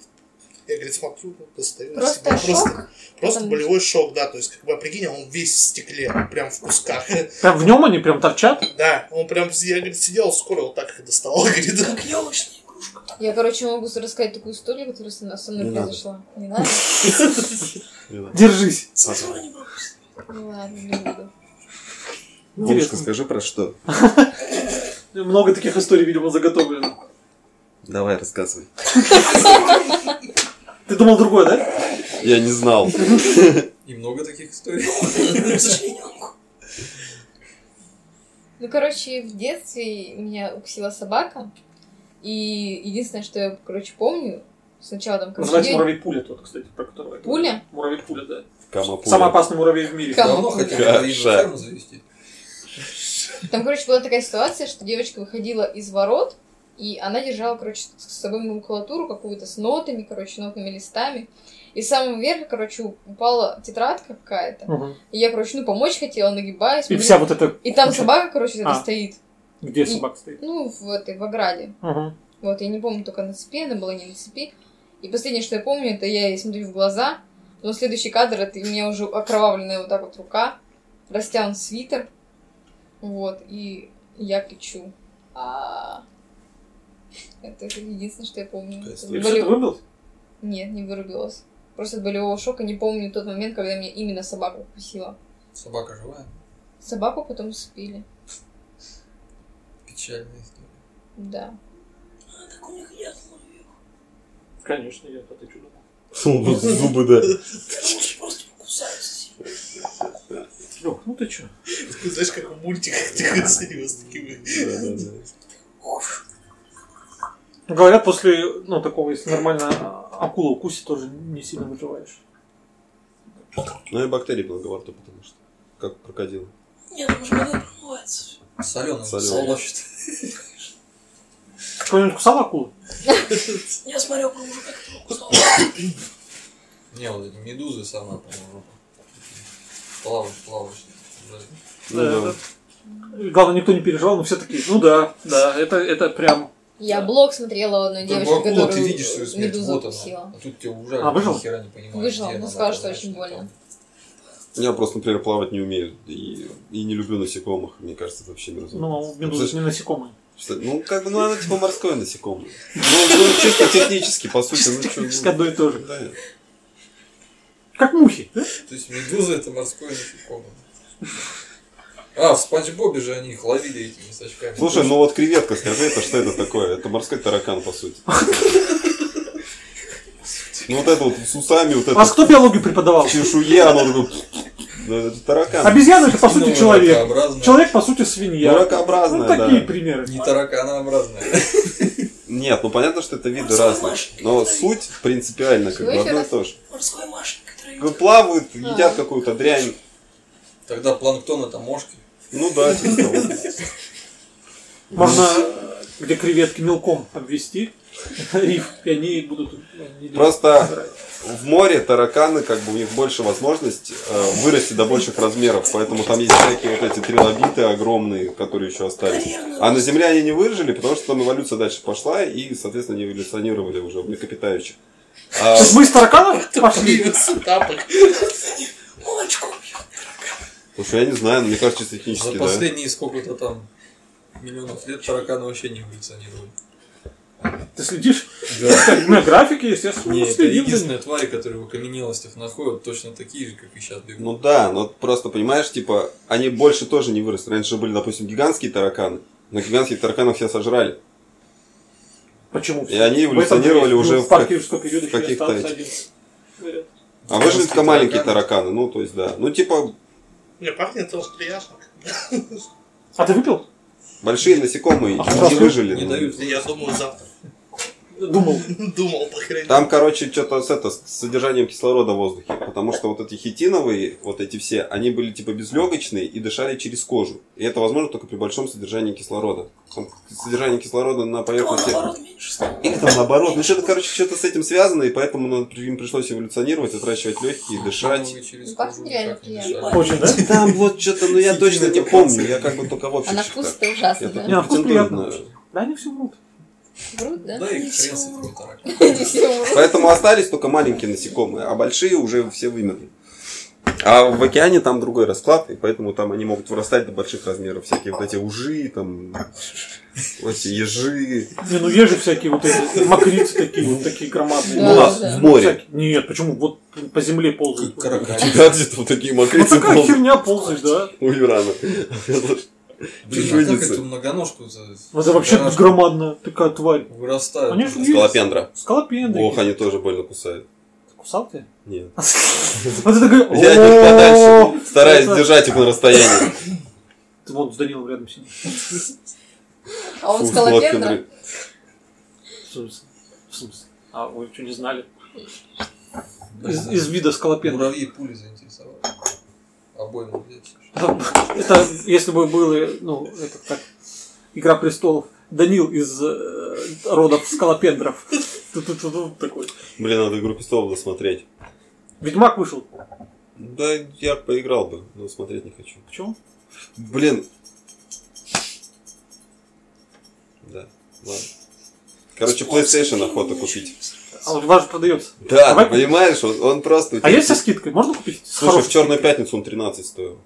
Я, говорит, смотрю, ну, достаю на
Просто
себя.
шок?
Просто, просто
Потому
болевой шок, да, то есть, как бы, прикинь, а он весь в стекле, прям в кусках.
Прям в нем они прям торчат.
Да, он прям, я, говорит, сидел, скоро вот так их доставал, говорит.
Как елочная игрушка.
Я, короче, могу рассказать такую историю, которая со мной- со мной
Не надо.
произошла. Не надо?
Держись.
Цензура не пропустит.
Ну ладно, не буду.
Интересно.
скажи про что?
Много таких историй, видимо, заготовлено.
Давай, рассказывай.
Ты думал другое, да?
Я не знал.
И много таких историй.
К сожалению, он мог.
Ну, короче, в детстве у меня укусила собака. И единственное, что я, короче, помню, сначала там, короче,
Называется
я-
муравей пуля тот, кстати, про которого я говорил.
Пуля?
Муравей пуля, да.
Камапуля.
Самый опасный муравей в мире.
Кам-
Давно хотел
Каша.
поездную ферму завести.
Там, короче, была такая ситуация, что девочка выходила из ворот, и она держала, короче, с собой макулатуру какую-то с нотами, короче, нотными листами. И с самого верха, короче, упала тетрадка какая-то.
Мгм.
И я, короче, ну, помочь хотела, нагибаюсь.
И
смотрю.
вся вот эта...
И там собака, короче, это
А.
стоит.
Где
И-
собака стоит?
Ну, в этой, в ограде.
Мгм.
Вот, я не помню, только на цепи, она была не на цепи. И последнее, что я помню, это я ей смотрю в глаза. Но следующий кадр, это у меня уже окровавленная вот так вот рука, растянут свитер. Вот, и я кричу. «А-а-а». Это единственное, что я помню.
Какая
Это
история.
И
боле-
всё, ты выбрался?
Нет, не вырубилась. Просто от болевого шока не помню тот момент, когда меня именно собака укусила.
Собака живая.
Собаку потом спили.
Печальная история.
Да.
А, так у них я ловил.
Конечно, я это чудо.
ну, Зубы, да.
Лучше просто покусаются сильно.
Лех, ну ты чё?
Знаешь, как в мультиках тихо с такими.
Говорят, после ну, такого, если нормально акула укусит, тоже не сильно выживаешь.
Ну и бактерии благоварто, потому что. Как крокодил.
ну, Нет, он же водой промывается.
Соленая
Солёная.
солочит.
Кто-нибудь кусал акулу?
Я смотрел про мужика, который кусал.
Не, вот эти медузы самая, по-моему, жопа. Плаваешь, плаваешь. Да.
Ну да.
это- Э, Главное, никто не переживал, но все таки ну да, да, это, это прям...
Я блог смотрела у одной
Ты
девочки,
глубоко, ты
которую
видишь свою смерть,
медуза
вот
укусила.
она. А тут тебя уже
А, выжил?
ни хера не понимаешь.
Выжил,
где
ну
она,
скажешь, что
знаешь,
очень
что
больно.
там.
Я просто, например, плавать не умею. И, и не люблю насекомых. Мне кажется, это вообще мерзко.
Ну, медузы же не насекомые.
Что- Ну, как бы, ну, она типа морское насекомое. Ну, ну, чисто технически, по сути. Ну, чё, ну,
С одно и то же.
да.
Как мухи.
То есть медуза это морское насекомое. А, в Спанч Бобе же они их ловили этими с очками.
Слушай, ну вот креветка, скажи, это что это такое? Это морской таракан, по сути. Ну вот это вот с усами, вот
Вас
это
А кто биологию преподавал?
в чешуе, оно такое... Ну это же таракан.
Обезьяна это, по сути,
Ну,
человек.
ракообразная.
Человек, по сути, свинья. Ну,
Ракообразное,
такие
да.
примеры.
Не тараканообразная.
Нет, ну понятно, что это виды разные. Но суть принципиально как бы
Слышь,
одно и
это-
то же.
Морской машинкой
Как бы
травил.
Плавают, едят какую-то дрянь.
Тогда планктон это мошки.
Ну да, типа того.
Можно, где креветки мелком обвести риф, и они будут... они-
Просто в море тараканы, как бы у них больше возможность э, вырасти до больших размеров. Поэтому там есть всякие вот эти трилобиты огромные, которые еще остались. А на Земле они не выжили, потому что там эволюция дальше пошла, и, соответственно, они эволюционировали уже в млекопитающих. А,
То есть Мы с тараканов пошли?
С тапок.
Мамочку убьет.
слушай, я не знаю, но мне кажется, чисто технически,
За
да.
А последние сколько-то там миллионов лет тараканы вообще не эволюционировали.
Ты следишь?
Да.
Так, На графике, естественно,
Не,
Ну, мы
это
следим. за ним.
единственные твари, которые в окаменелостях находят, точно такие же, как и сейчас бегут.
Ну да, но просто, понимаешь, типа, они больше тоже не выросли. Раньше были, допустим, гигантские тараканы, но гигантских тараканов все сожрали.
Почему?
И они эволюционировали
В этом,
уже
ну,
в
в парке
как-
Юрского периода
в
еще
каких-то
остался
этих.
один. Говорят,
А выжили только
Гигантские
маленькие тараканы,
тараканы.
ну то есть да. Ну типа,
Мне пахнет тоже приятно.
А ты выпил?
большие насекомые
А что,
не выжили.
не
ну.
дают
Я думаю, завтра.
Думал.
Думал, по хрени.
Там, короче, что-то с, это, с содержанием кислорода в воздухе, потому что вот эти хитиновые, вот эти все, они были типа безлегочные и дышали через кожу. И это возможно только при большом содержании кислорода. Там содержание кислорода на
Он
поверхности...
наоборот меньше стал.
Или там наоборот. Ну что-то, короче, что-то с этим связано, и поэтому ну, им пришлось эволюционировать, отращивать легкие, дышать.
Новые через
Ну, пахнет
кожу
реально
никак не
приятно.
дышали.
Очень, да?
Там вот что-то, ну я точно не помню, я как бы только в
А на
общих
вкус
чертах.
это
Я
ужасно,
тут
да?
Не, на вкус
претендую
приятно.
на-
Да они все врут.
Врут, да?
Да, и
Они
хрен с
всё
этими тараканами.
Они все врут.
Поэтому остались только маленькие насекомые, а большие уже все вымерли. А в океане там другой расклад, и поэтому там они могут вырастать до больших размеров. Всякие вот эти ужи, там, вот эти ежи.
Не, ну есть же всякие вот эти макрицы такие, вот такие громадные.
Да,
Ну, у нас
да.
в море.
Всякие. Нет, почему? Вот по земле ползают.
Как каракатица.
Тебя где-то вот такие
Ну
мокрицы
такая
ползают
херня ползает, да?
у Юрана.
Блин, а как эту
Чешуйницы.
многоножку
Вот Ну, Это вообще громадная такая тварь.
вырастает?
Они же
Скалопендра.
Скалопендрики.
Ох, они тоже больно кусают.
Кусал ты?
Нет.
Вот это такой...
Я от них подальше, стараюсь
это-
держать их на расстоянии.
Ты вон с Данилом рядом сидишь.
А он
Фу, сладкая
скалопендра.
дрянь.
В смысле? В смысле? А вы что, не знали? Из, из вида скалопендра.
Муравьи пули заинтересовали. Обойму взять.
Это если бы было, ну, это как Игра престолов. Данил из э, родов скалопендров. Ту-ту-ту-ту, такой.
Блин, надо «Игру престолов» досмотреть.
Ведьмак вышел.
Да, я поиграл бы, но смотреть не хочу.
Почему?
Блин. Да, ладно. Короче, PlayStation охота купить.
А вот у вас же продается.
Да,
Давай
ты
купим.
понимаешь, он, он просто... у
А
тебя-
есть со скидкой? Можно купить? С
Слушай, в
хорошей
Черную
скидкой?
пятницу он 13 стоил.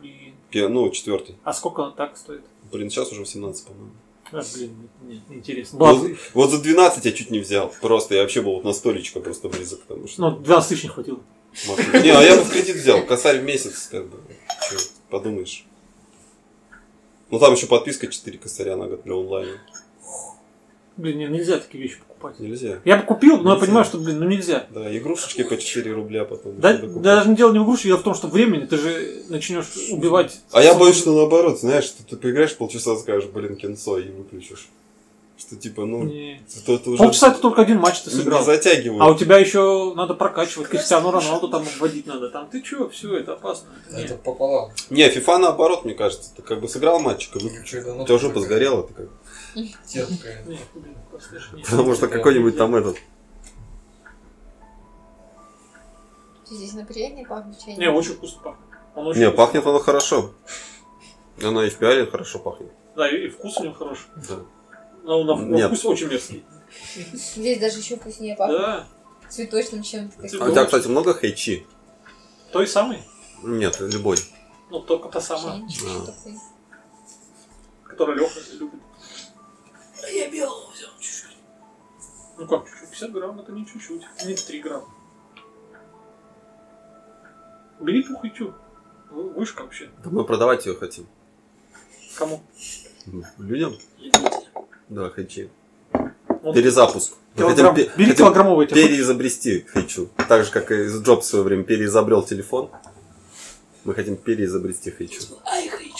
Блин.
Пе- Ну, четвертый.
А сколько он так стоит?
Блин, сейчас уже 18, по-моему.
А, блин, нет, интересно. Ну,
Вот,
Ладно.
вот за 12 я чуть не взял. Просто я вообще был вот на столечко просто близок, потому что...
Ну, 12 тысяч не хватило.
Максим. Не, а я бы в кредит взял. Косарь в месяц, как бы. Чё, подумаешь. Ну там еще подписка 4 косаря на год для онлайна.
Блин, не- нельзя такие вещи покупать.
Нельзя.
Я бы купил, но я
Нельзя.
понимаю, что, блин, ну нельзя.
Да, игрушечки по 4 рубля потом.
Да,
надо купить.
да даже не дело не в игруше, дело в том, что времени ты же начнешь убивать.
А я боюсь, что наоборот, знаешь, что ты поиграешь полчаса, скажешь, блин, кинцо, и выключишь. Что типа, ну,
Не.
то это уже
Полчаса это только один матч ты
не- не
сыграл.
затягивает.
А у тебя еще надо прокачивать Криштиану Роналду, там вводить надо. Там ты чё, все, это опасно. Нет.
Это пополам.
Не, FIFA наоборот, мне кажется. Ты как бы сыграл матчик, и выключил.
Чё, да, ну,
У тебя жопа
такая.
сгорела, ты как бы.
терпкая.
Не, блин, просто ж не.
Потому что какой-нибудь там этот.
Ты здесь на приятнее пахнет чай?
Не, очень вкусно пахнет. Он очень
Не,
вкусный.
пахнет оно хорошо. Она и в пиаре хорошо пахнет.
Да, и и вкус у него хороший.
Да.
Но он на, на
Нет.
вкус очень мерзкий.
Здесь даже еще вкуснее пахнет.
Да,
Цветочным чем-то.
А у
таким.
тебя, кстати, много хэйчи?
той самый.
Нет, любой.
Ну, только та самая,
Чай такой.
которую Леха любит.
А я белого взял чуть-чуть.
Ну как, чуть-чуть, 50 грамм, это не чуть-чуть. Не 3 грамма. Бери ту хуйтю. Вы- Вышка вообще.
Да Мы продавать ее хотим.
Кому?
Людям?
Любите.
Да, хэйчи.
Вот.
Перезапуск. Мы
Килограмм.
хотим пе-
Бери
хотим
килограммовый телефон.
Переизобрести хэйчу. Так же, как и Джобс в свое время переизобрел телефон. Мы хотим переизобрести хэйчу.
Ай, хрич.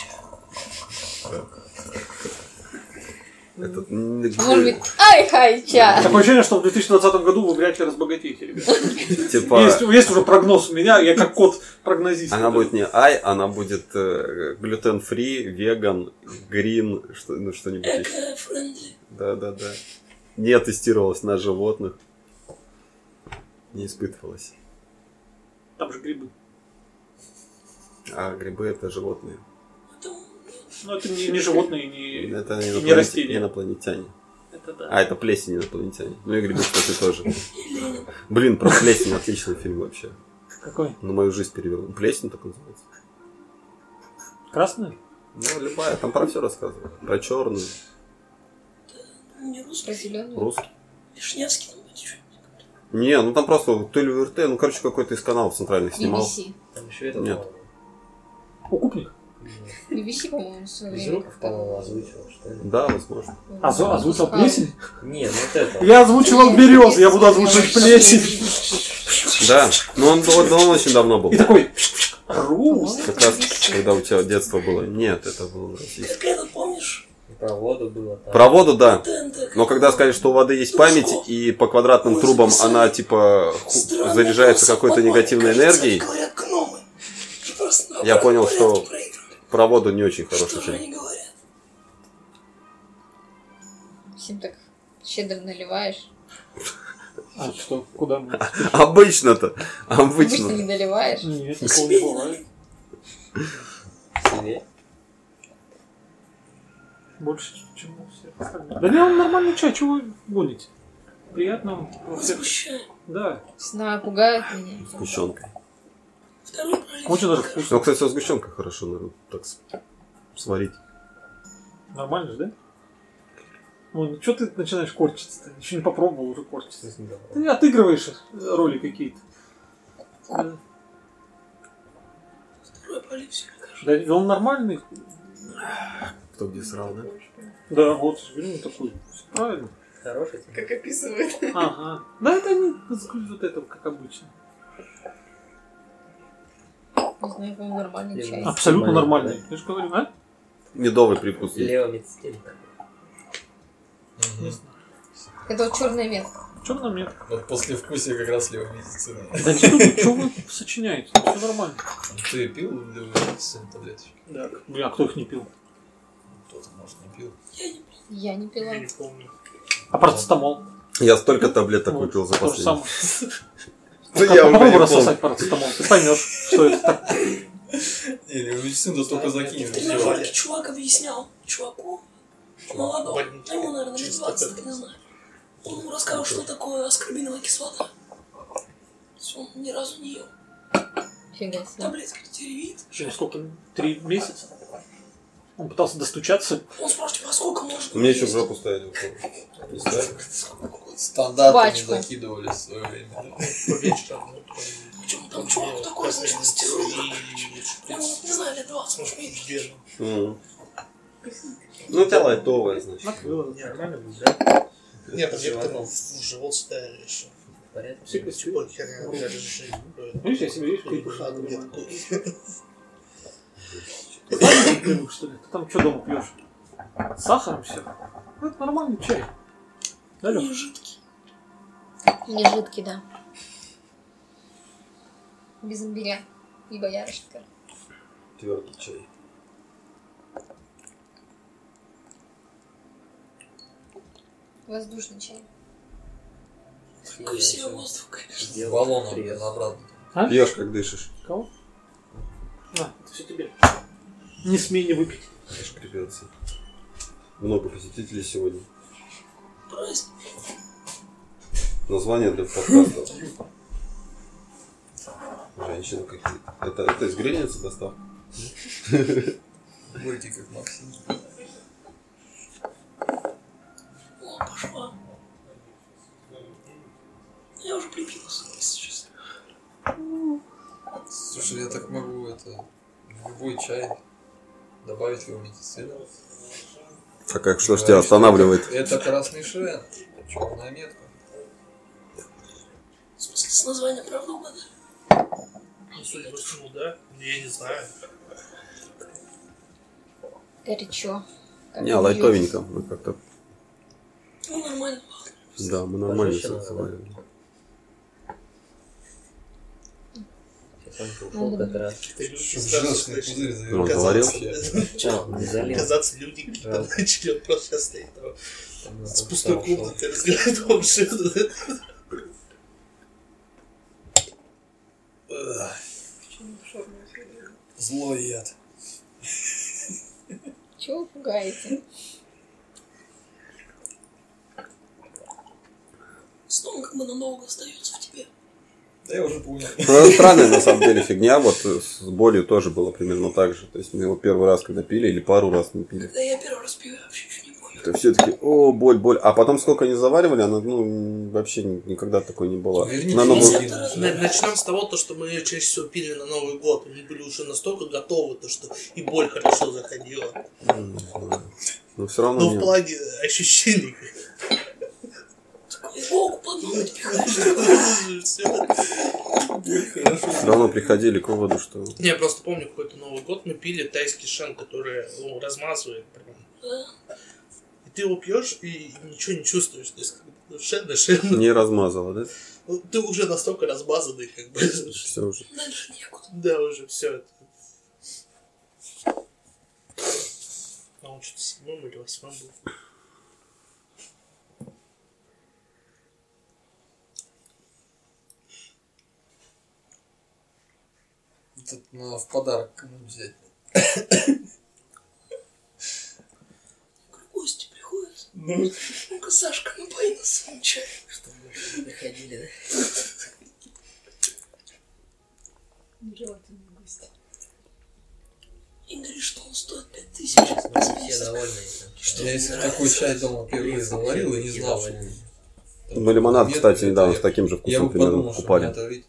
Этот...
А может быть, ай хай чай.
Такое ощущение, что в 2020 году вы вряд ли разбогатеете, ребят.
Типа...
Есть, есть уже прогноз у меня, я как кот прогнозист.
Она будет не ай, она будет э, глютен-фри, веган, грин, что, ну, что-нибудь еще.
Эко-френдли.
Да-да-да. Не тестировалась на животных. Не испытывалась.
Там же грибы.
А грибы это животные.
Это он.
Ну, это не, не животные, не...
Это
не
инопланетя-
растения.
инопланетяне.
Это да.
А, это плесень инопланетяне. Ну и грибы, кстати, тоже. Блин, про плесень отличный фильм вообще.
Какой?
На мою жизнь перевел. Плесень так называется.
Красный?
Ну, любая, там про все рассказывают. Про черную,
Не русский.
Про зеленую.
русский.
Вишневский там будет что-нибудь.
Не, ну там просто то ли УРТ, ну короче, какой-то из каналов центральных снимал.
BBC.
Там еще это
Нет.
по-моему,
Укупник.
BBC, по-моему, в свое время
Безруков,
как-то.
по-моему, озвучивал, что ли?
Да, возможно.
Азу, озвучил
Пускал.
А плесень?
Не, ну вот это.
Я озвучивал берез, я буду озвучивать плесень.
Да, но он, он- он очень давно был.
И такой... Рус.
Как раз, когда у тебя детство было. Нет, это было российское.
Как это, помнишь?
И про воду было там.
Про воду, да.
ТНТ.
Но когда сказали, что у воды есть память, и по квадратным трубам она, типа, ху-
Странный
заряжается
вопрос,
какой-то
по-моему,
негативной
кажется,
энергией,
это говорят гномы. И просто на
Я понял,
порядке
что-
проигрывали.
про воду не очень хороший
Что же
фильм.
они говорят?
Всем так щедро наливаешь.
А что? Куда мы?
Обычно-то,
Обычно не
обычно.
доливаешь.
Нет, такого не
Себе не
бывает.
налей.
Себе.
Больше, чем у всех остальных. Да не, он нормальный чай, чего вы гоните? Приятного.
Сгущаем.
Да.
Знаю, пугают меня.
Сгущенка.
Второй пролив.
Очень даже вкусно.
Ну, кстати, со сгущенкой хорошо надо так с- сварить.
Нормально же, да? Ну, что ты начинаешь корчиться-то? Еще не попробовал, уже корчиться. Ты отыгрываешь роли какие-то. Да,
Второй пролив все покажу.
да он нормальный.
Кто где срал, да?
Да, вот, блин, такой. Все правильно.
Хороший тебе.
Как описывает.
Ага. Да это не вот этого, как обычно.
Не знаю, по-моему, нормальный чай.
Абсолютно
Нормально,
нормальный. Я же говорю, а?
Медовый привкус есть.
Лео Мицкевич.
Мгм.
Это вот черная метка.
Черный метка.
Вот после вкуса как раз Ну, левая медицина.
Да что вы, что Ну, вы сочиняете? Все нормально.
Ты пил левую медицину таблеточки?
Да. Блин, а кто их не пил?
Кто-то, может, не пил.
Я не пила.
Я не помню.
А парацетамол?
Я столько таблеток
Вот,
купил за
то же
последний.
самое.
Да
Как-
я уже не
Попробуй
помню.
рассосать парацетамол, ты поймешь, что это так.
Не, левую медицину только закинешь.
В
всё.
тренажерке чувак объяснял чуваку, молодому, Ну,
Больничный.
ему, наверное, лет
Через
20,
ТТ.
так не знаю. Он ему рассказал, что такое аскорбиновая кислота. То есть Он ни разу не ел.
Фига себе.
Таблетки теревит.
Через сколько? Три месяца? Он пытался достучаться.
Он спрашивает, а сколько можно
Мне еще в
есть?
жопу ставили укол. Не ставили?
Стандартами
Пачку.
закидывали в свое время.
По вечерам. ну, там,
Причем там чувак такой, значит, на стероидах.
и-
Ему, не знаю, лет 20, может,
Может,
меньше.
геном.
Мгм. Ну, у тебя лайтовая, значит.
Накрыло.
Нормально будет, да?
Нет, там некоторым в в живот Типа, ставили еще.
В порядке.
Все кости.
Ой, херня, у меня же жизнь.
Видишь, я себе вижу,
И
ты
бухал, я такой.
привык, что ли? Ты там что дома пьешь? С сахаром все. Ну, это нормальный чай. Да, Лёх?
Не жидкий.
Не жидкий, да. Без имбиря и боярышника.
Твердый чай.
Воздушный чай.
Какой себе воздух,
С баллоном блин, обратно.
А?
Пьешь, как дышишь.
Кого? А, это все тебе. Не смей не выпить.
Аж кривется. Много посетителей сегодня. Название для подкаста. Женщины какие-то. Это, это из грельницы доставка?
Будете как Максим.
О, пошла. Я уже припился, если честно.
Слушай, я так могу это в любой чай добавить его медицину.
А как, что ж
Говорит,
тебя останавливает?
Это красный шрен. Черная метка.
В смысле, с названием правда угадали?
Ну, судя по всему, да. Я не знаю.
Горячо. Как
Не,
люблю.
лайтовенько. Мы как-то...
Ну, нормально.
Да, мы нормально все
Женщина, да.
разговариваем.
Санька ушел как раз.
Ты любишь
Чтоб
сразу
желчный
слышать.
пузырь завел.
Он говорил?
Чё, не залил?
Казаться люди какие-то
Да.
начали, он просто сейчас стоит там
Там
с пустой
ушел.
комнатой разговаривает вообще.
Почему душевная фигня?
Злой яд.
Чего вы пугаете?
Снова как бы надолго остается в тебе.
Да я уже понял.
Ну, странная на самом деле фигня. Вот э, с болью тоже было примерно так же. То есть мы его первый раз когда пили или пару раз мы пили.
Да я первый раз пью, я вообще ничего не понял.
То все таки о, боль, боль. А потом сколько не заваривали, она ну, м, вообще ни- никогда такой не была. ну,
Верните
На новый...
деньги.
На- Начнем с того, то, что мы ее чаще всего пили на Новый год. Мы были уже настолько готовы, то, что и боль хорошо заходила.
Ну, все равно
Но в
не-
плане ощущений.
Такой богу под ногу пихаешь.
всё.
Все равно приходили к выводу, что
Я просто помню, какой-то Новый год мы пили тайский шен, который ну, размазывает прям. И ты его пьешь и ничего не чувствуешь. То есть, ну, шен, да, шен.
не размазало, да?
Ну, Ты уже настолько размазанный, как бы.
Все уже.
Дальше некуда.
Да, уже все это. А он что-то седьмым или восьмым был.
Тут надо в подарок кому взять.
Говорю, гости приходят.
Ну,
Ну-ка, Сашка, ну, напои нас своим чаем.
Приходили,
Нежелательные гости.
И говорит, что он стоит пять тысяч.
да? Смотри, Все довольны.
я если такой чай дома первый раз заварил и не знал, что... там
Мы Ну, лимонад,
метка,
кстати,
это
недавно
я-
с таким же
Я
вкусом
бы
примерно
подумал, что мне
покупали.
отравить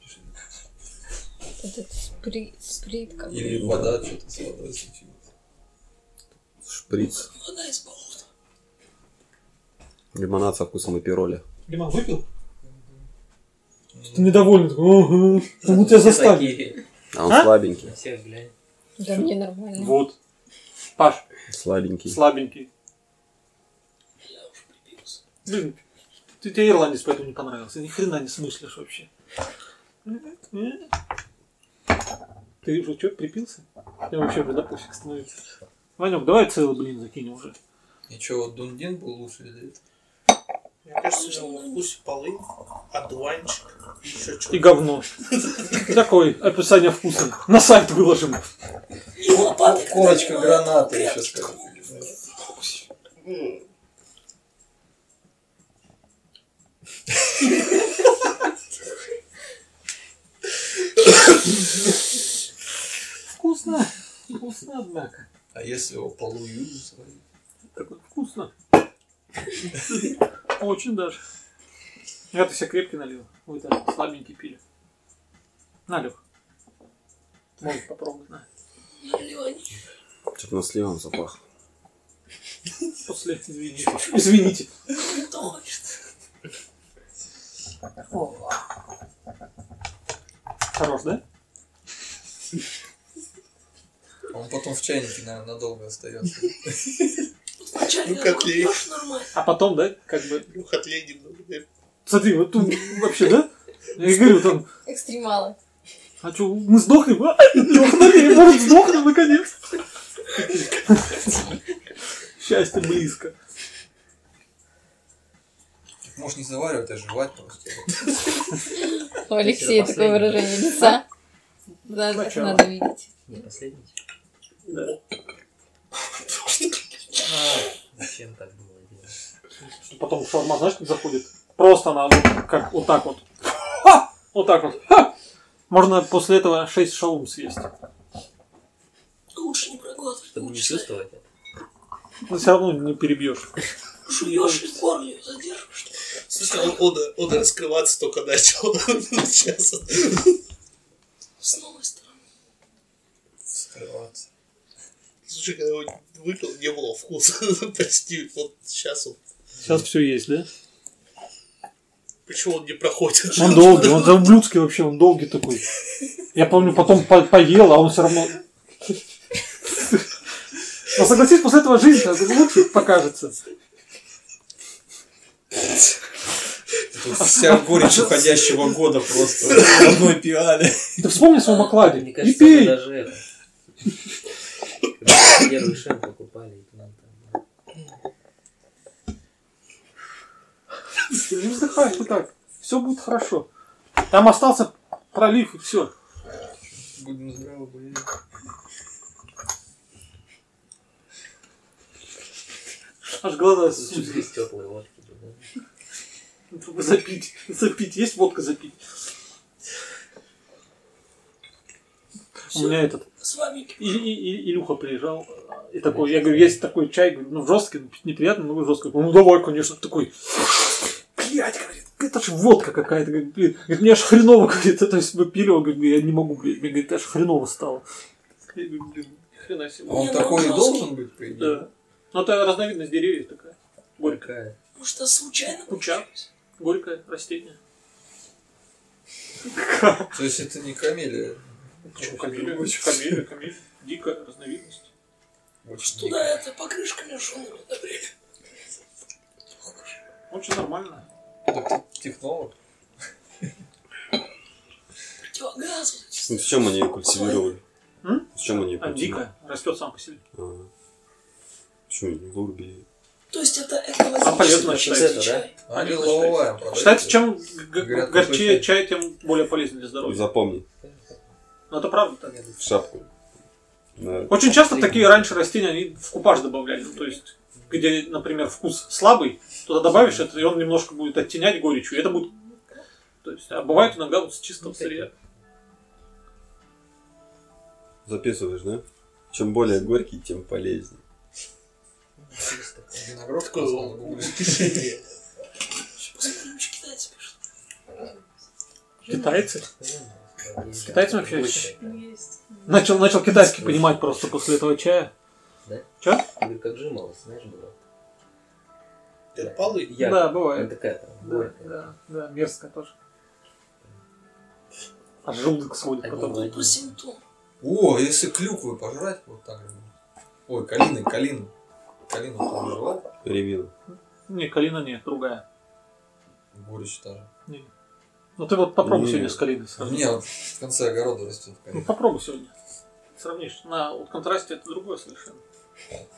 Этот спри- сприт как
Или
Да.
вода что-то с водой случилось.
Шприц.
Вода из болота.
Лимонад со вкусом эпироля.
Лимон выпил? Ты недоволен, такой, «Ага, как будто тебя заставили.
Такие.
А он
А?
слабенький.
На всех глянь.
Да мне нормально.
Вот. Паш,
Слабенький.
слабенький.
Я уже припился.
Блин, ты тебе ирландец поэтому не понравился. Ни хрена не смыслишь вообще. Ты уже что, припился? Я вообще блин, да пофиг становится. Ванек, давай целый блин закинем уже.
И что, Дундин был лучше или это?
Мне кажется, у него на вкусе полынь, одуванчик и еще что-то.
И говно. Такое описание вкуса. На сайт выложим.
И лопатой, когда
Корочка
я
граната
прятки
еще скажу.
Вкусно. Вкусно, однако.
А если его полую сварить?
Такой вкусно. Очень даже. Я ты себе крепкий налил. Вы там слабенький пили. На, Лёх. Можешь попробовать, на.
наливай.
Что-то на сливом запах.
После. Извините. Извините.
Кто хочет.
Хорош, да?
Он потом в чайнике, наверное, надолго остается.
Вот вначале
Ну,
я
как
такой,
лень.
пьешь нормально.
А потом, да, как бы...
Ну, котлей немного. да.
Смотри, вот тут вообще, да? Я говорю, там,
Экстремалы.
а что, мы сдохнем? А, Лёха налей, может, сдохнем наконец? Счастье близко.
Можешь не заваривать, а жевать просто.
У Алексея такое выражение лица. Надо,
Сначала.
надо видеть.
Не последний.
Да.
А, Зачем так было делать?
Что Потом шаурма, знаешь, как заходит? Просто она вот как вот так вот. Ха! Вот так вот. Ха! Можно после этого 6 шаурм съесть.
Лучше не проглатывать.
Чтобы не чувствовать это.
Но все равно не перебьешь.
Жуешь и в горле задерживаешь.
Слушай, а Ода, Ода раскрываться только начал. Сейчас.
С новой стороны.
Скрываться.
Слушай, когда его выпил, не было вкуса. Почти вот сейчас он.
Сейчас все есть, да?
Почему он не проходит?
Он долгий, он за ублюдский вообще, он долгий такой. Я помню, потом по- поел, а он все равно... Но согласись, после этого жизнь лучше покажется.
Тут вся горечь уходящего года просто в одной пиале.
Ты вспомни о своем окладе
Мне
и
кажется, это
пей.
даже это. Когда первый шен покупали, и к нам там.
Ты не вздыхай вот так. Все будет хорошо. Там остался пролив и все.
Будем здравы, блин.
Аж глаза
Лучше
сузились.
из теплой водки. да.
Запить. Запить. Есть водка запить? У меня этот.
С вами
И, и- и- Илюха приезжал. э, И такой, я говорю, есть такой чай, говорю, ну жесткий, ну, пить неприятно, но жесткий. Ну давай, конечно, такой. Блять, говорит, это ж водка какая-то. Говорит, блин. Говорит, мне аж хреново, говорит, то есть мы пили, он говорит, я не могу, блядь. Мне говорит, аж хреново стало. Я говорю, блин, ни хрена себе.
А он
Не, ну
такой и
жесткий.
должен быть, по идее.
Да. Ну, это разновидность деревьев такая. Горькая.
Какая?
Может, а случайно?
Ну,
Куча. Горькое растение.
То есть это не камелия.
Почему камелия? Камелия, камелия. Дикая разновидность.
Очень
Туда это покрышками шумными одобрели.
Очень нормально.
Технолог.
Противогаз. вот эти
Ну, с чем они ее культивировали?
М?
С чем они ее
А
культивировали?
дикая растет сам по себе.
Ага. Почему не вырубили?
То есть это это
А полезно считается,
да?
чай.
А не лобовая.
Считается, чем г-
Говорят,
горчее
какой-то-
чай, тем более полезен для здоровья.
Ну, Запомни,
Но это правда так.
в шапку. На-
Очень часто такие раньше растения они в купаж добавляли. Ну, то есть, где, например, вкус слабый, туда добавишь это, и он немножко будет оттенять горечью. И это будет... То есть, а бывает иногда вот с чистого сырья.
Записываешь, да? Чем более горький, тем полезнее.
Виноград
Такое
классно гуглить.
утешение.
Посмотрим, что китайцы пишут.
Китайцы?
С
китайцами вообще вообще?
Ну, есть.
Начал, начал китайский понимать просто после этого чая.
Да?
Чё?
Игорь как жималась, знаешь, было.
Ты отпалый?
Я.
Да, бывает.
Она такая там,
Да,
горькая.
да, да, мерзко тоже. А желудок сводит
Один
потом.
на один.
Про симптом.
О, если клюквы пожрать, вот так же. Ой, калины, калину. Калину там жрал?
Ревина.
Не, калина нет, другая.
Горечь та же.
Ну ты вот попробуй
Не.
сегодня с калиной
У
сравнить.
меня вот в конце огорода растет
Ну
калина.
попробуй сегодня. Сравнишь. На вот контрасте это другое совершенно.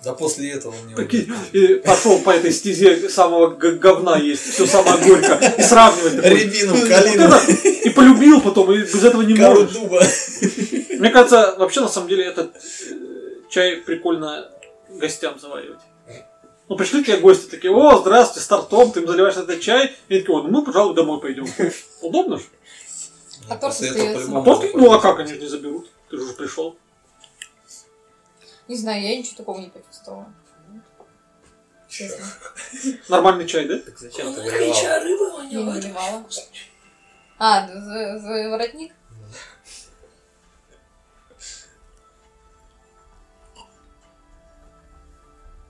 Да после этого у меня...
Прикинь, и пошел по этой стезе самого г- говна есть, все самое горькое, и сравнивать такой.
Рябину,
Вот это и полюбил потом, и без этого не
кору
можешь.
дуба.
Мне кажется, вообще на самом деле этот э, чай прикольно гостям заваривать. Ну, пришли к тебе гости такие, о, здравствуйте, с тортом, ты им заливаешь этот чай, и они такие, «О, ну мы, пожалуй, домой пойдем. Удобно же?
А торт
После этого
остается.
по-любому
А торт,
попадет.
ну а как, они же не заберут, ты же уже пришел.
Не знаю, я ничего такого не почувствовала. Честно.
Нормальный чай, да?
Так зачем
Он
ты
горячая
выливал?
рыба
Я не
воняла. это
наливала. А, за, за воротник?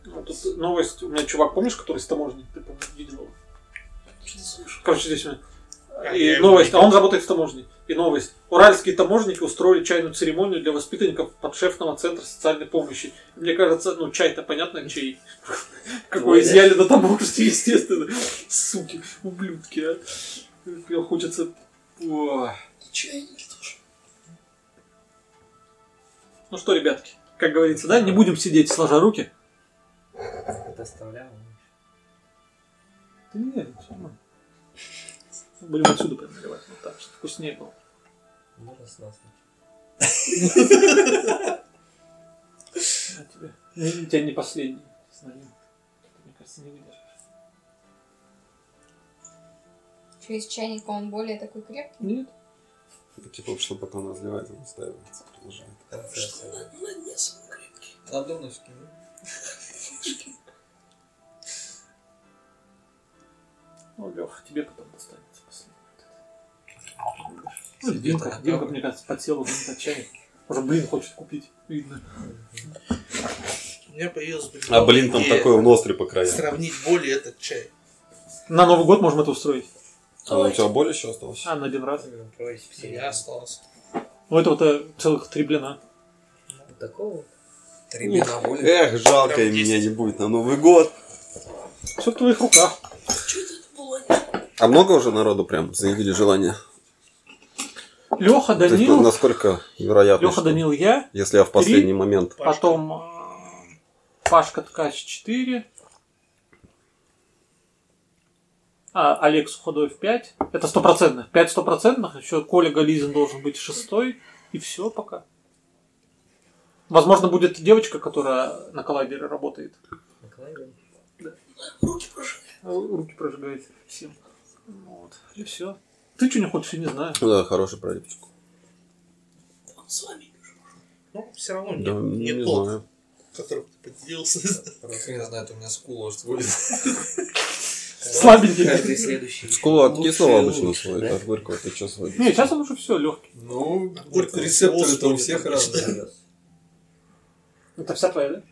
Ну, тут новость, у меня чувак, помнишь, который с таможни, ты, по-моему, видел его?
Что ты слышишь?
Короче, здесь у меня.
А, я
И
его
новость, а
видел.
он работает в таможне. И новость. Уральские таможенники устроили чайную церемонию для воспитанников подшефного центра социальной помощи. Мне кажется, ну чай-то понятно, чей. Какой
Твой, да?
изъяли на таможне, естественно. Суки, ублюдки, а. Прям хочется... О.
И чайники тоже.
Ну что, ребятки, как говорится, да, не будем сидеть сложа руки.
Это оставлял.
Да нет, всё нормально. Будем отсюда прям наливать, вот так, чтобы вкуснее было.
Ну, раз нас.
А тебе? У тебя не последний. с нами. Ты, Мне кажется, не выдержишь.
Что из чайника он более такой крепкий?
Нет.
Типа, что пока она разливает, он ставит. Продолжает.
Что на, на дне самый крепкий.
На донышке, ну.
Ну, Лех, тебе потом достанется последний. Ну, Димка, Димка, мне кажется, подсела уже на этот чай. Уже блин хочет купить, видно.
У меня появилась бы
А блин, там
идея
такой он острый по краям.
Сравнить боли этот чай.
На Новый год можем это устроить.
А у тебя боль еще осталась?
А, на один раз.
Я остался.
Ну, это вот э, целых три блина.
Такого?
Три блина боли.
Эх, жалко, и меня не будет на Новый год.
Все в твоих руках.
Что это это было? Не
А много уже народу прям заявили желание?
Леха,
То есть, ну,
Данил,
насколько вероятно,
Леха,
что
Данил, я.
если я в последний
Три.
момент...
Потом э, Пашка Ткач 4. А, Олег Суходоев 5. Это стопроцентных. 5 стопроцентных. Еще Коля Гализин должен быть шестой. И все пока. Возможно, будет девочка, которая на коллайдере работает.
Руки прожигают.
Руки прожигает всем. Вот. И все. Ты что не хочешь, я не знаю.
Да, хороший про липучку.
Он с вами.
Ну, все равно
Да, не,
не, не тот,
знаю.
которым ты поделился.
Хрен знает, у меня скула аж сводит.
Слабенький.
Каждый следующий.
Скула от
Лучше и
кислого обычно
лучше,
сводит,
да?
от горького ты что сводишь?
Не, сейчас он уже все легкий.
Ну,
Горький
рецепторы-то у
сводит,
всех
конечно.
разные.
Это вся твоя, да?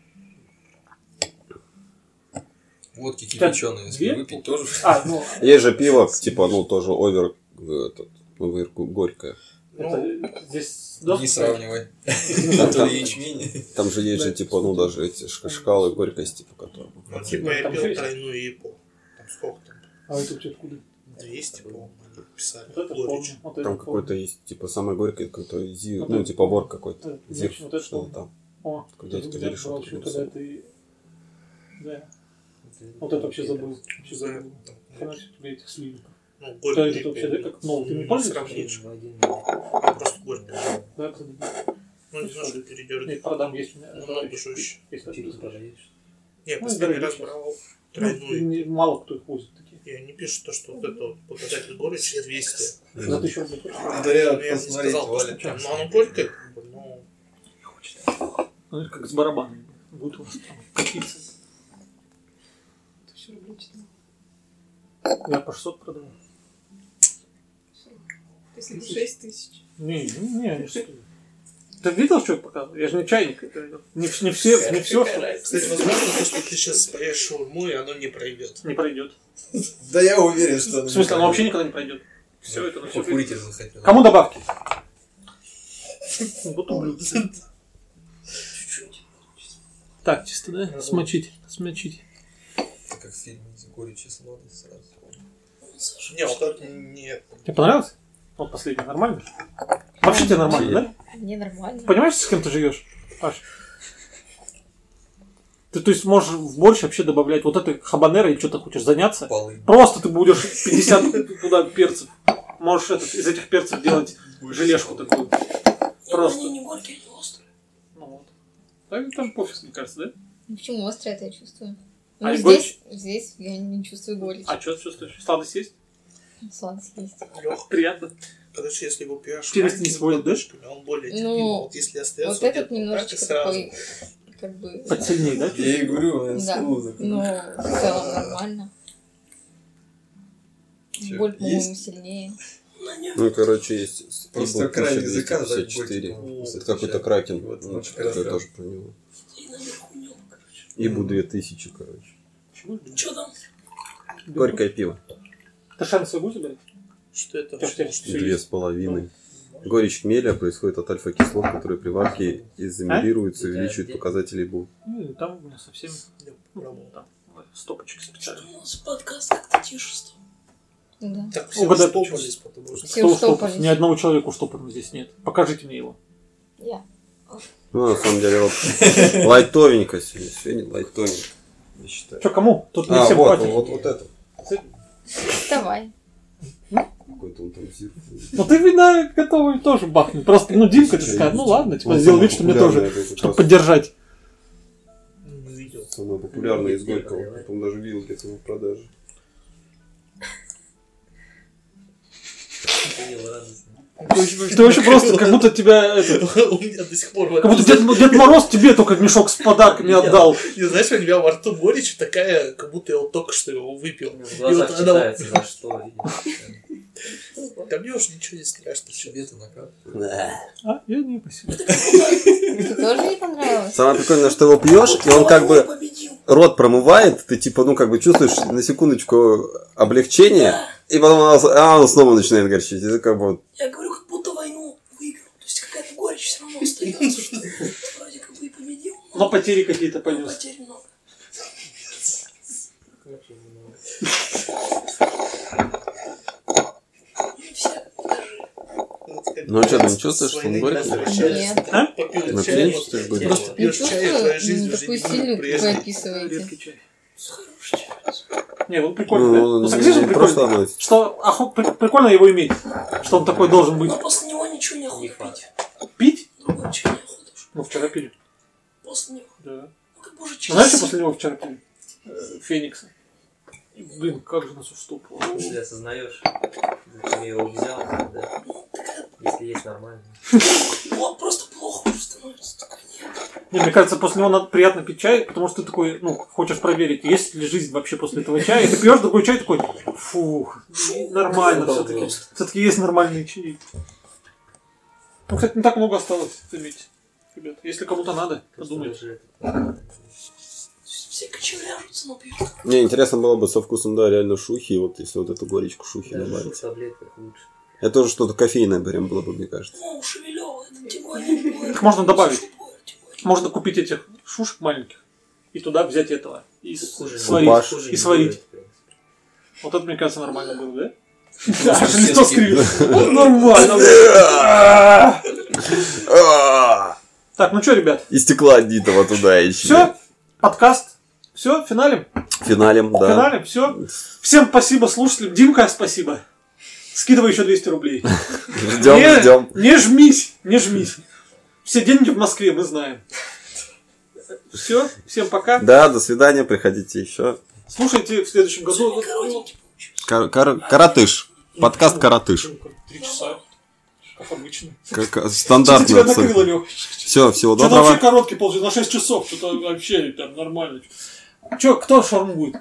Водки кипяченые, если
Две?
выпить, тоже.
А, ну,
Есть же пиво, типа, ну, тоже овер... э, этот, овер горькое.
это ну, здесь...
Не сравнивай. А то ячмень.
Там же есть же, типа, ну, даже эти шка- шкалы горькости, по которым...
Ну, типа, я
Там
пил
шесть.
тройную япу. Там сколько там?
А это у тебя откуда?
200, по-моему, типа, писали.
Вот это
Горечь.
помню. Вот это
Там
помню.
какой-то есть, типа, самый горький какой-то зи,
Вот
ну,
это-
типа, вор какой-то.
это-
Зир,
вот это
что-то
помню.
там.
О,
Когда
ты
ты
взял,
говоришь,
брал
что ты
ещё,
написал.
когда ты... Да. Вот это вообще забыл. Вообще забыл. Короче, тебе этих сливок.
Ну,
Да,
горький.
это вообще, да, как новый. Ты не
Ну,
помнишь?
сравнишь.
В один
Ну, Просто горький.
Да, кстати.
Ну, не знаю, что передергивает.
Нет, продам, есть у меня.
Ну,
желающие.
душующий.
Есть
чипс
такие.
продаешь.
Я
Ну,
последний
да,
раз
сейчас.
брал
Ну,
тройную.
не- Мало кто их возит такие.
И они пишут, то, что вот это вот показатель горечи 200.
За тысячу рублей точно.
Но
Дарья,
я бы не
Ну посмотреть,
сказал,
Валя.
что прям, ну, оно горькое, как бы, но...
Ну, это как с барабанами. Будет у вас там копиться.
Тысячу рублей читала.
Я по 600 продавал.
Если бы шесть тысяч.
Не, не, не, не что ты. Ты видел, что я показывал? Я же не чайник. это Не, вс- не все, не все, что
Кстати, возможно, то, что ты сейчас поешь шаурму, и оно не пройдет.
не пройдет.
Да я уверен, что...
В смысле, оно вообще никогда не пройдет. Все это на всю жизнь.
Покурить я захотел.
Кому добавки? Вот ублюдок. Так, чисто, да? Смочить, смочить.
Это как в фильме «Горечь и сладость» сразу.
Не, вот так нет.
Тебе понравилось? Вот последний, нормально? Вообще тебе нормально,
Мне А, нормально.
да? Понимаешь, с кем ты живешь, Паш? Ты, то есть, можешь в борщ вообще добавлять вот это хабанеро и что-то хочешь заняться?
Полы.
Просто ты будешь 50 туда перцев. Можешь этот, из этих перцев делать желешку такую.
Нет,
Просто.
они не горькие, они острые.
Ну вот. Так там пофиг, мне кажется, да?
Ну, Почему острое это я чувствую? Ну,
А и
здесь, здесь я не чувствую горечь.
А что чувствуешь? Сладость есть?
Сладость есть.
Лех,
Приятно.
короче, если его пьешь
Челюсть не
маленькими
сводит, да?
ладошками, он более терпим.
Ну,
А вот если остается
Вот этот
где-то вот так, и
немножечко такой, как бы,
Подсильнее, да?
Я и говорю, у меня
Да.
скула
ну,
закрыта.
в целом нормально.
Чё,
Боль, по-моему,
есть?
сильнее.
На нем.
Ну, короче, есть с-
Просто
ибо
край языка
1254.
забудь, по-моему,
Это какой-то кракен.
Вот,
Ну,
вот,
что-то я
красава.
тоже про него.
И наверху нем, короче.
Ибу 2000, короче.
Что там?
Горькое пиво.
Ты шансы будешь брать?
Что это?
Тёф, тёф,
вообще?
всё
Две
есть.
с половиной. Горечь хмеля происходит от альфа-кислот, которые при варке
А?
изомерируются и увеличивают показатели ИБУ.
Ну, и там у меня совсем
Я попробовал.
там стопочек
Что
специально.
у нас подкаст как-то тише стал.
Ну Да.
Так, все
Угадай,
растопались, потому что...
Все
Кто
уштопались.
уштопан? Ни одного человека уштопанного здесь нет. Покажите мне его.
Я.
Ну, на самом деле, вот лайтовенько сегодня. Сегодня лайтовенько, я считаю.
Ну, Че, кому? Тут не
А,
всем
вот,
хватит.
вот, вот это.
Давай.
какой-то он там зир.
Но Ну, ты вина готовый тоже бахнет. Просто, ну, Димка, ты
Сейчас
скажешь,
я
ну
видел.
ладно, типа,
Он
сделал
самый
вид, что мне
популярный,
тоже,
это как
чтобы
раз
поддержать.
Самая популярная из Горького. Потом даже видел где-то его в продаже.
Ты вообще просто, как будто тебя, этот,
У меня до сих пор... во
как будто
рту-
Дед, Дед Мороз тебе только мешок с подарками отдал.
Не знаешь, у меня во рту горечь такая, как будто я вот только что его выпил. И
глазах
вот она вот-
читается, за что.
Да мне уж ничего не страшно. Тебе-то
А, я не посел.
Тебе тоже не понравилось?
Самое прикольное, что его пьешь, и он как бы рот промывает, ты типа, ну, как бы чувствуешь на секундочку облегчение, и потом оно, а, оно снова начинает горчить. Это как бы вот
Я говорю, как будто войну выиграл. То есть какая-то горечь все равно остается, что вроде как бы и победил,
Но потери какие-то
но
понес.
потерь много.
Ну, а чё, ты не чувствуешь, что он горький?
Нет.
Нет. Попил
Ну, ты
чай,
не
вот
чувствуешь
ты
горечь?
просто
Не
пьешь чай, и твоя
А? чувствую
жизнь
ну,
уже
такую
не
сильную,
будет
как вы
прежней.
описываете.
Не, он прикольный.
Ну,
да.
он
Ну, сексизм
не
прикольный.
просто относится.
Что охо- при- прикольно его иметь. Что он такой должен быть.
Но после него ничего не охота пить.
Пить?
Другой чай не охота уже.
Ну, вчера пили.
После него.
Да.
Ну как бы уже
А Знаешь, что
через...
после него вчера пили? Э, Феникса. Блин, как же нас уштопало.
Если осознаешь, зачем я его взял, да. Если есть нормально.
Вот просто плохо уже становится. Такой, нет.
Не, мне кажется, после него надо приятно пить чай, потому что ты такой, ну, хочешь проверить, есть ли жизнь вообще после этого чая. И ты пьешь другой чай такой, фух, нормально
Фу,
все-таки.
просто.
Все-таки есть нормальные чаи. Ну, кстати, не так много осталось, заметьте. Ребят, если кому-то надо, подумайте.
Уже это-
То есть все кочевряжутся, но пьют.
Мне интересно было бы со вкусом, да, реально шухи, вот если вот эту горечку шухи
Даже в
добавить.
таблетках лучше.
Это тоже что-то кофейное прям было бы, мне кажется.
О, Шевелева, это Тигуанин.
Их можно добавить. Можно купить этих шушек маленьких и туда взять этого. И с-
Хуже не
сварить.
Лупаш.
Хуже
И
не
сварить.
будет, в принципе.
Вот это, мне кажется, нормально было, да? Да, аж лицо скривилось. Вот Нормально. Так, ну что, ребят,
И А! стекла Дитова туда еще.
все? Подкаст? Все, финалем?
Финалем, да.
Финалем, все. Всем спасибо слушателям. Димка, спасибо. Скидывай еще 200 рублей.
Ждем,
не,
ждем.
Не жмись, не жмись. Все деньги в Москве, мы знаем. Все, всем пока.
Да, до свидания, приходите еще.
Слушайте в следующем году.
Кар- кар- каратыш. Подкаст «Каратыш».
Три часа. Как обычно.
Как э,
Что-то тебя
стандартно.
накрыло, Лёх.
Все, всего
Что-то вообще
доброго.
короткий полчаса, на 6 часов. Что-то вообще там нормально. Че, кто шарм будет?